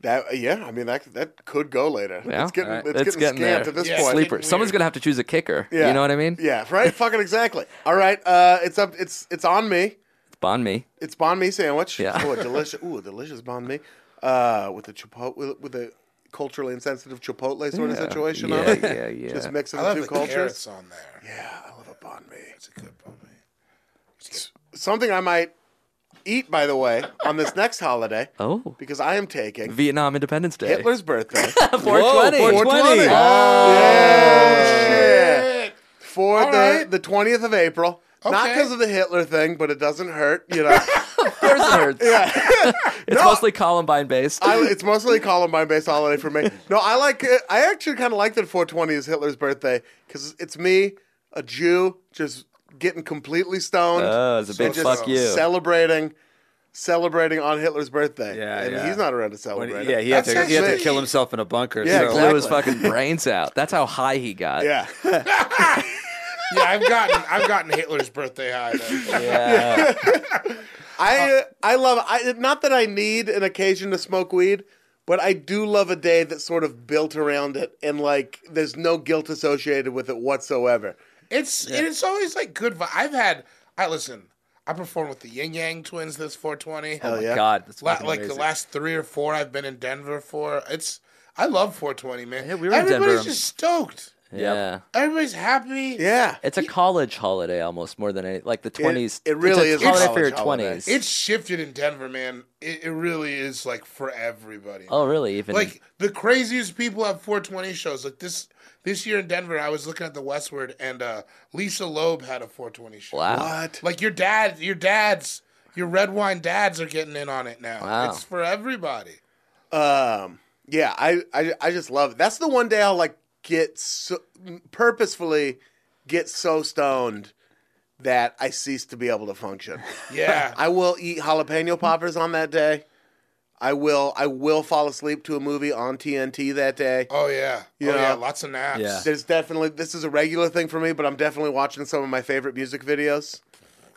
S1: that yeah, I mean that that could go later. <laughs>
S3: Yeah.
S1: It's getting
S4: All right.
S1: it's,
S3: It's
S1: getting,
S3: getting
S1: scant
S3: there.
S1: at this
S2: Yeah.
S1: point.
S2: Sleep-
S3: Sleeper. Someone's gonna have to choose a kicker.
S1: Yeah.
S3: You know what I mean?
S1: Yeah, right.
S3: <laughs>
S1: Fucking exactly. All right. Uh, it's up. It's it's on me.
S3: Bon me.
S1: It's banh mi sandwich.
S3: Yeah.
S1: Oh, a delicious. Ooh, a delicious banh mi. Uh, with a chipotle with, with a culturally insensitive chipotle sort of situation on
S3: Yeah,
S1: it. <laughs>
S3: yeah, yeah.
S1: Just mixing
S2: I
S1: the
S2: love
S1: two
S2: the
S1: cultures.
S2: carrots on there.
S1: Yeah, I love a banh mi.
S2: It's a good one. man.
S1: Something I might eat, by the way, on this next holiday
S3: Oh,
S1: because I am taking
S3: Vietnam Independence Day.
S1: Hitler's
S3: <laughs>
S1: birthday.
S3: 420.
S4: Whoa, 420.
S3: Oh,
S1: yeah, shit. For
S2: All
S1: the
S2: right.
S1: the twentieth of April. Not
S2: Okay.
S1: because of the Hitler thing, but it doesn't hurt, you
S2: <laughs>
S1: know.
S3: Of course
S1: <laughs>
S3: it hurts. <laughs> it's mostly Columbine based.
S1: I, it's mostly a Columbine based holiday for me. No, I like it. I actually kind of like that 420 is Hitler's birthday because it's me, a Jew, just getting completely stoned.
S3: Oh, it's a big
S1: and just
S3: fuck you.
S1: Celebrating, celebrating on Hitler's birthday.
S4: Yeah,
S1: and
S4: yeah.
S1: he's not around to
S4: When-
S1: celebrate. it.
S4: yeah, he had,
S2: That's
S4: to, he had to
S2: actually-
S4: kill himself in a bunker.
S1: Yeah,
S4: so-
S3: Blew his
S1: Exactly.
S3: fucking brains out. That's how high he got.
S1: yeah.
S2: Yeah, I've gotten I've gotten Hitler's birthday
S1: <laughs>
S2: high. Though.
S3: Yeah.
S1: I uh, I love I not that I need an occasion to smoke weed, but I do love a day that's sort of built around it and like there's no guilt associated with it whatsoever.
S2: It's and it's always like good. vi- I've had. I listen. I performed with the Yin Yang Twins this 420.
S3: Oh,
S1: Hell yeah.
S4: God, that's
S2: La-
S4: fucking
S2: like the
S4: amazing.
S2: last three or four I've been in Denver for. It's I love 420, man.
S4: Yeah, we were in
S2: Everybody's
S4: Denver.
S2: just stoked.
S3: Yeah.
S2: Everybody's happy.
S1: Yeah.
S3: It's a college holiday almost more than any, like the 20s.
S1: it really
S3: it's
S1: is
S3: a
S1: a
S3: holiday for
S1: college
S3: your
S1: holiday.
S3: 20s.
S2: It's shifted in Denver, man. It, it really is like for everybody.
S3: oh, really? Even
S2: Like the craziest people have 420 shows. Like this this year in Denver, I was looking at the Westward, and uh, Lisa Loeb had a 420 show.
S3: wow.
S1: What?
S2: Like your dad, your dads, your red wine dads are getting in on it now.
S3: Wow.
S2: It's for everybody.
S1: Um, yeah, I, I, I just love it. That's the one day I'll like get so, purposefully get so stoned that I cease to be able to function.
S2: Yeah.
S1: I will eat jalapeno poppers on that day. I will I will fall asleep to a movie on TNT that day.
S2: oh yeah. Oh
S1: Yeah.
S2: yeah. Lots of naps.
S4: Yeah.
S1: There's definitely this is a regular thing for me, but I'm definitely watching some of my favorite music videos.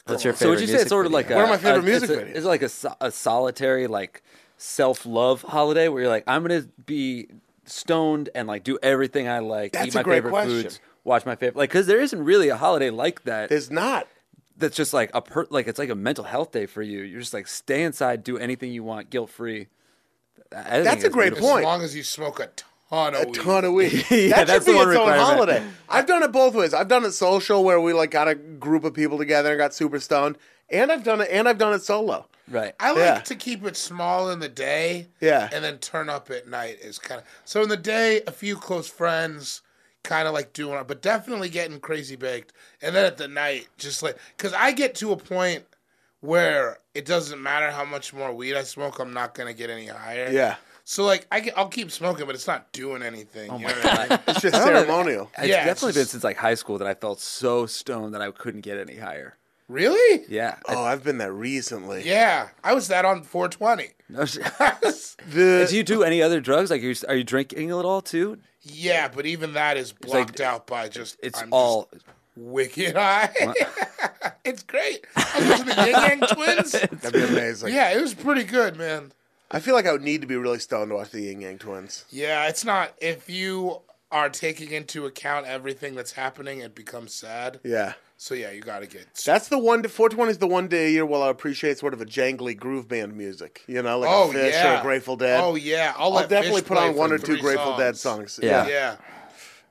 S3: What's your favorite
S4: So would you say
S3: music
S4: it's sort of
S3: video?
S4: like a,
S1: One of my favorite
S4: a- it's
S1: music
S4: a-
S1: videos.
S4: It's like a, so- a solitary like self love holiday where you're like, I'm gonna be stoned and like do everything I like,
S1: That's
S4: eat
S1: a
S4: my
S1: great
S4: favorite
S1: question.
S4: foods, watch my favorite like because there isn't really a holiday like that.
S1: There's not.
S4: that's just like a per- like it's like a mental health day for you. You're just like stay inside, do anything you want, guilt free.
S1: That's a great
S2: As
S1: point.
S2: long as you smoke a ton of
S1: a
S2: weed.
S1: ton of
S2: <laughs>
S1: weed.
S4: Yeah,
S1: that should
S4: that's
S1: be
S4: the one
S1: its own
S4: requirement.
S1: holiday. I've done it both ways. I've done it social where we like got a group of people together and got super stoned, and I've done it and I've done it solo.
S4: Right.
S2: I like
S1: Yeah.
S2: to keep it small in the day.
S1: Yeah.
S2: <laughs> And then turn up at night is kind of so in the day a few close friends kind of like doing it, but definitely getting crazy baked. And then at the night just like cuz I get to a point where it doesn't matter how much more weed I smoke, I'm not going to get any higher. So like I can, I'll keep smoking but it's not doing anything.
S4: Oh
S2: you know what I mean? <laughs>
S1: It's just ceremonial.
S4: It's
S2: Yeah, it's
S4: definitely been
S2: just-
S4: since like high school that I felt so stoned that I couldn't get any higher.
S2: Really?
S4: Yeah. I-
S1: Oh, I've been there recently.
S2: Yeah. I was that on <laughs>
S4: <laughs>
S2: 420.
S1: Oh.
S4: no shit.
S1: The-
S4: do you do any other drugs? Like, are you, are you drinking at all too?
S2: yeah, but even that is
S4: like-
S2: blocked out by just
S4: It's
S2: I'm just
S4: all
S2: Wicked Eye. <laughs> it's great. I was listening to
S1: <laughs>
S2: Yin Yang Twins.
S1: That'd be amazing.
S2: Yeah, it was pretty good, man.
S1: I feel like I would need to be really stoned to watch the Yin Yang Twins.
S2: Yeah, it's not. If you are taking into account everything that's happening, it becomes sad.
S1: Yeah.
S2: So yeah, you got to get.
S1: That's the one. 420 is the one day a year where I appreciate sort of a jangly groove band music. You know, like
S2: oh
S1: a Fish
S2: yeah,
S1: or a Grateful Dead.
S2: Oh yeah, I'll,
S1: I'll
S2: let
S1: definitely
S2: Fish
S1: put on
S2: play
S1: one
S2: for
S1: or two
S2: three
S1: Grateful Dead songs.
S3: Yeah.
S2: Yeah,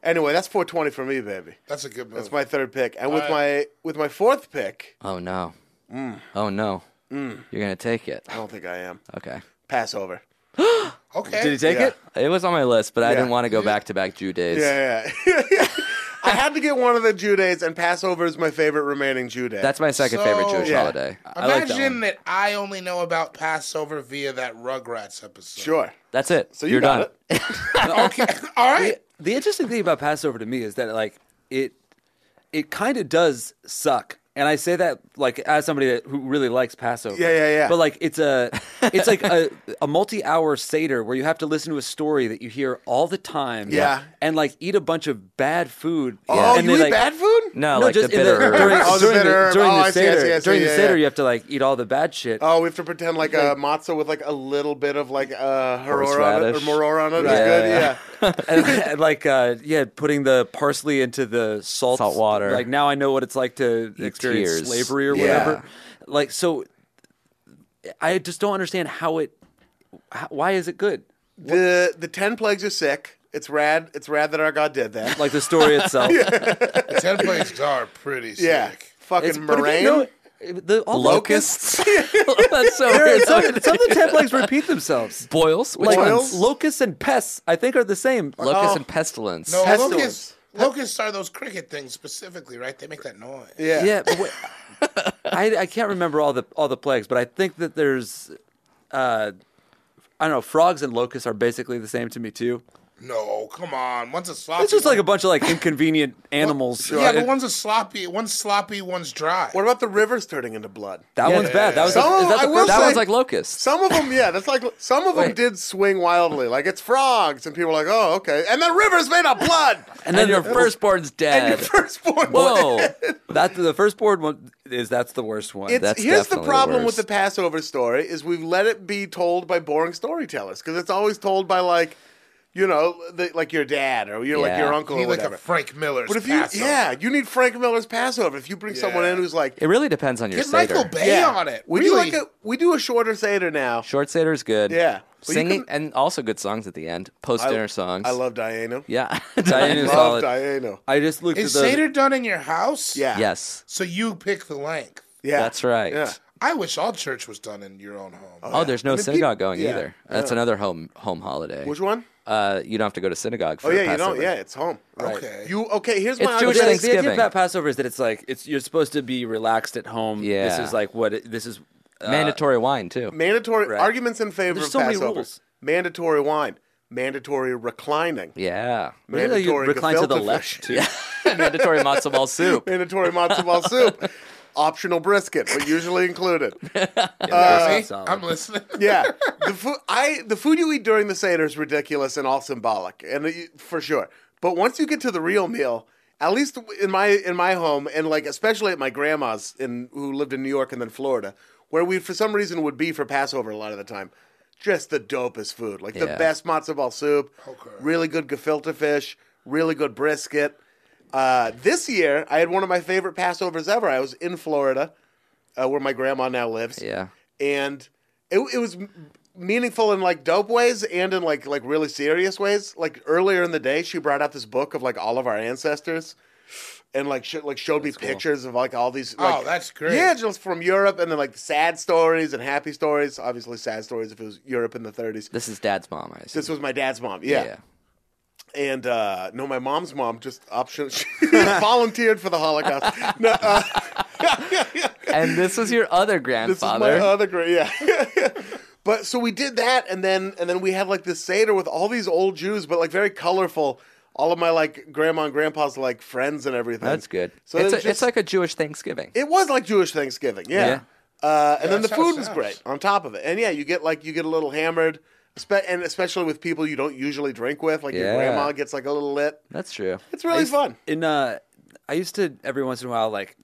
S1: Anyway, that's 420 for me, baby.
S2: That's a good move.
S1: That's my third pick, and with my with my fourth pick,
S3: Oh no.
S1: Mm.
S3: Oh no. You're gonna take it.
S1: I don't think I am.
S3: Okay.
S1: Pass over.
S2: okay.
S4: Did he take
S1: Yeah.
S4: it?
S3: It was on my list, but I
S1: Yeah.
S3: didn't want to go back to back Jew days.
S1: Yeah, yeah. <laughs> I had to get one of the Jew days, and Passover is my favorite remaining Jew day.
S3: That's my second
S2: So-
S3: favorite Jewish
S1: Yeah.
S3: holiday. I like that
S2: Imagine
S3: one.
S2: that, I only know about Passover via that Rugrats episode.
S1: sure.
S3: That's it.
S1: So you
S3: are
S1: got
S3: done.
S1: it.
S2: Okay. <laughs> All right.
S4: The, the interesting thing about Passover to me is that like it it kind of does suck. And I say that like as somebody that, who really likes Passover.
S1: Yeah, yeah, yeah.
S4: But like
S1: <laughs>
S4: it's a it's like a, a multi-hour seder where you have to listen to a story that you hear all the time.
S1: Yeah.
S4: And like eat a bunch of bad food.
S1: Oh,
S4: and
S1: you
S4: they,
S1: eat
S4: like-
S1: bad food?
S3: No, like
S4: just
S3: the
S4: in <laughs>
S3: bitter herbs.
S4: during,
S1: Oh, the
S4: during
S1: bitter herb.
S4: during
S1: Oh,
S4: the
S1: I see, I
S4: seder,
S1: see, I see,
S4: during the
S1: yeah,
S4: seder,
S1: yeah.
S4: you have to like eat all the bad shit.
S1: Oh, we have to pretend like a matzah with like a little bit of like a harora on it or
S3: Horseradish.
S1: moror on it.
S3: Yeah.
S1: Is good. Yeah.
S4: and, <laughs> and, like uh, yeah, putting the parsley into the salt
S3: Salt water.
S4: Like now I know what it's like to experience
S3: tears.
S4: slavery or
S3: Yeah.
S4: whatever. Like so, I just don't understand how it. How, why is it good?
S1: The the ten plagues are sick. It's rad. It's rad that our God did that.
S4: Like the
S3: <laughs>
S4: story itself.
S2: The Ten plagues are pretty
S1: <laughs>
S2: sick.
S1: yeah. Fucking
S4: It's but
S1: meringue.
S4: again, no, the all the- <laughs>
S3: Locusts.
S1: <laughs>
S3: That's so
S4: There are
S3: weird.
S4: Some, some of the ten plagues repeat themselves.
S3: Boils. Which
S4: Like
S3: ones?
S1: Boils? Oh.
S4: locusts and pests, I think are the same.
S3: Locusts and pestilence.
S2: No,
S1: Pestilence.
S2: locusts. Locusts are those cricket things specifically, right? They make that noise.
S1: yeah.
S4: yeah, but wait, I, I can't remember all the all the plagues, but I think that there's, uh, I don't know, frogs and locusts are basically the same to me too.
S2: No, come on. One's a sloppy.
S4: It's just like a
S2: one-
S4: bunch of like inconvenient animals.
S2: Yeah, but one's a sloppy. One's sloppy. One's dry.
S1: What about the rivers turning into blood?
S4: that one's bad. That was
S1: Some
S4: is
S1: of-
S4: that the
S1: I will
S4: first
S3: that
S1: say-
S4: one?
S3: one's like locusts.
S1: Some of them, yeah, that's like some of them
S3: Wait.
S1: did swing wildly. Like it's frogs, and people are like, "Oh, okay." And the river's made of blood, <laughs>
S3: and then your firstborn's
S1: and your
S3: dead.
S1: firstborn. <laughs>
S3: Whoa.
S4: that the first board one is that's the worst one.
S1: It's,
S3: That's
S1: here's the
S3: definitely the
S1: problem with
S3: worst.
S1: the Passover story is we've let it be told by boring storytellers because it's always told by like, you know, the, like your dad or you're like
S3: Yeah.
S1: your uncle
S2: You need
S1: or
S2: like
S1: whatever.
S2: a Frank Miller's.
S1: but if you,
S2: Passover.
S1: yeah, you need Frank Miller's Passover. If you bring someone
S2: Yeah.
S1: in who's like,
S3: it really depends on your
S2: get
S3: seder.
S2: Michael Bay
S1: yeah,
S2: on it.
S1: we
S2: really?
S1: do like a we do a shorter seder now.
S3: Short seder is good.
S1: Yeah. Well, you
S3: Singing
S1: can-
S3: and also good songs at the end. Post dinner songs.
S1: I love Diana.
S3: Yeah. <laughs>
S4: Diane is
S1: Love
S4: solid.
S1: Diana.
S4: I just looked
S2: Is
S4: at the
S2: Seder done in your house?
S1: Yeah.
S3: yes.
S2: So you pick the length.
S1: Yeah.
S3: That's right.
S1: Yeah.
S2: I wish all church was done in your own home.
S3: Oh, there's no
S1: mean,
S3: synagogue
S1: peop-
S3: going
S1: yeah,
S3: either. That's another home home holiday.
S1: Which one?
S3: Uh, you don't have to go to synagogue for
S1: Oh yeah, you
S3: Passover.
S1: don't. Yeah, it's home. Right.
S2: Okay.
S1: You okay? Here's
S3: It's
S1: my
S3: Jewish
S4: Yeah,
S1: understanding.
S4: like, the idea
S3: Thanksgiving.
S4: about Passover is that it's like it's you're supposed to be relaxed at home.
S3: Yeah.
S4: this is like what it, this is. Uh,
S3: Mandatory wine too.
S1: mandatory arguments in favor
S4: There's
S1: of
S4: so many
S1: Passover.
S4: rules.
S1: Mandatory wine. Mandatory reclining.
S3: yeah.
S4: really, like, you
S1: Mandatory
S4: recline to the
S1: gefilte
S4: left.
S1: fish.
S4: too.
S3: <laughs> Mandatory matzo
S1: <laughs>
S3: ball soup.
S1: Mandatory matzo ball
S3: <laughs>
S1: soup. Optional brisket, but usually included.
S2: See?
S4: That's solid.
S2: I'm listening.
S1: <laughs> Yeah, the food I the food you eat during the seder is ridiculous and all symbolic, and you- for sure. But once you get to the real meal, at least in my in my home, and like especially at my grandma's, in who lived in New York and then Florida, where we for some reason would be for Passover a lot of the time, just the dopest food, like the
S3: Yeah.
S1: best matzo ball soup, really good gefilte fish, really good brisket. Uh, this year, I had one of my favorite Passovers ever. I was in Florida, uh, where my grandma now lives
S3: Yeah.
S1: and it, it was m- meaningful in like dope ways and in like like really serious ways. Like earlier in the day, she brought out this book of like all of our ancestors, and like sh- like showed me pictures of like all these. Like,
S2: Oh, that's great.
S1: Yeah, just from Europe, and then like sad stories and happy stories. Obviously, sad stories if it was Europe in the 30s.
S3: This is dad's mom, I assume.
S1: This was my dad's mom. Yeah.
S3: yeah.
S1: And uh, no, my mom's mom just
S2: <laughs>
S1: option <laughs> she volunteered for the Holocaust. No, uh,
S3: And this was your other
S1: This
S3: grandfather.
S1: is my other great, yeah. <laughs> but so we did that, and then and then we had like this seder with all these old Jews, but like very colorful. All of my like grandma and grandpa's like friends and everything.
S3: That's good.
S1: So
S3: it's,
S1: it
S3: a,
S1: was
S3: it's
S1: just-
S3: like a Jewish Thanksgiving.
S1: it was like Jewish Thanksgiving, yeah. Uh, and then the
S2: that's how it
S1: food was
S2: sounds.
S1: great on top of it, and yeah, you get like you get a little hammered, spe- and especially with people you don't usually drink with, like your
S3: Yeah.
S1: grandma gets like a little lit.
S3: That's true.
S1: It's really fun.
S4: In uh, I used to every once in a while like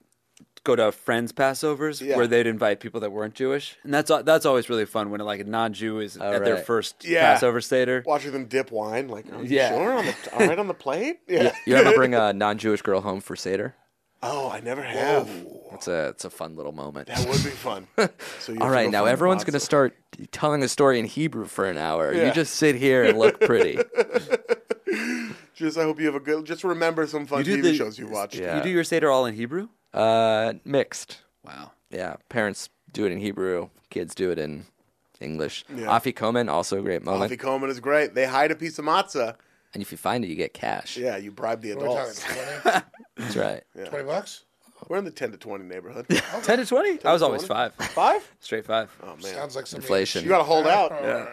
S4: go to friends' Passovers
S1: Yeah.
S4: where they'd invite people that weren't Jewish, and that's al- that's always really fun when like a non-Jew is at their
S3: Oh, right.
S4: first
S1: Yeah.
S4: Passover seder.
S1: Watching them dip wine, like are you
S4: Yeah.
S1: sure on the all right on the plate. Yeah.
S3: <laughs> You ever bring a non-Jewish girl home for seder?
S1: <laughs> Oh, I never have.
S3: It's a it's a fun little moment.
S1: That would be
S3: <laughs>
S1: fun. So you have
S3: All
S1: to
S3: right,
S1: go
S3: now
S1: find the
S3: everyone's going to
S1: matzo.
S3: start telling a story in Hebrew for an hour.
S1: Yeah. <laughs>
S3: You just sit here and look pretty.
S1: Just I hope you have a good. Just remember some fun
S4: You do
S1: TV
S4: the-
S1: shows you watched.
S3: Yeah.
S4: You do your Seder all in Hebrew?
S3: Uh, mixed.
S4: Wow.
S3: Yeah, parents do it in Hebrew, kids do it in English. Afi Komen, also a great moment.
S1: Coffee Coleman is great. They hide a piece of matzah.
S3: And if you find it, you get cash.
S1: Yeah, you bribe the
S2: What are we talking?
S1: adults.
S2: 20?
S3: That's right.
S2: 20 bucks?
S1: We're in the ten to twenty neighborhood.
S2: Oh,
S4: 10 to 20? I was always five.
S1: Five?
S4: Straight five.
S1: Oh man,
S2: Sounds like some
S3: Inflation.
S1: you
S3: <laughs>
S1: gotta hold out.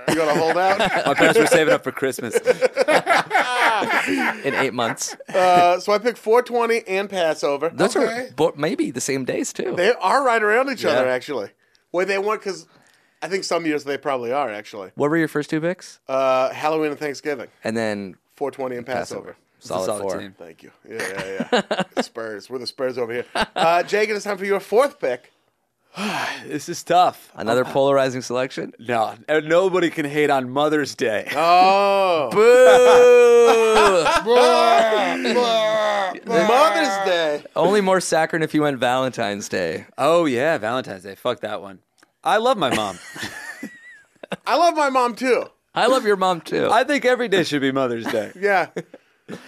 S1: You gotta hold out.
S4: My parents were saving up for <laughs> Christmas.
S3: in
S1: <laughs>
S3: eight months.
S1: Uh, so I picked four twenty and Passover.
S3: Those
S2: Okay.
S3: are bo- maybe the same days too.
S1: They are right around each other
S3: Yeah.
S1: actually. Where they want because I think some years they probably are actually.
S3: what were your first two picks?
S1: Uh, Halloween and Thanksgiving,
S3: And then
S1: four twenty and Passover.
S3: Passover. Solid,
S4: solid
S3: four.
S4: team.
S1: Thank you. Yeah, yeah, yeah. Spurs. We're the Spurs over here. Uh, Jake, it is time for your fourth pick.
S4: This is tough. <laughs>
S3: Another polarizing selection.
S4: No, nobody can hate on Mother's Day.
S1: <laughs> Oh,
S3: Boo!
S1: Mother's Day.
S3: Only more saccharine if you went Valentine's Day.
S4: Oh, yeah, Valentine's Day. Fuck that one. I love my mom.
S3: <laughs>
S1: I love my mom too.
S3: I love your mom too.
S4: I think every day should be Mother's Day.
S1: Yeah,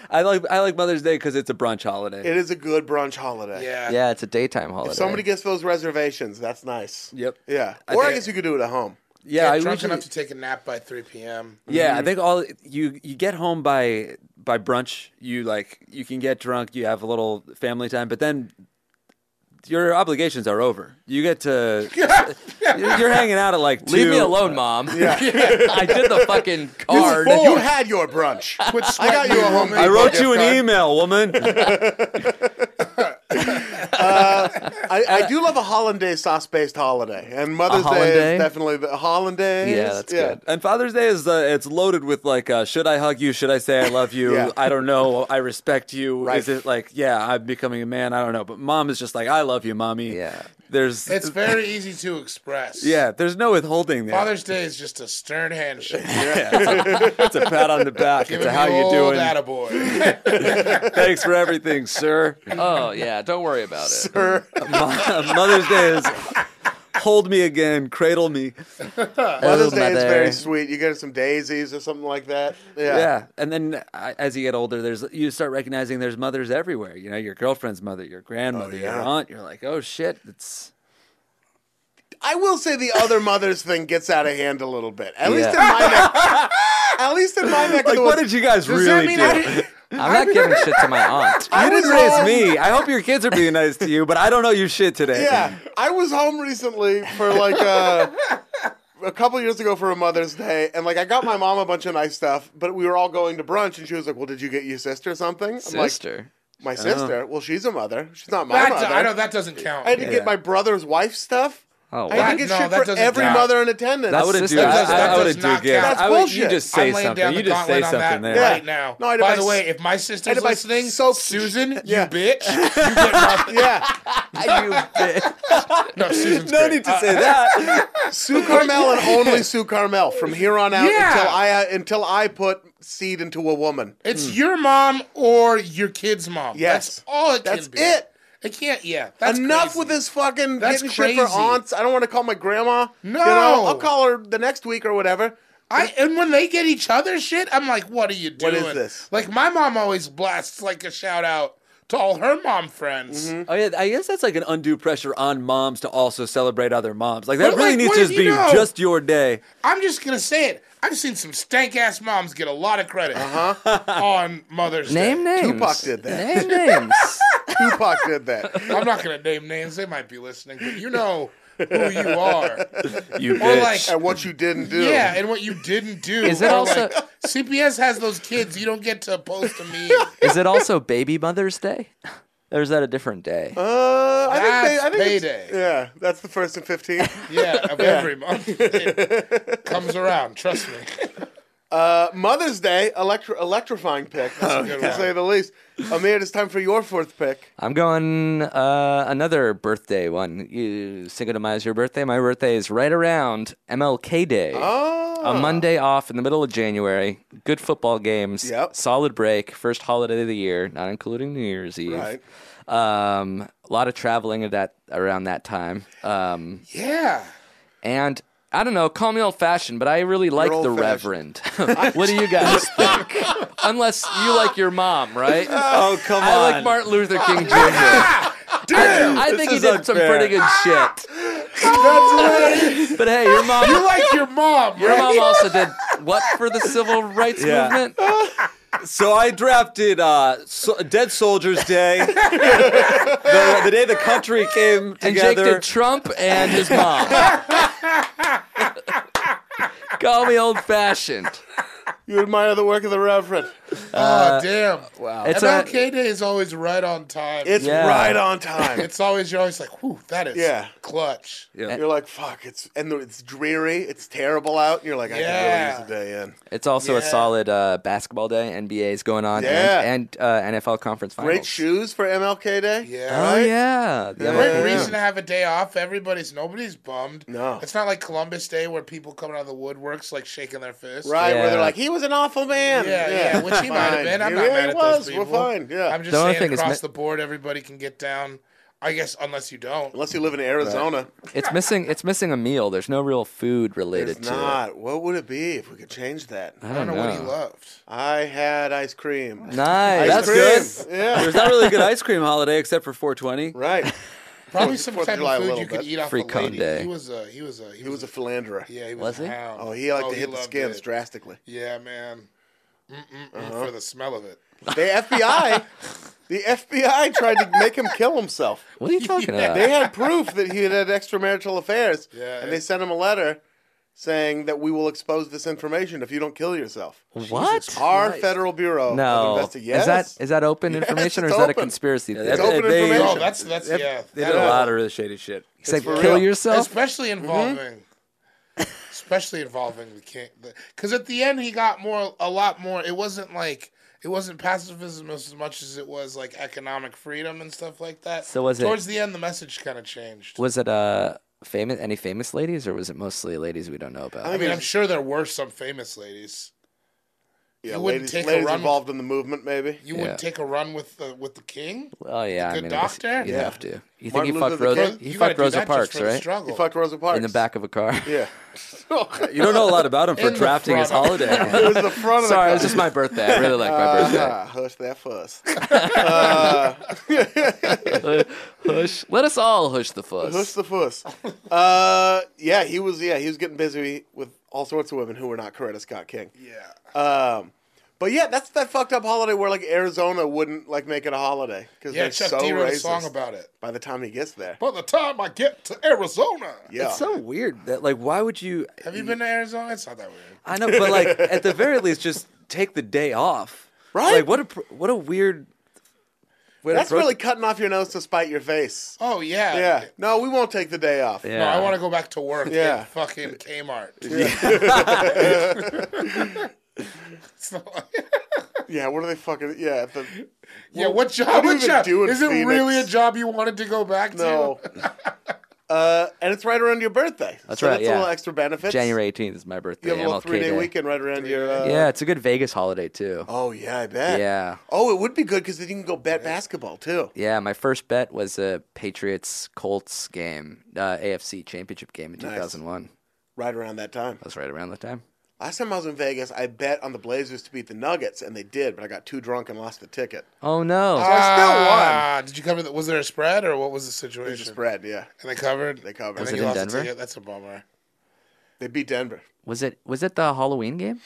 S4: I like I like Mother's Day because it's a brunch holiday.
S1: it is a good brunch holiday.
S2: Yeah.
S3: yeah, it's a daytime holiday.
S1: If somebody gets those reservations, that's nice.
S4: Yep.
S1: Yeah. Or I
S4: think-
S1: guess you could do it at home.
S4: yeah, I
S2: drunk
S4: usually-
S2: enough to take a nap by 3 p.m.
S4: Yeah, I think all you you get home by by brunch. You like you can get drunk. You have a little family time, but then your obligations are over. You get to you're, you're hanging out at like two.
S3: Leave me alone, mom. <laughs> I did the fucking card.
S1: uh, <laughs> You had your brunch.
S2: Quit
S1: I got
S2: sweating,
S1: you a
S2: woman.
S1: homemade.
S4: I wrote
S2: Gift
S4: you an
S2: card.
S4: email, woman.
S1: I, I do love a hollandaise sauce based holiday, and Mother's Day
S3: hollandaise?
S1: is definitely the hollandaise.
S3: Yeah, that's good.
S4: and Father's Day is uh, it's loaded with like, uh, should I hug you? Should I say I love you?
S1: Yeah.
S4: I don't know. I respect you.
S1: Right.
S4: Is it like, yeah, I'm becoming a man? I don't know. But mom is just like, I love you, mommy.
S3: Yeah.
S4: There's
S2: <laughs> It's very easy to express.
S4: yeah. There's no withholding there.
S2: Father's Day is just a stern handshake.
S4: it's a pat on the back. It's
S2: Giving
S4: a how
S2: the
S4: you
S2: old
S4: doing.
S2: attaboy.
S4: Thanks for
S2: <laughs>
S4: everything, sir.
S3: Oh yeah, don't worry about it.
S1: <laughs>
S4: Mother's Day is hold me again, cradle me.
S1: Mother's
S3: Oh,
S1: Day is
S3: mother.
S1: very sweet. You get her some daisies or something like that. Yeah.
S4: Yeah. And then I, as you get older, there's you start recognizing there's mothers everywhere. You know, your girlfriend's mother, your grandmother, your
S1: yeah.
S4: aunt. You're like, oh shit, it's
S1: I will say the other mother's thing gets out of hand a little bit. At least in my neck. at least in my neck. of
S4: like,
S1: the
S4: what
S1: woods.
S4: did you guys
S2: Does that
S4: really
S2: mean
S4: do?
S2: I
S4: You <laughs>
S2: didn't-
S3: I'm not giving shit to my
S1: <laughs>
S3: aunt.
S1: I was
S4: didn't raise
S1: home-
S4: me. I hope your kids
S2: <laughs>
S4: are being nice to you, but I don't know you shit today.
S1: Yeah, I was home recently for like a, a couple years ago for a Mother's Day, and like I got my mom a bunch of nice stuff, but we were all going to brunch, and she was like, "Well, did you get your sister something?"
S3: Sister. Oh.
S1: I'm like, "My sister? Well, she's a mother. She's not my
S2: That-
S1: mother."
S2: I know that doesn't count.
S1: I had to
S4: Yeah.
S1: get my brother's wife's stuff.
S3: Oh,
S1: I had
S3: wow.
S1: to get
S2: That- no,
S1: shit
S2: that
S1: for
S2: doesn't
S1: every
S2: count.
S1: mother in attendance.
S4: I wouldn't do.
S3: That
S4: I,
S3: does- that
S4: I, I
S3: does
S4: wouldn't do
S2: not
S4: gifts.
S2: count.
S4: I would, you
S1: bullshit.
S4: just say
S2: I'm laying
S4: something.
S2: down
S4: You
S2: the
S4: just say
S2: gauntlet on
S4: something
S2: that
S4: there.
S1: Yeah.
S2: right now.
S1: No, I had to
S2: By
S1: buy
S2: the
S1: s-
S2: way, if my sister's
S1: to buy
S2: listening,
S1: soap.
S2: Susan,
S1: Yeah.
S2: you bitch, you get nothing.
S1: yeah,
S4: <laughs>
S2: No, Susan's great.
S4: No
S2: Uh,
S4: need to say that.
S2: <laughs>
S1: Sue Carmel and only Sue Carmel from here on out
S2: Yeah.
S1: until I uh, until I put seed into a woman.
S2: It's your mom or your kid's mom.
S1: Yes.
S2: That's all it
S1: That's
S2: can be.
S1: it.
S2: I can't. Yeah. That's
S1: Enough
S2: crazy.
S1: with this fucking
S2: That's
S1: getting shit for
S2: crazy.
S1: aunts. I don't want to call my grandma.
S2: No.
S1: you know, I'll call her the next week or whatever.
S2: I and when they get each other shit, I'm like, what are you
S1: What
S2: doing?
S1: is this?
S2: Like my mom always blasts like a shout out to all her mom friends.
S1: Mm-hmm.
S4: Oh yeah, <laughs> I guess that's like an undue pressure on moms to also celebrate other moms. Like that
S2: But,
S4: really
S2: like,
S4: needs
S2: what
S4: to
S2: if
S4: just
S2: you
S4: be
S2: know?
S4: just your day.
S2: I'm just gonna say it. I've seen some stank ass moms get a lot of credit
S1: Uh-huh.
S2: <laughs> on Mother's
S3: Name
S2: Day.
S3: names.
S1: Tupac did that. <laughs>
S3: Name names.
S1: Tupac did
S2: <laughs>
S1: that.
S2: I'm not gonna name names. They might be listening, but you know who
S1: <laughs>
S2: you are.
S4: You
S2: Or
S4: bitch.
S2: like,
S1: And what you didn't do.
S2: yeah, and what you didn't do.
S3: Is it
S2: Or,
S3: also-
S2: like, CPS has those kids? You don't get to post a meme.
S3: Is it also Baby Mother's Day? Or is that a different day?
S1: Uh, I think they, I
S2: That's
S1: think it's-
S2: payday.
S1: Yeah, that's the first and 15.
S2: Yeah, of
S1: <laughs>
S2: every month. It comes around, trust me.
S1: Uh, Mother's Day, electri- electrifying pick,
S2: good
S1: to
S2: one.
S1: say the least. Amir, it's time for your fourth pick.
S3: I'm going uh, another birthday one. You Cinco de Mayo is your birthday. My birthday is right around MLK Day.
S1: Oh,
S3: A Monday off in the middle of January. Good football games.
S1: Yep.
S3: Solid break. First holiday of the year, not including New Year's Eve.
S1: right.
S3: Um, a lot of traveling at that around that time. Um,
S2: Yeah.
S3: and I don't know, call me old fashioned, but I really like the
S1: old-fashioned.
S3: Reverend. <laughs> what do you guys think? Unless you like your mom, right?
S4: Oh come
S3: I
S4: on!
S3: like Martin Luther King Jr. I, I
S4: This
S3: think he
S4: is
S3: did some
S4: unfair.
S3: pretty good shit. But hey, your mom
S2: You like your mom,
S3: your
S2: right?
S3: mom also did what for the civil rights
S4: Yeah.
S3: movement?
S4: So I drafted uh, so- Dead Soldiers Day, the, the day the country came
S3: And Jake <laughs>
S4: together.
S3: did Trump and his mom. Call me old fashioned.
S1: You admire the work of the Reverend.
S2: oh, damn. Wow.
S3: It's a-
S2: MLK Day is always right on time.
S1: It's
S3: Yeah.
S1: right on time.
S2: It's always you're always like, whew, that is
S1: Yeah.
S2: clutch.
S1: You're like, fuck, it's and the- it's dreary, it's terrible out. and You're like, I
S2: Yeah.
S1: can really use a day in.
S3: It's also a
S2: Yeah.
S3: solid uh, basketball day. NBA is going on,
S1: Yeah.
S3: and, and uh, NFL conference finals.
S1: Great shoes for MLK Day.
S2: Yeah.
S3: Oh
S1: right?
S3: yeah, the
S1: Yeah.
S3: other-
S2: Great reason to have a day off. Everybody's nobody's bummed.
S1: No.
S2: It's not like Columbus Day where people coming out of the woodworks like shaking their fists.
S1: Right, where they're
S3: Yeah.
S1: like, he was an awful man.
S2: Yeah, yeah, which he might have
S1: Fine.
S2: been. I'm
S1: Yeah,
S2: not
S1: yeah,
S2: mad
S1: he
S2: at those
S1: was. We're
S2: people.
S1: fine. Yeah.
S2: I'm just
S3: The only
S2: saying
S3: thing is
S2: across
S3: mi-
S2: the board everybody can get down. I guess unless you don't.
S1: Unless you live in Arizona.
S3: it's missing. It's missing a meal. There's no real food related
S1: It's
S3: to
S1: not. What would it be if we could change that?
S3: it. I
S2: I don't
S3: don't
S2: know what he
S3: know.
S2: loved.
S1: I had ice cream.
S3: Nice.
S4: That's
S1: cream.
S4: good.
S1: Yeah.
S4: There's not really a good ice cream holiday except for 420.
S1: right. <laughs>
S2: Probably some
S1: Fourth of
S2: type
S1: July a
S2: of food
S1: little
S2: you could
S1: bit.
S2: eat off
S3: Free
S2: the
S3: con
S2: lady.
S3: day.
S2: He was a he was a he,
S1: He was a philanderer.
S2: yeah he was,
S3: Was
S2: a
S3: he?
S2: hound.
S1: Oh, he liked to hit the
S2: loved
S1: skins
S2: it.
S1: drastically.
S2: Yeah, man. Mm-mm-mm,
S1: Uh-huh.
S2: For the smell of it.
S1: The FBI, the FBI tried to make him kill himself.
S3: What are
S1: <laughs>
S3: you talking about?
S1: They had proof that he had had extramarital affairs,
S2: Yeah,
S1: and they
S2: it-
S1: sent him a letter saying that we will expose this information if you don't kill yourself.
S3: what?
S1: Our Federal Bureau of
S3: Oh, No.
S1: Investigation. Yes.
S3: Is that is that open information or
S1: it's
S3: is that a
S1: open.
S3: conspiracy theory?
S4: They-
S1: open
S4: they- they-
S1: information.
S2: Oh, that's that's yeah.
S4: They
S2: that-
S4: did a lot of really shady shit.
S3: It's like
S1: for
S3: kill
S1: real.
S3: yourself.
S2: especially
S3: Mm-hmm.
S2: involving, especially involving the king. Because at the end, he got more, a lot more. It wasn't like it wasn't pacifism as much as it was like economic freedom and stuff like that.
S3: So was it-
S2: towards the end, the message kind of changed.
S3: Was it uh famous? Any famous ladies, or was it mostly ladies we don't know
S2: I
S3: about?
S2: mean, I'm sure there were some famous ladies.
S1: yeah,
S2: you wouldn't
S1: ladies,
S2: take a
S1: ladies
S2: run-
S1: involved in the movement, maybe.
S2: You
S3: Yeah.
S2: wouldn't take a run with the with the king.
S3: Oh yeah, I
S2: good
S3: mean, I guess
S2: doctor?
S3: you'd
S1: Yeah.
S3: have to. You think
S1: Martin
S3: he
S1: Luther
S3: fucked
S1: the
S3: Rosa?
S1: King?
S3: He
S2: You gotta
S3: fucked
S2: do
S3: Rosa
S2: that just
S3: Parks,
S2: for the
S3: right?
S2: struggle.
S1: He fucked Rosa Parks
S3: In the back of a car. <laughs>
S2: <laughs>
S1: Yeah,
S4: You don't know a lot about him for
S2: In the
S4: drafting his
S2: front.
S1: it
S4: holiday.
S1: was the front of the
S3: Sorry,
S1: car.
S3: it was just my birthday. I really like my birthday.
S1: Ah, hush that fuss.
S3: Hush. Let us all hush the fuss.
S1: Hush the fuss. Uh, yeah, he was. Yeah, he was getting busy with all sorts of women who were not Coretta Scott King.
S2: Yeah.
S1: Um, but yeah, that's that fucked up holiday where like Arizona wouldn't like make it a holiday because
S2: yeah,
S1: they're
S2: Chuck
S1: so
S2: D wrote
S1: racist.
S2: a song about it.
S1: By the time he gets there,
S2: By the time I get to Arizona,
S1: yeah,
S4: It's so weird that like why would you?
S2: have you been to Arizona? It's not that weird.
S4: I know, but like at the very least, just take the day off.
S1: Right?
S4: Like what a pr- what a weird. way to
S1: that's
S4: approach-
S1: really cutting off your nose to spite your face.
S2: Oh yeah.
S1: Yeah, no, we won't take the day off.
S2: No, I want to go back to work.
S1: Yeah.
S2: Yeah. Fucking
S1: <laughs>
S2: Kmart. <laughs> It's not like-
S1: Yeah, what are they fucking? Yeah,
S2: <laughs>
S1: at the,
S2: yeah. What
S1: what
S2: job?
S1: do you
S2: What
S1: even
S2: job?
S1: do in
S2: Is it
S1: Phoenix?
S2: really a job you wanted to go back
S1: no.
S2: to?
S1: uh, and it's right around your birthday.
S3: That's
S1: so
S3: right,
S1: That's a
S3: yeah.
S1: little extra benefit.
S3: January 18th is my
S1: You
S3: birthday.
S1: have a little
S3: MLK
S1: three-day
S3: Day.
S1: weekend right around your. Uh,
S3: Yeah, it's a good Vegas holiday too.
S1: Oh yeah, I bet.
S3: Yeah.
S1: Oh, it would be good because then you can go bet basketball too.
S3: Yeah, my first bet was a Patriots Colts game, uh, AFC Championship game in 2001.
S1: Right around that time.
S3: That was right around the time.
S1: Last time I was in Vegas, I bet on the Blazers to beat the Nuggets, and they did, but I got too drunk and lost the ticket.
S3: Oh no!
S2: Ah, Did you cover? The, was there a spread or what was
S1: It
S2: the
S1: was a
S2: situation?
S1: spread, yeah.
S2: And they covered.
S1: They covered.
S2: And
S1: Was
S2: then you
S3: it in
S2: lost
S3: Denver?
S2: the ticket. That's a bummer.
S1: They beat Denver.
S3: was it was it the Halloween game?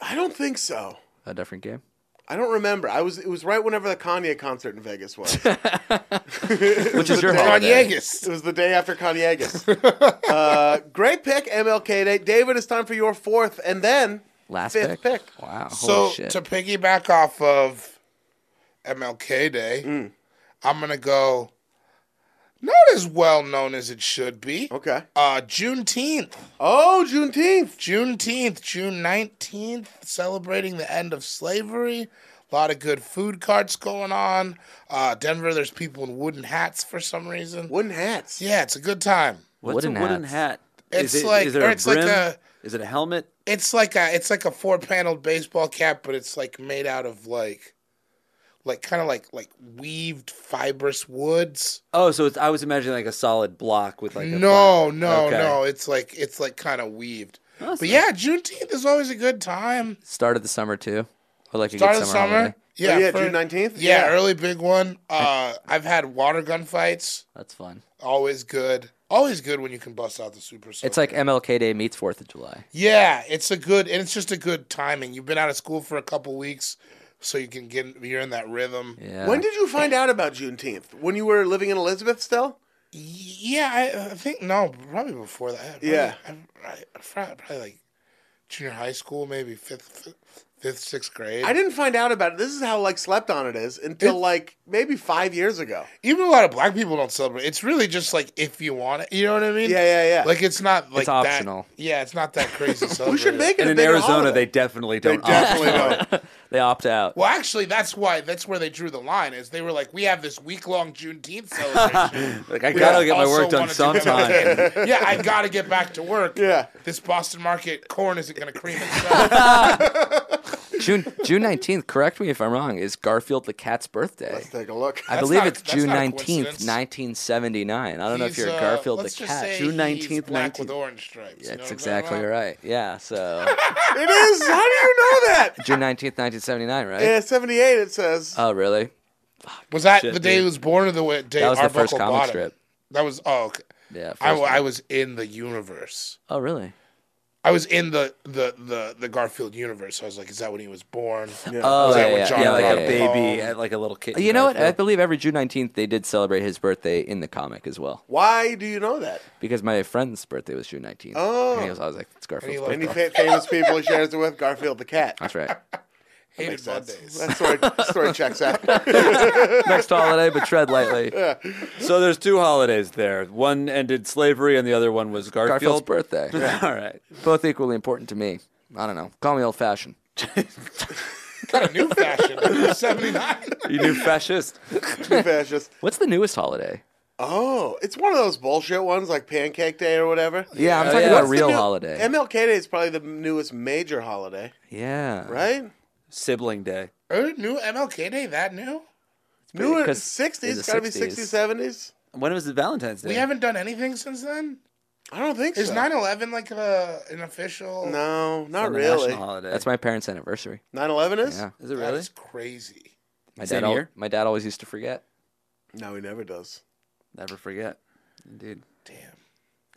S1: I don't think so.
S3: A different game?
S1: I don't remember. I was it was right whenever the Kanye concert in Vegas was.
S2: <laughs>
S1: it
S3: Which is your
S2: On
S3: holiday?
S2: Yeagus.
S1: was the day after
S2: <laughs>
S1: Kanye. uh, great pick, MLK Day. David, it's time for your fourth and then
S3: Last
S1: fifth
S3: pick.
S1: pick.
S3: Wow.
S2: So
S3: Holy shit.
S2: to piggyback off of MLK Day, I'm gonna go. Not as well known as it should be.
S1: Okay.
S2: Uh, Juneteenth.
S1: Oh, Juneteenth.
S2: Juneteenth, June nineteenth, celebrating the end of slavery. A lot of good food carts going on. Uh, Denver, there's people in wooden hats for some reason.
S1: Wooden hats.
S2: Yeah, it's a good time.
S4: What's
S3: Wooden
S4: a wooden
S3: hats.
S4: hat?
S2: It's like- or it's like a-
S4: Is it a helmet?
S2: It's like a it's like a four paneled baseball cap, but it's like made out of like like kind of like like weaved fibrous woods.
S4: Oh, so it's, I was imagining like a solid block with like a
S2: no,
S4: black-
S2: no,
S4: Okay.
S2: no. It's like it's like kind of weaved.
S4: Awesome.
S2: But yeah, Juneteenth is always a good time.
S3: Start of the summer too, or like
S2: Start
S3: a
S2: of
S3: good
S2: the
S3: summer.
S2: summer.
S3: holiday.
S1: Yeah,
S2: Oh, Yeah, for-
S1: June nineteenth.
S2: Yeah, early big one. Uh, I've had water gun fights.
S3: That's fun.
S2: Always good. Always good when you can bust out the super. Soaker.
S3: It's like MLK Day meets Fourth of July.
S2: yeah, it's a good and it's just a good timing. You've been out of school for a couple weeks, so you can get you're in that rhythm.
S3: Yeah.
S1: When did you find out about Juneteenth? When you were living in Elizabeth still?
S2: Yeah, I, I think no, probably before that. Probably-
S1: Yeah.
S2: I, I, I, probably, probably like junior high school, maybe fifth, fifth, fifth sixth grade.
S1: I didn't find out about it. This is how like slept on it is until
S2: It-
S1: like maybe five years ago.
S2: Even a lot of black people don't celebrate. It's really just like if you want it, you know what I mean?
S1: Yeah, yeah, yeah.
S2: Like it's not like that-
S3: optional.
S2: yeah, it's not that
S1: <laughs>
S2: crazy.
S1: we should
S2: celebrated.
S1: make it.
S4: And
S1: a
S4: in
S1: bigger
S4: Arizona,
S1: holiday.
S4: they definitely
S1: They
S4: don't.
S1: definitely <laughs> don't.
S3: they
S2: <laughs>
S3: opt out?
S2: Well, actually, that's why that's where they drew the line. Is they were like, we have this week long Juneteenth celebration.
S4: like I
S2: We
S4: <laughs> gotta get my
S2: also
S4: work done
S2: wanna do MLK. <laughs>
S4: sometime.
S2: yeah, I gotta get back to work.
S1: Yeah.
S2: This Boston market corn isn't gonna cream
S1: <laughs>
S2: itself.
S3: June June nineteenth. Correct me if I'm wrong. Is Garfield the cat's birthday?
S1: Let's take a look.
S3: I
S2: That's
S3: believe
S2: not-
S3: it's
S2: that's
S3: June
S2: not a
S3: nineteenth,
S2: coincidence.
S3: nineteen seventy nine. I don't know if
S2: He's,
S3: you're
S2: uh,
S3: Garfield the
S2: let's just say
S3: cat.
S4: June
S2: he's
S4: 19th,
S2: black
S4: 19th.
S2: with orange stripes. you know
S3: That's
S2: what I'm
S3: exactly
S2: talking about?
S3: right. Yeah. So
S2: <laughs>
S1: It is. How do you know that?
S3: June nineteenth, nineteen seventy nine.
S1: <laughs>
S3: Right.
S1: Yeah, seventy eight. It says.
S3: Oh, really?
S2: Was that
S4: Shit,
S2: the day
S4: dude.
S2: he was born, or the way, day
S3: That was the
S2: Arbuckle
S3: first comic
S2: bought him?
S3: strip.
S2: That was oh, okay.
S3: Yeah.
S2: I,
S3: first
S2: I
S3: one.
S2: was in the universe.
S3: oh, really?
S2: I was in the, the, the, the Garfield universe. So I was like, is that when he was born?
S3: Oh,
S2: Was that
S3: yeah,
S2: when
S3: yeah,
S2: John
S3: yeah,
S4: like
S3: yeah,
S4: a
S3: yeah.
S4: baby,
S1: Oh.
S4: uh, like a little kid.
S3: You know what? I believe every June nineteenth they did celebrate his birthday in the comic as well.
S1: Why do you know that?
S3: Because my friend's birthday was June nineteenth.
S1: Oh.
S3: And he was always like, "It's Garfield's
S2: And he
S3: birthday."
S1: Any fa- famous people he shares it with? Garfield the cat.
S2: <laughs>
S3: That's right.
S2: Hated
S1: That's,
S2: Mondays.
S1: that story, story checks out.
S3: Next holiday, but tread lightly.
S4: So there's two holidays there. One ended slavery, and the other one was
S3: Garfield's
S4: <laughs> Garfield.
S3: birthday.
S4: All right.
S3: Both equally important to me. I don't know. Call me old fashioned.
S2: Got
S3: <laughs>
S2: a new fashion. 79.
S4: You new fascist.
S1: Too fascist.
S3: What's the newest holiday?
S1: Oh, it's one of those bullshit ones like Pancake Day or whatever.
S3: Yeah, I'm
S4: Oh,
S3: talking
S4: yeah.
S3: about
S4: What's
S1: It's the
S3: real
S1: new-
S3: holiday.
S1: MLK Day is probably the newest major holiday,
S3: yeah.
S1: right?
S4: Sibling day.
S2: Are there new MLK Day that new?
S1: Newer
S3: because
S1: 60s,
S3: it's the
S1: gotta be
S3: 60s.
S1: 60s, 70s.
S4: When was it Valentine's Day?
S2: We haven't done anything since then?
S1: I don't think
S2: Is
S1: so.
S2: 9 11 like a, an official?
S1: no, not
S4: On the
S1: really.
S4: National holiday.
S3: That's my parents' anniversary.
S1: 9 11 is?
S3: Yeah.
S4: Is it
S2: That
S4: really?
S2: is crazy. <laughs>
S3: My
S4: Same
S3: dad. al-
S4: year?
S3: my dad always used to forget.
S1: No, he never does.
S4: Never forget. Indeed.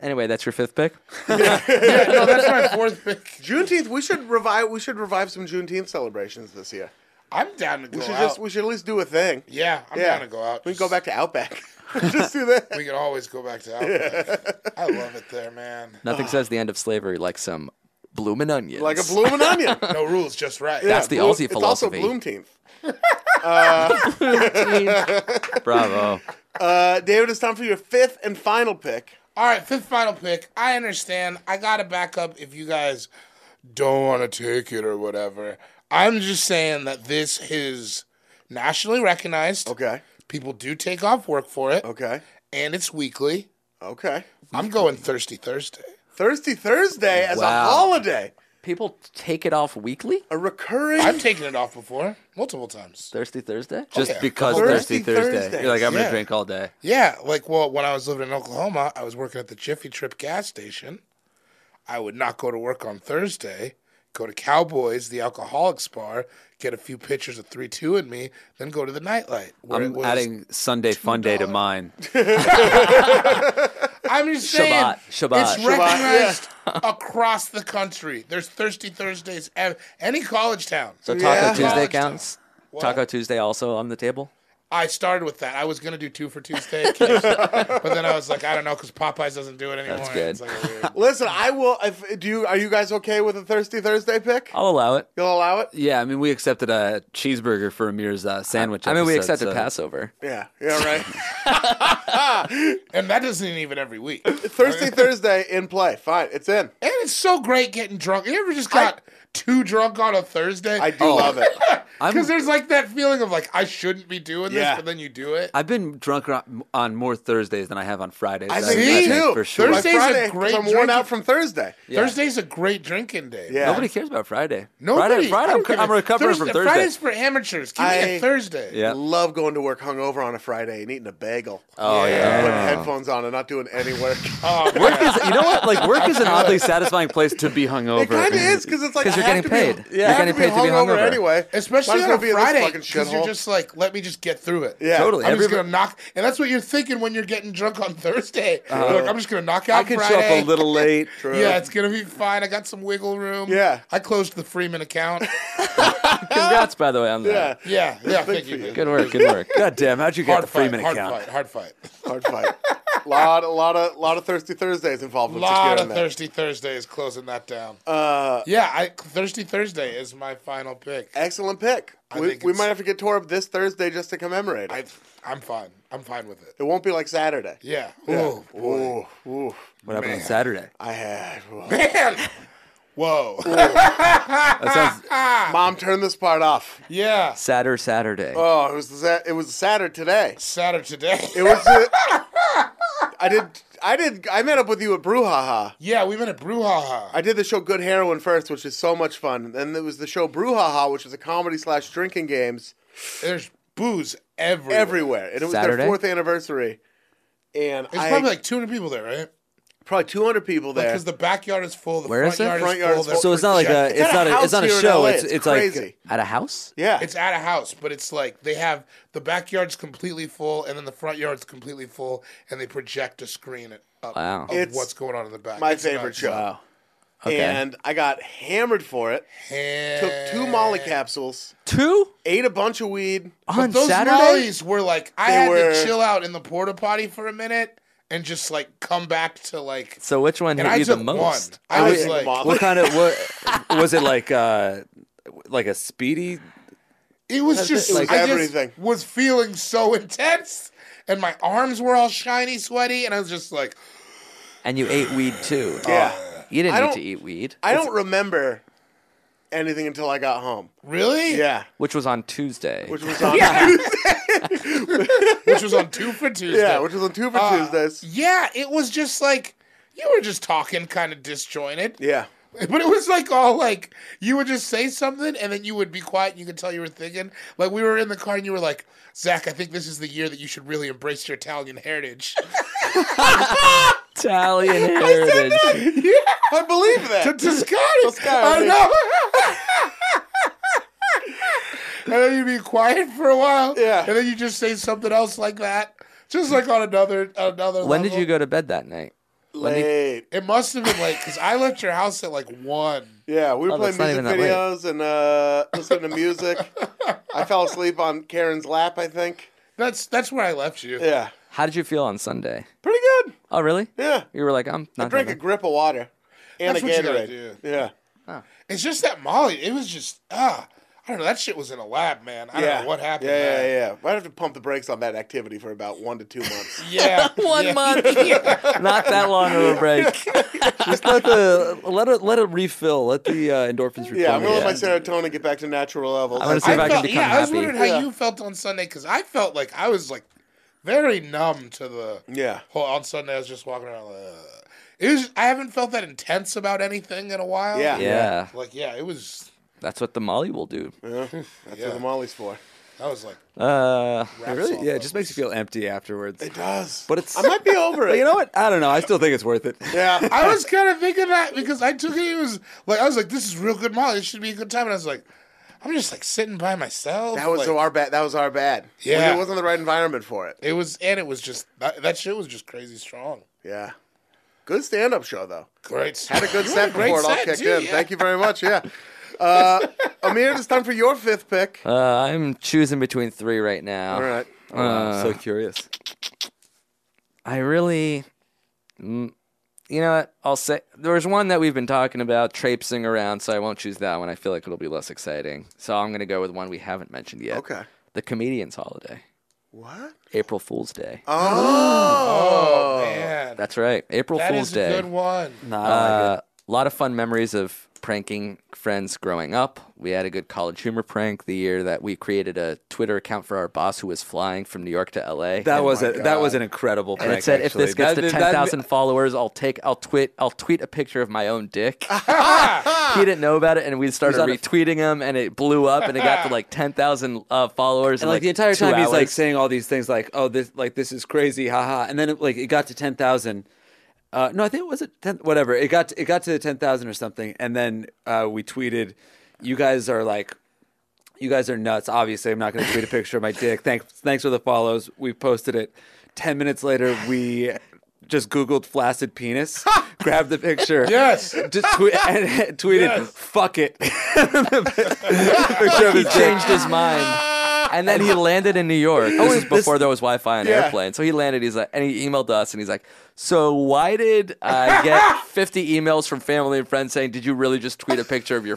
S3: Anyway, that's your fifth
S4: <sighs>
S3: pick.
S2: Yeah, no, that's my fourth pick.
S1: Juneteenth, we should revive we should revive some Juneteenth celebrations this year.
S2: I'm down to go
S1: We should
S2: out.
S1: just we should at least do a thing.
S2: yeah, I'm
S1: Yeah.
S2: down to go out.
S1: We can
S2: Just-
S1: go back to
S2: <laughs>
S1: Outback. <laughs> just do that.
S2: We can always go back to
S1: <laughs>
S2: Outback. I love it there, man.
S3: Nothing says the end of slavery like some bloomin' onions.
S1: Like a blooming onion.
S2: No rules, just right.
S3: <laughs> That's the
S1: Bloom-
S3: Aussie philosophy.
S1: It's also Bloomteenth.
S3: Bravo.
S1: Uh, David, it's time for your fifth and final pick.
S2: All right, fifth final pick. I understand. I got to back up if you guys don't want to take it or whatever. I'm just saying that this is nationally recognized.
S1: Okay.
S2: People do take off work for it,
S1: Okay.
S2: and it's weekly.
S1: Okay.
S2: I'm going Thirsty Thursday.
S1: Thirsty Thursday as
S3: Wow.
S1: a holiday.
S3: People take it off weekly.
S1: A recurring.
S2: I've taken it off before, multiple times.
S3: Thursday, Thursday.
S4: Just
S2: yeah.
S4: because
S1: Thirsty
S4: Oh, Thirsty Thursday.
S1: Thursdays.
S4: You're like, I'm
S2: Yeah.
S4: gonna drink all day.
S2: Yeah, like, well, when I was living in Oklahoma, I was working at the Jiffy Trip gas station. I would not go to work on Thursday, go to Cowboys, the alcoholics bar, get a few pictures of 3 2 in me, then go to the nightlight. Where it
S4: I'm
S2: was,
S4: adding Sunday Fun Day to mine.
S2: <laughs> I'm just saying.
S3: Shabbat, Shabbat.
S2: It's
S3: Shabbat,
S2: recognized across the country. There's Thirsty Thursdays. ev- Any college town.
S3: So Taco
S1: Yeah.
S3: Tuesday
S2: College
S3: counts. Taco Tuesday also on the table.
S2: I started with that. I was going to do two for Tuesday. at KFC, but then I was like, I don't know, because Popeyes doesn't do it anymore.
S3: That's good.
S2: It's like a weird-
S1: Listen, I will. If, do you? Are you guys okay with a Thirsty Thursday pick?
S3: I'll allow it.
S1: You'll allow it?
S4: Yeah, I mean, we accepted a cheeseburger for Amir's uh, sandwich.
S3: I mean, we
S4: episode,
S3: accepted
S4: so-
S3: Passover.
S1: Yeah. Yeah. Right.
S2: and that doesn't even every week.
S1: Thirsty Thursday in play. Fine. It's in.
S3: Oh.
S2: And it's so great getting drunk. You ever just got too drunk on a Thursday?
S3: <laughs>
S1: I do love it.
S4: I'm-
S2: Because there's like that feeling of like I shouldn't be doing
S1: Yeah.
S2: this, but then you do it.
S4: I've been drunk ro- on more Thursdays than I have on Fridays.
S1: I
S4: so
S1: think
S2: See?
S1: me too.
S4: for sure.
S2: Thursday- Thursday's a
S1: By Friday, 'cause
S2: great
S1: I'm worn
S2: drinking-
S1: out from Thursday.
S4: Yeah.
S2: Thursday's a great drinking day.
S1: Yeah.
S4: Nobody cares about Friday.
S2: Nobody.
S4: Friday, Friday
S2: I
S4: I'm,
S2: don't
S4: co-
S2: give a-
S4: I'm recovering
S2: Thursday-
S4: from Thursday.
S2: Friday's for amateurs. Give me
S1: I-
S2: a Thursday.
S4: Yeah.
S1: Love going to work hungover on a Friday and eating a bagel.
S4: Oh, yeah.
S1: Putting headphones on and not doing any work.
S2: Oh, man.
S4: Work is, you know what? Like work is
S3: <laughs>
S4: an oddly satisfying place to be hungover.
S1: It kind of is because it's like
S3: Mm-hmm. 'Cause
S1: I
S3: you're
S1: have
S3: getting
S1: to be- yeah,
S3: paid. You're
S1: I have
S3: getting paid to be hungover.
S1: anyway. Might
S2: Especially
S1: as
S2: on
S1: well
S2: a
S1: be in this
S2: Friday,
S1: fucking
S2: because you're
S1: shithole.
S2: just like, let me just get through it.
S1: Yeah.
S4: Totally.
S2: I'm just
S4: Everybody-
S2: gonna knock, and that's what you're thinking when you're getting drunk on Thursday. You're like, I'm just gonna knock out
S4: Uh-huh. I can show
S2: Friday.
S4: up a little
S2: <laughs>
S4: late.
S2: Yeah, it's gonna be fine. I got some wiggle room.
S1: Yeah.
S2: I closed the Freeman
S4: <laughs>
S2: account.
S3: <laughs> Congrats, by the way, on
S1: yeah,
S3: that.
S2: Yeah, yeah. Thank you.
S3: Good work. Good
S1: <laughs>
S3: work.
S4: God damn! How'd you get
S2: Hard
S4: the
S2: fight,
S4: Freeman
S2: hard
S4: account?
S2: fight. Hard fight.
S1: <laughs> hard fight. lot, a lot of, lot of thirsty Thursdays involved.
S2: A
S1: With
S2: lot
S1: securing
S2: of Thirsty Thursday is closing that down.
S1: that. Uh,
S2: yeah, I, Thirsty Thursday is my final pick.
S1: excellent pick.
S2: I
S1: We,
S2: think
S1: we
S2: it's-
S1: might have to get tore up this Thursday just to commemorate it.
S2: I, I'm fine. I'm fine with it.
S1: it won't be like Saturday.
S2: Yeah.
S1: Yeah.
S2: Oh boy.
S1: Ooh, ooh.
S4: What happened on Saturday?
S1: I had. whoa.
S2: Man. Whoa.
S4: That sounds
S1: Mom, turn this part off.
S2: <laughs> yeah.
S3: Saturday, Saturday.
S1: Oh, it was the, Sa- it was Saturday today.
S2: Saturday today.
S1: It was. the- I did. I did. I met up with you at Brouhaha.
S2: <laughs> yeah, we met at Brouhaha.
S1: I did the show Good Heroin first, which is so much fun. Then there was the show Brouhaha, which is a comedy slash drinking games
S2: There's booze everywhere.
S1: everywhere, and it was
S3: Saturday?
S1: their fourth anniversary. And
S2: There's
S1: I
S2: probably like 200 people there, right?
S1: probably 200 people there.
S2: Because the backyard is full. The
S3: Where
S2: front
S3: is it?
S2: yard
S1: Front
S2: is
S1: yard
S2: full.
S1: is
S2: there's
S3: so it's not like a
S2: projectors.
S3: it's, not a,
S1: house
S3: it's not a
S1: here in
S3: show.
S1: LA.
S3: It's
S1: It's
S3: it's, like
S1: crazy.
S3: at a house.
S1: yeah,
S2: It's at a house, but it's like they have the backyard's completely full, and then the front yard's completely full, and they project a screen at, up
S3: Wow.
S2: of
S1: It's
S2: what's going on in the back.
S1: my
S2: It's
S1: favorite
S2: nuts.
S1: show.
S3: Okay.
S1: And I got hammered for it. Took two Molly capsules,
S3: Two
S1: ate a bunch of weed.
S3: on
S2: Those
S3: Saturday.
S2: mollies were like I
S1: They
S2: had
S1: were-
S2: to chill out in the porta potty for a minute and just like come back to like.
S3: So which one
S2: And
S3: hit
S2: I
S3: you the
S2: took one.
S3: most?
S2: I
S1: I
S2: was
S1: took
S2: like,
S1: them all.
S4: what kind of what
S2: <laughs>
S4: was it like? Uh, like a speedy?
S2: it was just
S1: it was
S2: like I
S1: everything.
S2: just was feeling so intense, and my arms were all shiny, sweaty, and I was just like,
S3: And you ate weed too.
S1: <laughs> Yeah.
S3: You
S1: I
S3: didn't need
S1: don't-
S3: to eat weed.
S1: I don't remember anything until I got home.
S2: really?
S1: Yeah,
S3: Which was on Tuesday.
S1: which was
S2: <laughs>
S1: on
S2: Which was on two for
S1: <laughs>
S2: Tuesday.
S1: yeah, which was on two for
S2: Uh,
S1: Tuesdays.
S2: Yeah, it was just like you were just talking kind of disjointed.
S1: Yeah,
S2: But it was like all like you would just say something and then you would be quiet and you could tell you were thinking. Like we were in the car and you were like, Zach, I think this is the year that you should really embrace your Italian heritage.
S3: <laughs>
S1: <laughs>
S3: Italian heritage.
S1: I believe that.
S2: to Toscani. I
S1: Toscani.
S2: know. and then you'd be quiet for a while.
S1: Yeah.
S2: And then you just say something else like that. Just like on another another
S3: When did
S2: level.
S3: you go to bed that night?
S1: Late.
S2: It must have been like because I left your house at like one.
S1: Yeah, we were
S3: Oh,
S1: playing
S3: that's not
S1: music
S3: even that late.
S1: videos and uh, listening to
S2: <laughs>
S1: music. I fell asleep on Karen's lap, I think.
S2: That's that's where I left you.
S1: Yeah,
S3: How did you feel on Sunday?
S1: pretty good.
S3: Oh, really?
S1: Yeah,
S3: You were like, I'm not.
S1: I drank a
S3: gonna-
S1: grip of water and
S2: That's
S1: a
S2: what you gotta
S1: Gatorade.
S2: do.
S1: Yeah,
S2: It's just that Molly. It was just ah. I don't know. That shit was in a lab, man. I
S1: yeah.
S2: don't know what happened.
S1: Yeah, yeah,
S2: there.
S1: yeah. Might have to pump the brakes on that activity for about one to two
S3: <laughs>
S1: months.
S2: Yeah.
S3: One month. <laughs> not that long of a
S1: <laughs>
S3: break.
S4: Just let the let it let it refill. Let the uh, endorphins refill.
S1: yeah, I'm gonna let
S3: Yeah.
S1: my serotonin get back to natural levels.
S3: I'm gonna see
S2: I
S3: if I can
S2: felt,
S3: become
S2: yeah, I was
S3: happy.
S2: wondering how
S1: Yeah.
S2: you felt on Sunday because I felt like I was like very numb to the
S1: Yeah.
S2: whole. On Sunday, I was just walking around. Like, Ugh. it was. I haven't felt that intense about anything in a while.
S1: Yeah.
S3: Yeah,
S2: Like yeah, it was.
S3: that's what the Molly will do.
S1: Yeah, that's
S2: Yeah.
S1: what the Molly's for.
S2: I was like,
S3: Uh,
S4: It really? Yeah, it just makes you feel empty afterwards.
S1: It does.
S4: But it's
S1: I might be over
S4: But
S1: it.
S4: you know what? I don't know. I still think it's worth it.
S1: <laughs> Yeah.
S2: I was kind of thinking that because I took it. It was like I was like, this is real good Molly. This should be a good time. And I was like, I'm just like sitting by myself.
S1: That was
S2: like,
S1: our bad. That was our bad.
S2: Yeah.
S1: it wasn't the right environment for it.
S2: It was, and it was just that, that shit was just crazy strong.
S1: Yeah, good stand-up show though.
S2: Great.
S1: Had a good
S2: You
S1: set
S2: great
S1: before it all
S2: set,
S1: kicked
S2: too,
S1: in.
S2: yeah.
S1: Thank you very much. Yeah.
S2: <laughs>
S1: Uh, Amir, it's time for your fifth pick.
S3: uh, I'm choosing between three right now.
S1: All right.
S4: Oh, I'm so curious.
S3: I really, Mm, you know what? I'll say there's one that we've been talking about traipsing around, so I won't choose that one. I feel like it'll be less exciting. So I'm going to go with one we haven't mentioned yet.
S1: Okay.
S3: The comedian's holiday,
S1: What?
S3: April Fool's Day.
S1: Oh.
S2: Man,
S3: That's right, April
S2: oh, that
S3: Fool's
S2: is
S3: Day.
S2: a good one.
S4: Nah,
S3: Uh, A lot of fun memories of pranking friends growing up. We had a good college humor prank the year that we created a Twitter account for our boss who was flying from New York to LA.
S4: That was a, that was an incredible.
S3: and
S4: prank,
S3: it said, "If this
S4: actually.
S3: gets to
S4: That- that-
S3: ten thousand followers, I'll take, I'll tweet, I'll tweet a picture of my own dick." <laughs> he didn't know about it, and we started
S4: on a-
S3: retweeting him, and it blew up, and it got to like ten thousand uh, followers. in,
S4: And like, the entire
S3: two
S4: time he's like
S3: hours.
S4: saying all these things like, "Oh, this like this is crazy, haha." And then it, like it got to ten thousand. Uh, no, I think it was at ten. Whatever. It got to, it got to ten thousand or something, and then uh, we tweeted, "You guys are like." You guys are nuts. Obviously, I'm not going to tweet a picture of my dick. Thanks, thanks for the follows. We posted it. Ten minutes later, we just Googled flaccid penis, <laughs> grabbed the picture,
S2: Yes.
S4: just tweet <laughs> and tweeted, "Fuck it." <laughs> The picture of his dick.
S3: changed his mind. And then he landed in
S1: <laughs>
S3: New York. This is before there was Wi-Fi on
S1: Yeah.
S3: airplane. So he landed. He's like, and he emailed us, and he's like, "So why did I
S1: <laughs>
S3: get 50 emails from family and friends saying, did you really just tweet a picture of your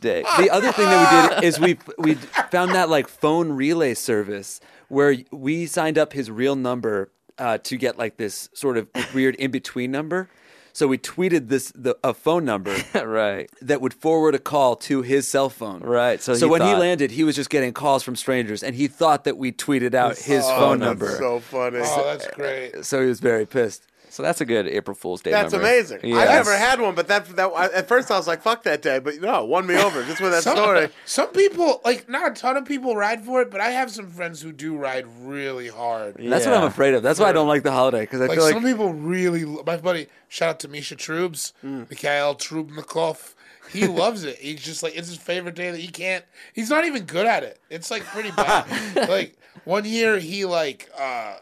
S1: <laughs>
S3: dick?'"
S4: the other thing that we did is we we found that like phone relay service where we signed up his real number uh, to get like this sort of weird in between number. So we tweeted this the, a phone number
S3: <laughs> right.
S4: that would forward a call to his cell phone.
S3: Right, so he
S4: when he
S3: thought-
S4: landed, he was just getting calls from strangers, and he thought that we tweeted out his phone number. So...
S1: Oh, So funny.
S2: Oh, that's great.
S4: he was very pissed.
S3: So that's a good April Fool's Day.
S1: that's
S3: memory.
S1: amazing.
S3: Yeah.
S1: I never had one, but that that I, at first I was like, "Fuck that day," but no, it won me over just with that
S2: Some, <laughs>
S1: story.
S2: some people, like not a ton of people, ride for it, but I have some friends who do ride really hard.
S4: That's what
S3: Yeah.
S4: I'm afraid of. That's why I don't like the holiday because I
S2: Like,
S4: feel like
S2: some people really. My buddy, shout out to Misha Trubes,
S4: Mm.
S2: Mikhail Trubnikov.
S4: <laughs>
S2: He loves it. He's just like it's his favorite day that he can't. He's not even good at it. It's like pretty
S4: <laughs>
S2: bad. like one year he like uh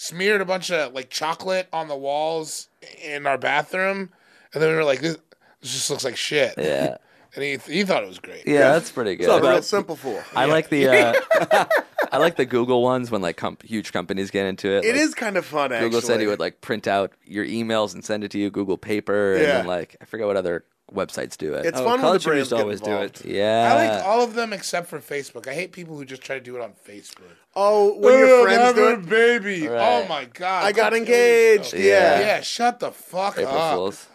S2: smeared a bunch of like chocolate on the walls in our bathroom, and then we were like, this, this just looks like shit.
S3: Yeah.
S2: And he he thought it was great.
S3: Yeah, that's pretty good.
S1: A real simple
S3: <laughs>
S1: fool.
S3: I like the
S1: <laughs>
S3: uh, <laughs> I like the Google ones when like comp- huge companies get into it.
S1: It
S3: Like,
S1: is kind of fun. Actually,
S3: Google said he would like print out your emails and send it to you Google Paper and
S1: Yeah.
S3: then like I forget what other websites do it.
S1: It's
S4: Oh,
S1: fun when the
S4: college
S1: brands
S4: used to
S1: get
S4: always do
S1: involved.
S4: it.
S3: yeah.
S2: I like all of them except for Facebook. I hate people who just try to do it on Facebook.
S1: Oh, when your friends do it.
S2: baby.
S3: Right.
S2: Oh my god.
S1: I got
S2: Fuck you.
S1: engaged.
S2: Oh.
S1: Yeah.
S2: Yeah. shut the fuck
S3: April
S1: uh,
S2: up.
S3: Fools.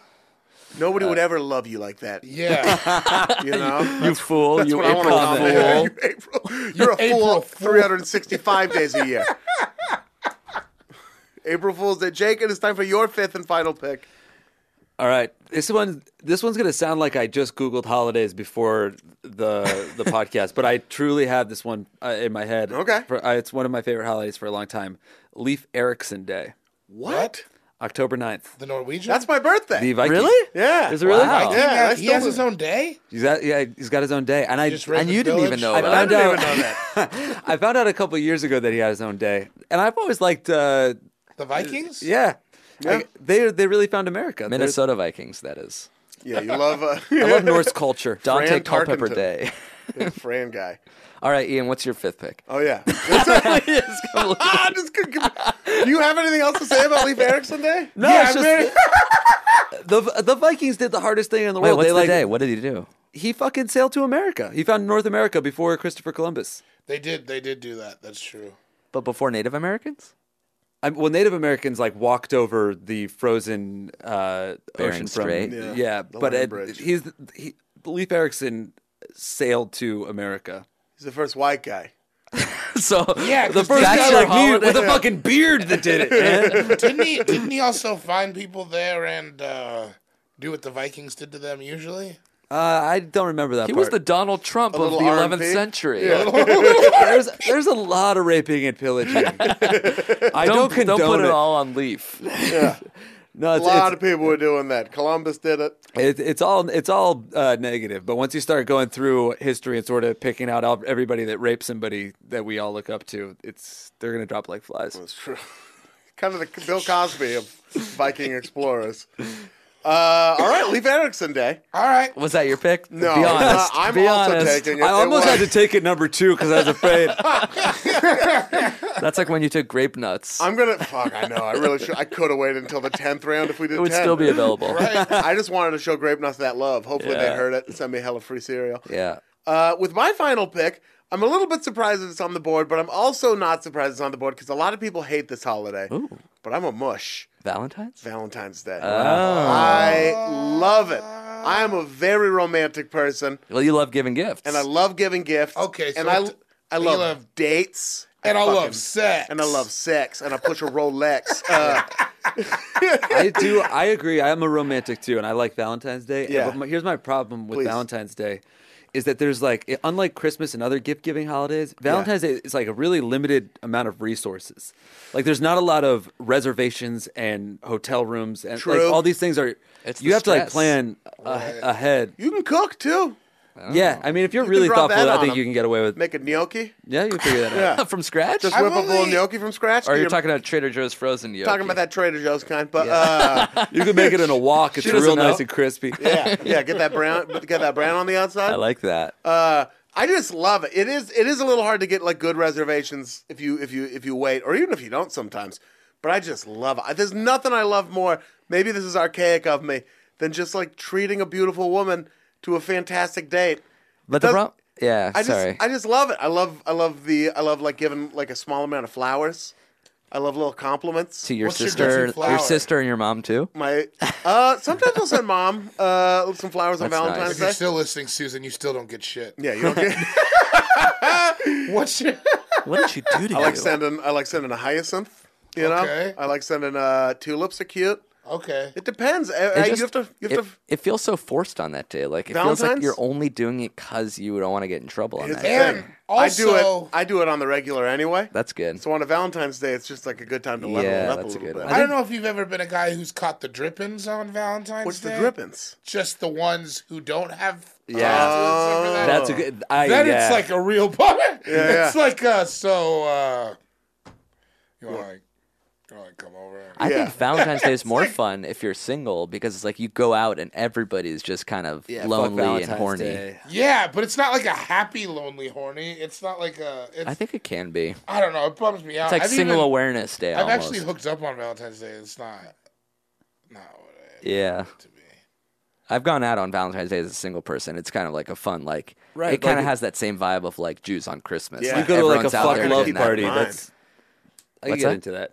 S1: Nobody
S4: Uh,
S1: would ever love you like
S4: <laughs>
S1: that. You <laughs>
S2: Yeah.
S1: know.
S3: You fool, you
S1: That's what I
S3: April
S1: wanna <laughs> comment.
S3: fool.
S1: You're April. You're a
S2: April
S1: fool
S2: fool.
S1: 365 days a
S4: <laughs>
S1: year. April Fool's Day. Jake, it is time for your fifth and final pick.
S4: All right, this one this one's gonna sound like I just googled holidays before the the podcast, but I truly have this one uh, in my head.
S1: Okay.
S4: For- uh, it's one of my favorite holidays for a long time. Leif Erikson Day,
S1: What?
S4: October 9th.
S2: the Norwegian.
S1: That's my birthday.
S4: The Viking.
S3: Really?
S1: yeah.
S4: Is it really?
S3: Wow.
S1: Yeah,
S2: He
S1: I
S2: has- he
S1: still
S2: has
S1: do.
S2: his own day.
S4: He's got, yeah, he's got his own day, and I
S2: Just read
S3: And
S2: the
S3: you didn't
S2: village?
S3: even know
S4: I
S3: about
S4: found
S3: it.
S1: I
S4: out.
S1: didn't even know that.
S4: <laughs> I found out a couple years ago that he had his own day, and I've always liked. Uh,
S2: The Vikings?
S4: yeah, Like, they they really found America. They're-
S3: Minnesota Vikings, that is.
S1: Yeah, you love uh,
S4: <laughs>
S1: <laughs>
S4: I love Norse culture.
S3: Dante
S1: Fran
S3: Culpepper
S1: Tarkenton.
S3: Day. <laughs>
S1: Fran guy.
S3: All right, Ian, what's your fifth pick?
S1: Oh
S4: <laughs>
S1: yeah. Ah, <laughs> just could- do you have anything else to say about Leif Erikson Day?
S4: No,
S2: Yeah,
S4: it's
S2: I'm
S4: just the <laughs> the Vikings did the hardest thing in the
S3: Wait,
S4: world.
S3: what's
S4: they
S3: the
S4: like
S3: day? What did he do?
S4: he fucking sailed to America. He found North America before Christopher Columbus.
S2: They did they did do that. That's
S1: <laughs>
S2: true.
S3: But before Native Americans? <laughs>
S4: I, well, Native Americans like walked over the frozen uh,
S3: Bering
S4: ocean
S3: Strait.
S4: from
S1: Yeah,
S4: yeah,
S1: the
S4: but
S1: land
S4: it,
S1: bridge.
S4: he's he, Leif Erikson sailed to America.
S1: He's the first white guy.
S3: so
S2: Yeah,
S3: the
S2: 'cause
S3: first
S2: that's
S3: guy
S2: your
S3: like me
S4: with
S3: with
S4: a
S3: a
S4: fucking beard that did
S3: <laughs>
S4: it. man.
S2: Didn't he didn't he also find people there and uh, do what the Vikings did to them usually?
S4: uh, I don't remember that.
S3: He
S4: part.
S3: was the Donald Trump of
S1: little
S3: the 11th
S1: R&B?
S3: century.
S4: <laughs> there's there's a lot of raping and
S1: <laughs>
S4: pillaging. I don't,
S3: don't,
S4: condone
S3: put it all on Leaf.
S4: No,
S1: A
S4: it's,
S1: lot
S4: it's,
S1: of people were doing that. Columbus did it.
S4: It, it's all it's all uh, negative, but once you start going through history and sort of picking out all, everybody that raped somebody that we all look up to, it's they're gonna drop like flies.
S1: It's true. kind of the Bill Cosby of Viking explorers. Uh, all right, Leif Erikson Day.
S2: All right.
S3: Was that your pick?
S1: No,
S3: be
S1: uh,
S3: honest.
S1: I'm
S3: be
S1: also
S3: honest.
S1: taking it.
S4: I almost
S1: It
S4: had to
S1: was-
S4: take it number two because I
S1: <laughs>
S4: was afraid.
S3: That's like when you took grape nuts.
S1: I'm gonna. Fuck, I know. I really should. I could have waited until the tenth round if we did.
S3: it would
S1: 10.
S3: still
S1: <laughs>
S3: be available.
S1: I just wanted to show Grape Nuts that love. Hopefully they
S3: Yeah.
S1: heard it and sent me hella free cereal.
S3: Yeah.
S1: Uh, with my final pick, I'm a little bit surprised that it's on the board, but I'm also not surprised it's on the board because a lot of people hate this holiday. But I'm a mush.
S3: Valentine's?
S1: Valentine's Day.
S3: Oh.
S1: I love it. I am a very romantic person,
S3: Well, you love giving gifts.
S1: and I love giving gifts.
S2: Okay, so
S1: and I
S2: t-
S1: I
S2: you
S1: love,
S2: love-
S1: dates,
S2: And I love
S1: fucking-
S2: sex.
S1: and I love sex, and I push a Rolex.
S2: <laughs>
S1: Uh,
S4: I do. I agree. I'm a romantic too, and I like Valentine's Day.
S1: Yeah.
S4: But my, here's my problem with
S1: Please.
S4: Valentine's Day, is that there's like, i- unlike Christmas and other gift giving holidays, Valentine's Day is like a really limited amount of resources. Like, there's not a lot of reservations and hotel rooms, and like
S1: True.
S4: all these things are.
S3: It's
S4: you
S3: the
S4: have to like
S3: stress.
S4: plan a- ahead.
S1: you can cook too.
S3: Oh.
S4: yeah, I mean, if you're really
S1: drop
S4: thoughtful,
S1: that
S4: I
S1: on
S4: think
S1: 'em.
S4: you can get away with.
S1: Make a gnocchi.
S4: yeah, you can figure that
S1: <laughs>
S4: out.
S1: Yeah.
S3: <laughs> From scratch?
S1: Just
S2: I've
S1: whip up a little
S2: only-
S1: gnocchi from scratch.
S3: or you're
S1: You're
S3: talking about Trader Joe's frozen yolk?
S1: talking about that Trader Joe's kind, but uh,
S4: You can make it in a walk. It's
S3: doesn't
S4: real nice
S3: know.
S4: and crispy.
S1: yeah, yeah, get that brown, get that brown on the outside.
S3: I like that.
S1: Uh, I just love it. It is it is a little hard to get like good reservations if you if you if you wait or even if you don't sometimes. But I just love it. There's nothing I love more. Maybe this is archaic of me than just like treating a beautiful woman to a fantastic date.
S3: but the
S1: does-
S3: problem. Yeah,
S1: I
S3: sorry.
S1: just I just love it. I love I love the I love like giving like a small amount of flowers. I love little compliments.
S3: to your
S2: What's your
S3: sister,
S2: go-to
S3: your,
S2: flower?
S3: sister and your mom too.
S1: My uh, sometimes I'll send mom uh some flowers on
S3: That's nice.
S1: Valentine's
S2: If you're
S1: Day.
S2: still listening, Susan, you still don't get shit.
S1: yeah, you
S3: <laughs>
S1: don't get. <laughs>
S2: What's your
S3: <laughs> What did you do to
S1: I
S3: you?
S1: like sending. I like sending a hyacinth. You know,
S2: Okay.
S1: I like sending uh, tulips are cute.
S2: okay?
S1: It depends. I-
S3: It
S1: I-
S3: just-
S1: you have to. You
S3: it,
S1: have to.
S3: it feels so forced on that day. Like it feels like
S1: Valentine's?
S3: you're only doing it because you don't want to get in trouble on
S1: It's
S3: that.
S1: the
S3: day.
S2: And
S1: thing. I do it.
S2: also-
S1: I do it on the regular anyway.
S3: That's good.
S1: So on a Valentine's Day, it's just like a good time to level
S3: Yeah,
S1: it up
S3: that's
S1: a
S3: a
S1: little
S3: good
S1: bit.
S3: one.
S2: I, don't know if you've ever been a guy who's caught the drippings on Valentine's
S1: What's
S2: Day.
S1: the drippings?
S2: Just the ones who don't have.
S4: Yeah.
S2: Oh, that.
S4: That's a good. I,
S2: Then
S4: yeah.
S2: it's like a real <laughs> bummer.
S1: Yeah,
S2: It's like uh, so. Uh, you want to like, you want to come over?
S3: I
S1: Yeah.
S3: think
S1: <laughs>
S3: Valentine's Day is more fun if you're single because it's like you go out and everybody's just kind of
S4: <laughs> Yeah, fuck
S3: lonely and
S4: Valentine's
S3: horny.
S4: Day.
S2: yeah, but it's not like a happy, lonely, horny. It's not like a. It's,
S3: I think it can be. It's
S2: I don't know. It bums me out.
S3: like
S2: I've
S3: single
S2: even-
S3: awareness day.
S2: I've
S3: Almost.
S2: actually hooked up on Valentine's Day. It's not. Not what I
S3: yeah.
S2: to be.
S3: I've gone out on Valentine's Day as a single person. It's kind of like a fun, like
S4: Right,
S3: it kind of
S4: like-
S3: has that same vibe of like Jews on Christmas.
S1: Yeah.
S4: You go to like a
S3: everyone's out
S4: fuck
S3: there
S4: love
S3: doing that.
S4: party.
S1: Mine.
S4: That's I can
S3: What's
S4: get
S3: that?
S4: into that.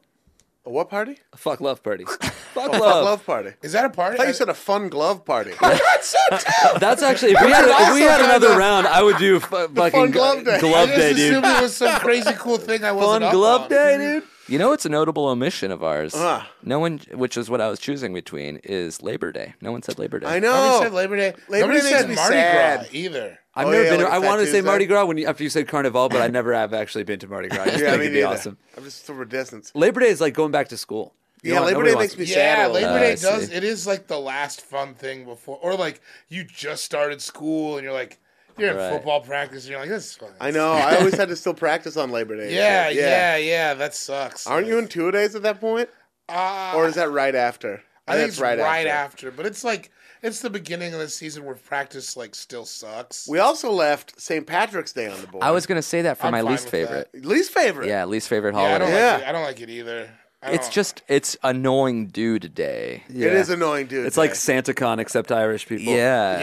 S1: A what party?
S4: A fuck love party. fuck
S1: A fuck
S4: love.
S1: love party.
S2: Is that a
S1: I
S2: party?
S1: thought you said a fun glove
S2: <laughs>
S1: party.
S2: That's so dumb.
S4: <laughs> That's actually if we had if we had
S1: also
S4: another
S1: kinda-
S4: round, I would do <laughs> fu- fucking
S1: fun
S4: glove
S1: glove
S4: day,
S1: day.
S4: glove
S2: I
S4: day
S2: just
S4: dude.
S2: assumed it
S1: <laughs>
S2: was some crazy cool thing I wasn't
S4: Fun
S2: up
S4: glove
S2: on.
S4: day, dude.
S3: You know, it's a notable omission of ours.
S4: Uh-huh.
S1: Ah.
S3: No one, which is what I was choosing between, is Labor Day. No one said Labor Day.
S1: I
S2: Nobody said
S1: know.
S2: Labor Day.
S1: Labor
S2: Nobody
S1: Day makes
S2: said
S1: me
S2: Mardi
S1: sad.
S2: Gras either.
S4: I've
S1: Oh,
S4: never
S1: yeah,
S4: been.
S1: like
S4: I
S1: Fat
S4: wanted to say
S1: Tuesday.
S4: Mardi Gras when you, after you said Carnival, but I never have actually been to Mardi Gras. I just
S1: Yeah,
S4: think
S1: me
S4: it'd be
S1: neither.
S4: awesome.
S1: I'm just from a distance.
S4: Labor Day is like going back to school. You
S1: Yeah,
S4: want-
S1: Labor
S4: nobody
S1: Day
S4: wants
S1: makes me
S4: to-
S2: Yeah,
S1: sad. a little.
S2: Labor
S3: Uh, I
S2: Day does.
S3: see.
S2: It is like the last fun thing before, or like you just started school and you're like, you're in
S3: Right.
S2: football practice and you're like, this is fun.
S1: I know. I always had to still practice on Labor Day. and
S2: <laughs> Yeah,
S1: shit.
S2: yeah, yeah. That sucks.
S1: Aren't you in two days at that point,
S2: Uh,
S1: or is that right after?
S2: I think
S1: that's
S2: it's right, after. But it's like it's the beginning of the season where practice like still sucks.
S1: We also left St. Patrick's Day on the board.
S3: I was gonna say that for
S2: I'm
S3: my
S2: fine
S3: least
S2: with that.
S3: favorite.
S1: least favorite.
S3: Yeah, least favorite
S2: yeah, I
S3: holiday.
S2: don't
S1: Yeah.
S2: like it. I don't like it either. I
S3: it's
S2: don't-
S3: just it's annoying dude day.
S4: Yeah.
S1: It is annoying, dude.
S4: It's like
S1: day.
S4: SantaCon except Irish people.
S3: Yeah.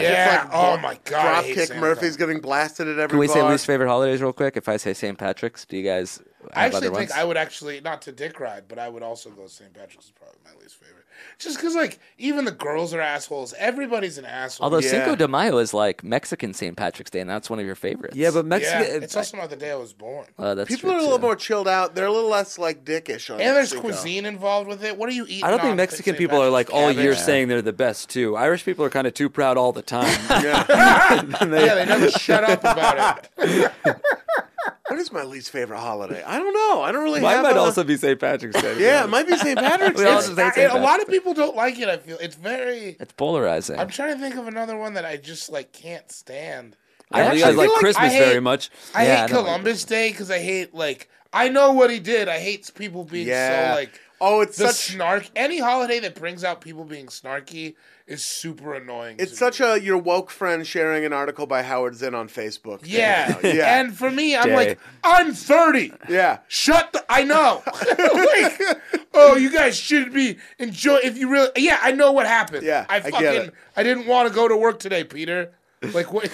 S2: yeah.
S1: It's like
S2: oh
S1: dro-
S2: my god, I hate
S1: Dropkick
S2: Santa.
S1: Murphy's getting blasted at every.
S3: Can we say
S1: bar.
S3: least favorite holidays real quick? If I say St. Patrick's, do you guys have
S2: I actually
S3: other
S2: think
S3: ones?
S2: I would actually not to dick ride, but I would also go St. Patrick's is probably my least favorite. Just because like even the girls are assholes. Everybody's an asshole.
S3: Although
S1: Yeah.
S3: Cinco de Mayo is like Mexican St. Patrick's Day, and that's one of your favorites.
S4: Yeah, but
S2: yeah,
S4: Mexican.
S2: it's also not the day I was born.
S3: uh, that's
S1: People
S3: true,
S1: are a little
S3: too.
S1: more chilled out. They're a little less like dickish. On
S2: and there's
S1: Cinco.
S2: cuisine involved with it. What are you eating?
S4: I don't think
S2: on
S4: Mexican
S2: St.
S4: people are like
S2: Patrick's
S4: all
S2: Day?
S4: year saying they're the best too. Irish people are kind of too proud all
S3: <laughs>
S4: the time.
S1: Yeah.
S2: <laughs> Yeah, they never shut up about it.
S1: what is my least favorite holiday? I don't know. I don't really.
S4: Mine
S1: have
S4: might
S1: a-
S4: also be St. Patrick's Day. to be
S1: Yeah, it
S4: honest.
S1: might be
S3: <laughs>
S1: St. Patrick's.
S3: We
S1: Day.
S3: all just
S2: It's-
S3: say
S2: I-
S3: St.
S2: a lot of people don't like it. I feel it's very.
S3: It's polarizing.
S2: I'm trying to think of another one that I just like can't stand.
S4: I don't
S3: actually
S4: think I like
S3: feel like
S4: Christmas
S2: I
S4: very
S2: hate-
S4: much.
S2: I
S3: Yeah, I
S2: hate
S3: don't like
S2: Columbus Day because I hate like I know what he did. I hate people being
S1: Yeah.
S2: so like
S1: oh, it's
S2: the
S1: such.
S2: snark. Any holiday that brings out people being snarky is super annoying.
S1: It's such a your woke friend sharing an article by Howard Zinn on Facebook. thing
S2: yeah.
S1: now. yeah,
S2: And for me, I'm
S4: Day.
S2: like I'm 30.
S1: yeah.
S2: Shut the. I
S1: <laughs>
S2: know. Like, oh, you guys should be enjoy. If you really, yeah, I know what happened.
S1: Yeah,
S2: I
S1: I get
S2: fucking, I,
S1: it.
S2: didn't want to go to work
S1: <laughs>
S2: today, Peter. Like, what?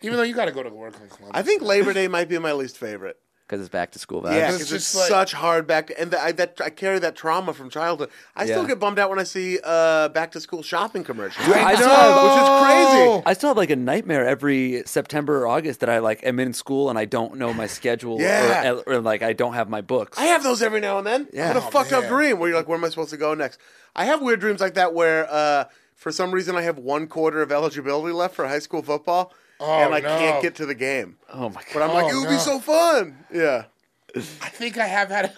S2: even though you got to go to work on Columbus.
S1: I think Labor Day might be my least favorite.
S3: because it's back to school vibes.
S1: Yeah,
S2: Uh, 'cause
S1: 'cause it's,
S2: it's just like-
S1: such hard back. And the, I, that I carry that trauma from childhood. I still
S4: Yeah.
S1: get bummed out when I see uh, back to school shopping commercials. <laughs>
S4: I
S1: which
S4: know.
S2: Oh.
S1: is crazy.
S4: I still have like a nightmare every September or August that I like am in school and I don't know my schedule
S1: Yeah.
S4: or, or like I don't have my books.
S1: I have those every now and then.
S4: Yeah.
S1: Yeah. What a
S4: Oh,
S1: fucked up
S2: man.
S1: dream where you're like, where am I supposed to go next? I have weird dreams like that where uh, for some reason I have one quarter of eligibility left for high school football and I
S2: Oh, no.
S1: can't get to the game.
S4: oh my
S1: But
S4: god.
S1: I'm like,
S2: Oh,
S1: it would
S2: no.
S1: be so fun. Yeah.
S2: I think I have had a,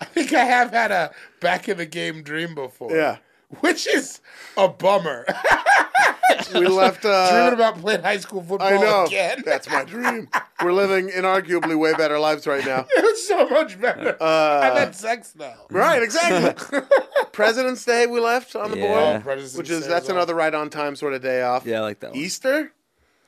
S2: I think I have had a back in the game dream before.
S1: Yeah.
S2: Which is a bummer. <laughs>
S1: We left. Uh,
S2: Dreaming about playing high school football
S1: I know.
S2: again.
S1: That's my
S2: <laughs>
S1: dream. We're living inarguably way better lives right now.
S2: it was so much better. I've had sex now.
S1: Uh, Right, exactly. President's Day we left on the
S3: Yeah.
S1: board,
S2: President's
S1: which is
S2: Day
S1: that's
S2: was
S1: another right on time sort of day off.
S4: Yeah, I like that one.
S1: Easter?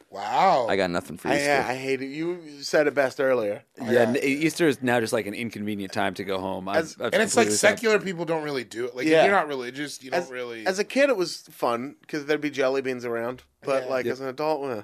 S2: Wow.
S3: I got nothing for
S1: I,
S3: you.
S1: yeah, I hate it. You said it best earlier.
S4: yeah, n- Easter is now just like an inconvenient time to go home. I've,
S1: As-
S4: I've
S2: and it's like
S4: completely stopped-
S2: secular people don't really do it. Like
S1: Yeah.
S2: if you're not religious, you don't
S1: as,
S2: really.
S1: as a kid, it was fun because there'd be jelly beans around. But like as an adult, eh.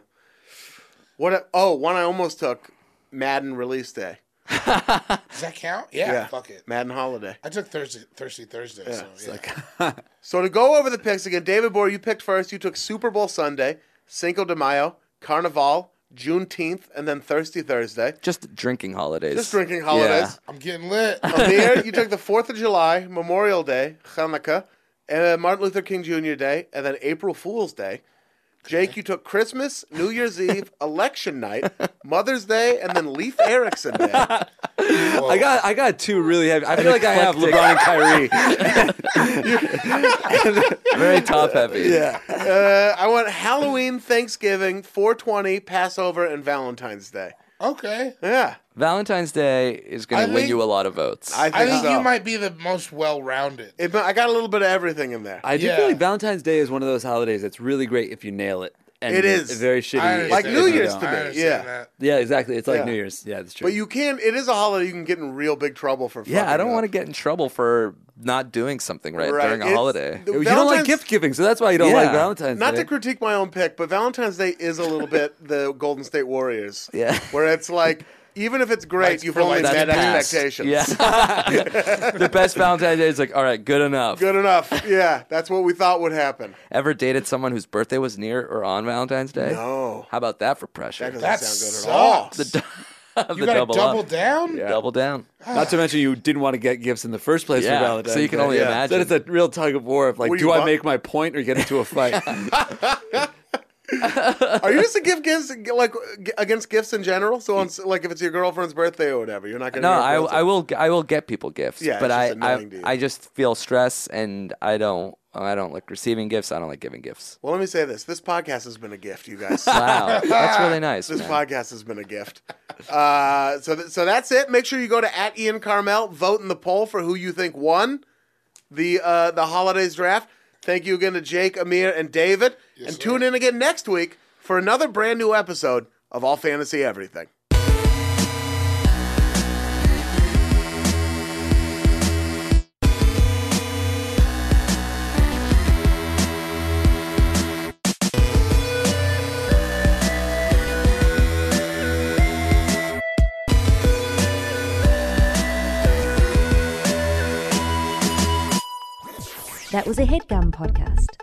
S1: what? A, oh, one I almost took Madden release day.
S2: does that count? Yeah, Fuck it.
S1: Madden holiday.
S2: I took Thursday, Thirsty Thursday. so, yeah.
S1: <laughs> So to go over the picks again, David Bohr, you picked first. You took Super Bowl Sunday, Cinco de Mayo, Carnival, Juneteenth, and then Thirsty Thursday.
S3: Just drinking holidays.
S1: Just drinking holidays.
S2: I'm
S1: <laughs>
S2: getting lit.
S1: Amir, you took the Fourth of July, Memorial Day, Hanukkah, and Martin Luther King Jr. Day, and then April Fool's Day. Jake, you took Christmas, New Year's Eve, <laughs> Election Night, Mother's Day, and then Leif Erickson Day. Uh,
S2: Oh,
S4: I got I got two really heavy. I feel like I have LeBron and Kyrie. <laughs>
S3: Yeah. <laughs> Very top heavy. Yeah.
S1: Uh, I want Halloween, Thanksgiving, 420, Passover, and Valentine's Day. <laughs>
S2: okay.
S1: Yeah,
S3: Valentine's Day is going
S2: I
S3: to win
S2: think-
S3: you a lot of votes.
S1: I
S2: I
S1: think,
S2: think
S1: so.
S2: you might be the most well-rounded.
S1: It- I got a little bit of everything in there.
S4: I do
S2: Yeah.
S4: feel like Valentine's Day is one of those holidays that's really great if you nail it. And
S1: It is.
S4: very shitty.
S2: I
S4: if-
S1: Like
S4: if
S2: understand
S1: New
S4: you
S2: that.
S1: Year's
S4: don't.
S1: to
S2: I
S1: me,
S2: understand
S1: yeah.
S2: that.
S4: Yeah, exactly. It's like
S1: Yeah.
S4: New Year's. Yeah, that's true.
S1: but you can. It is a holiday you can get in real big trouble for.
S3: yeah, I don't want
S1: to
S3: to get in trouble for not doing something right,
S1: Right,
S3: during a
S1: it's-
S3: holiday.
S1: the-
S4: you don't like
S1: Valentine's-
S4: gift giving, so that's why you don't like
S3: Yeah.
S4: Valentine's
S1: Not
S4: Day.
S1: to critique my own pick, but Valentine's Day is a little bit
S3: <laughs>
S1: the Golden State Warriors.
S3: Yeah.
S1: Where it's like, even if it's great,
S2: Like,
S1: you've
S2: for
S1: only
S2: like
S1: met
S2: the past.
S1: expectations.
S3: Yeah. <laughs> the best Valentine's Day is like, all right, good enough.
S1: Good enough. Yeah. That's what we thought would happen.
S3: Ever dated someone whose birthday was near or on Valentine's Day?
S1: No.
S3: How about that for
S1: That
S3: pressure?
S1: doesn't
S2: That
S1: sound
S2: sucks.
S1: good at all.
S3: Of
S2: you got
S3: the
S2: to
S3: double,
S2: double,
S3: up.
S2: down.
S3: Double down.
S4: Not to mention you didn't want to get gifts in the first place
S3: Yeah,
S4: for Valentine's.
S3: so you can only
S4: Day.
S3: imagine.
S4: Then it's a real tug of war of like,
S1: Were
S4: do
S1: you
S4: I
S1: bu-
S4: make my point or get into
S3: <laughs>
S4: a fight?
S1: Are you just against gifts, like, against gifts in general? So, on, like, if it's your girlfriend's birthday or whatever, you're not going to.
S3: No, I, I will I will get people gifts,
S1: Yeah,
S3: but
S1: it's
S3: I
S1: just annoying
S3: I,
S1: to you.
S3: I just feel stress and I don't I don't like receiving gifts. I don't like giving gifts.
S1: Well, let me say this. This podcast has been a gift, you
S3: <laughs>
S1: guys.
S3: Wow,
S1: <laughs>
S3: that's really nice.
S1: This
S3: man.
S1: podcast has been a gift. Uh, so, th- so that's it. Make sure you go to at Ian Carmel, vote in the poll for who you think won the uh, the holidays draft. Thank you again to Jake, Amir, and David. and tune in again next week for another brand new episode of All Fantasy Everything.
S7: That was a headgum podcast.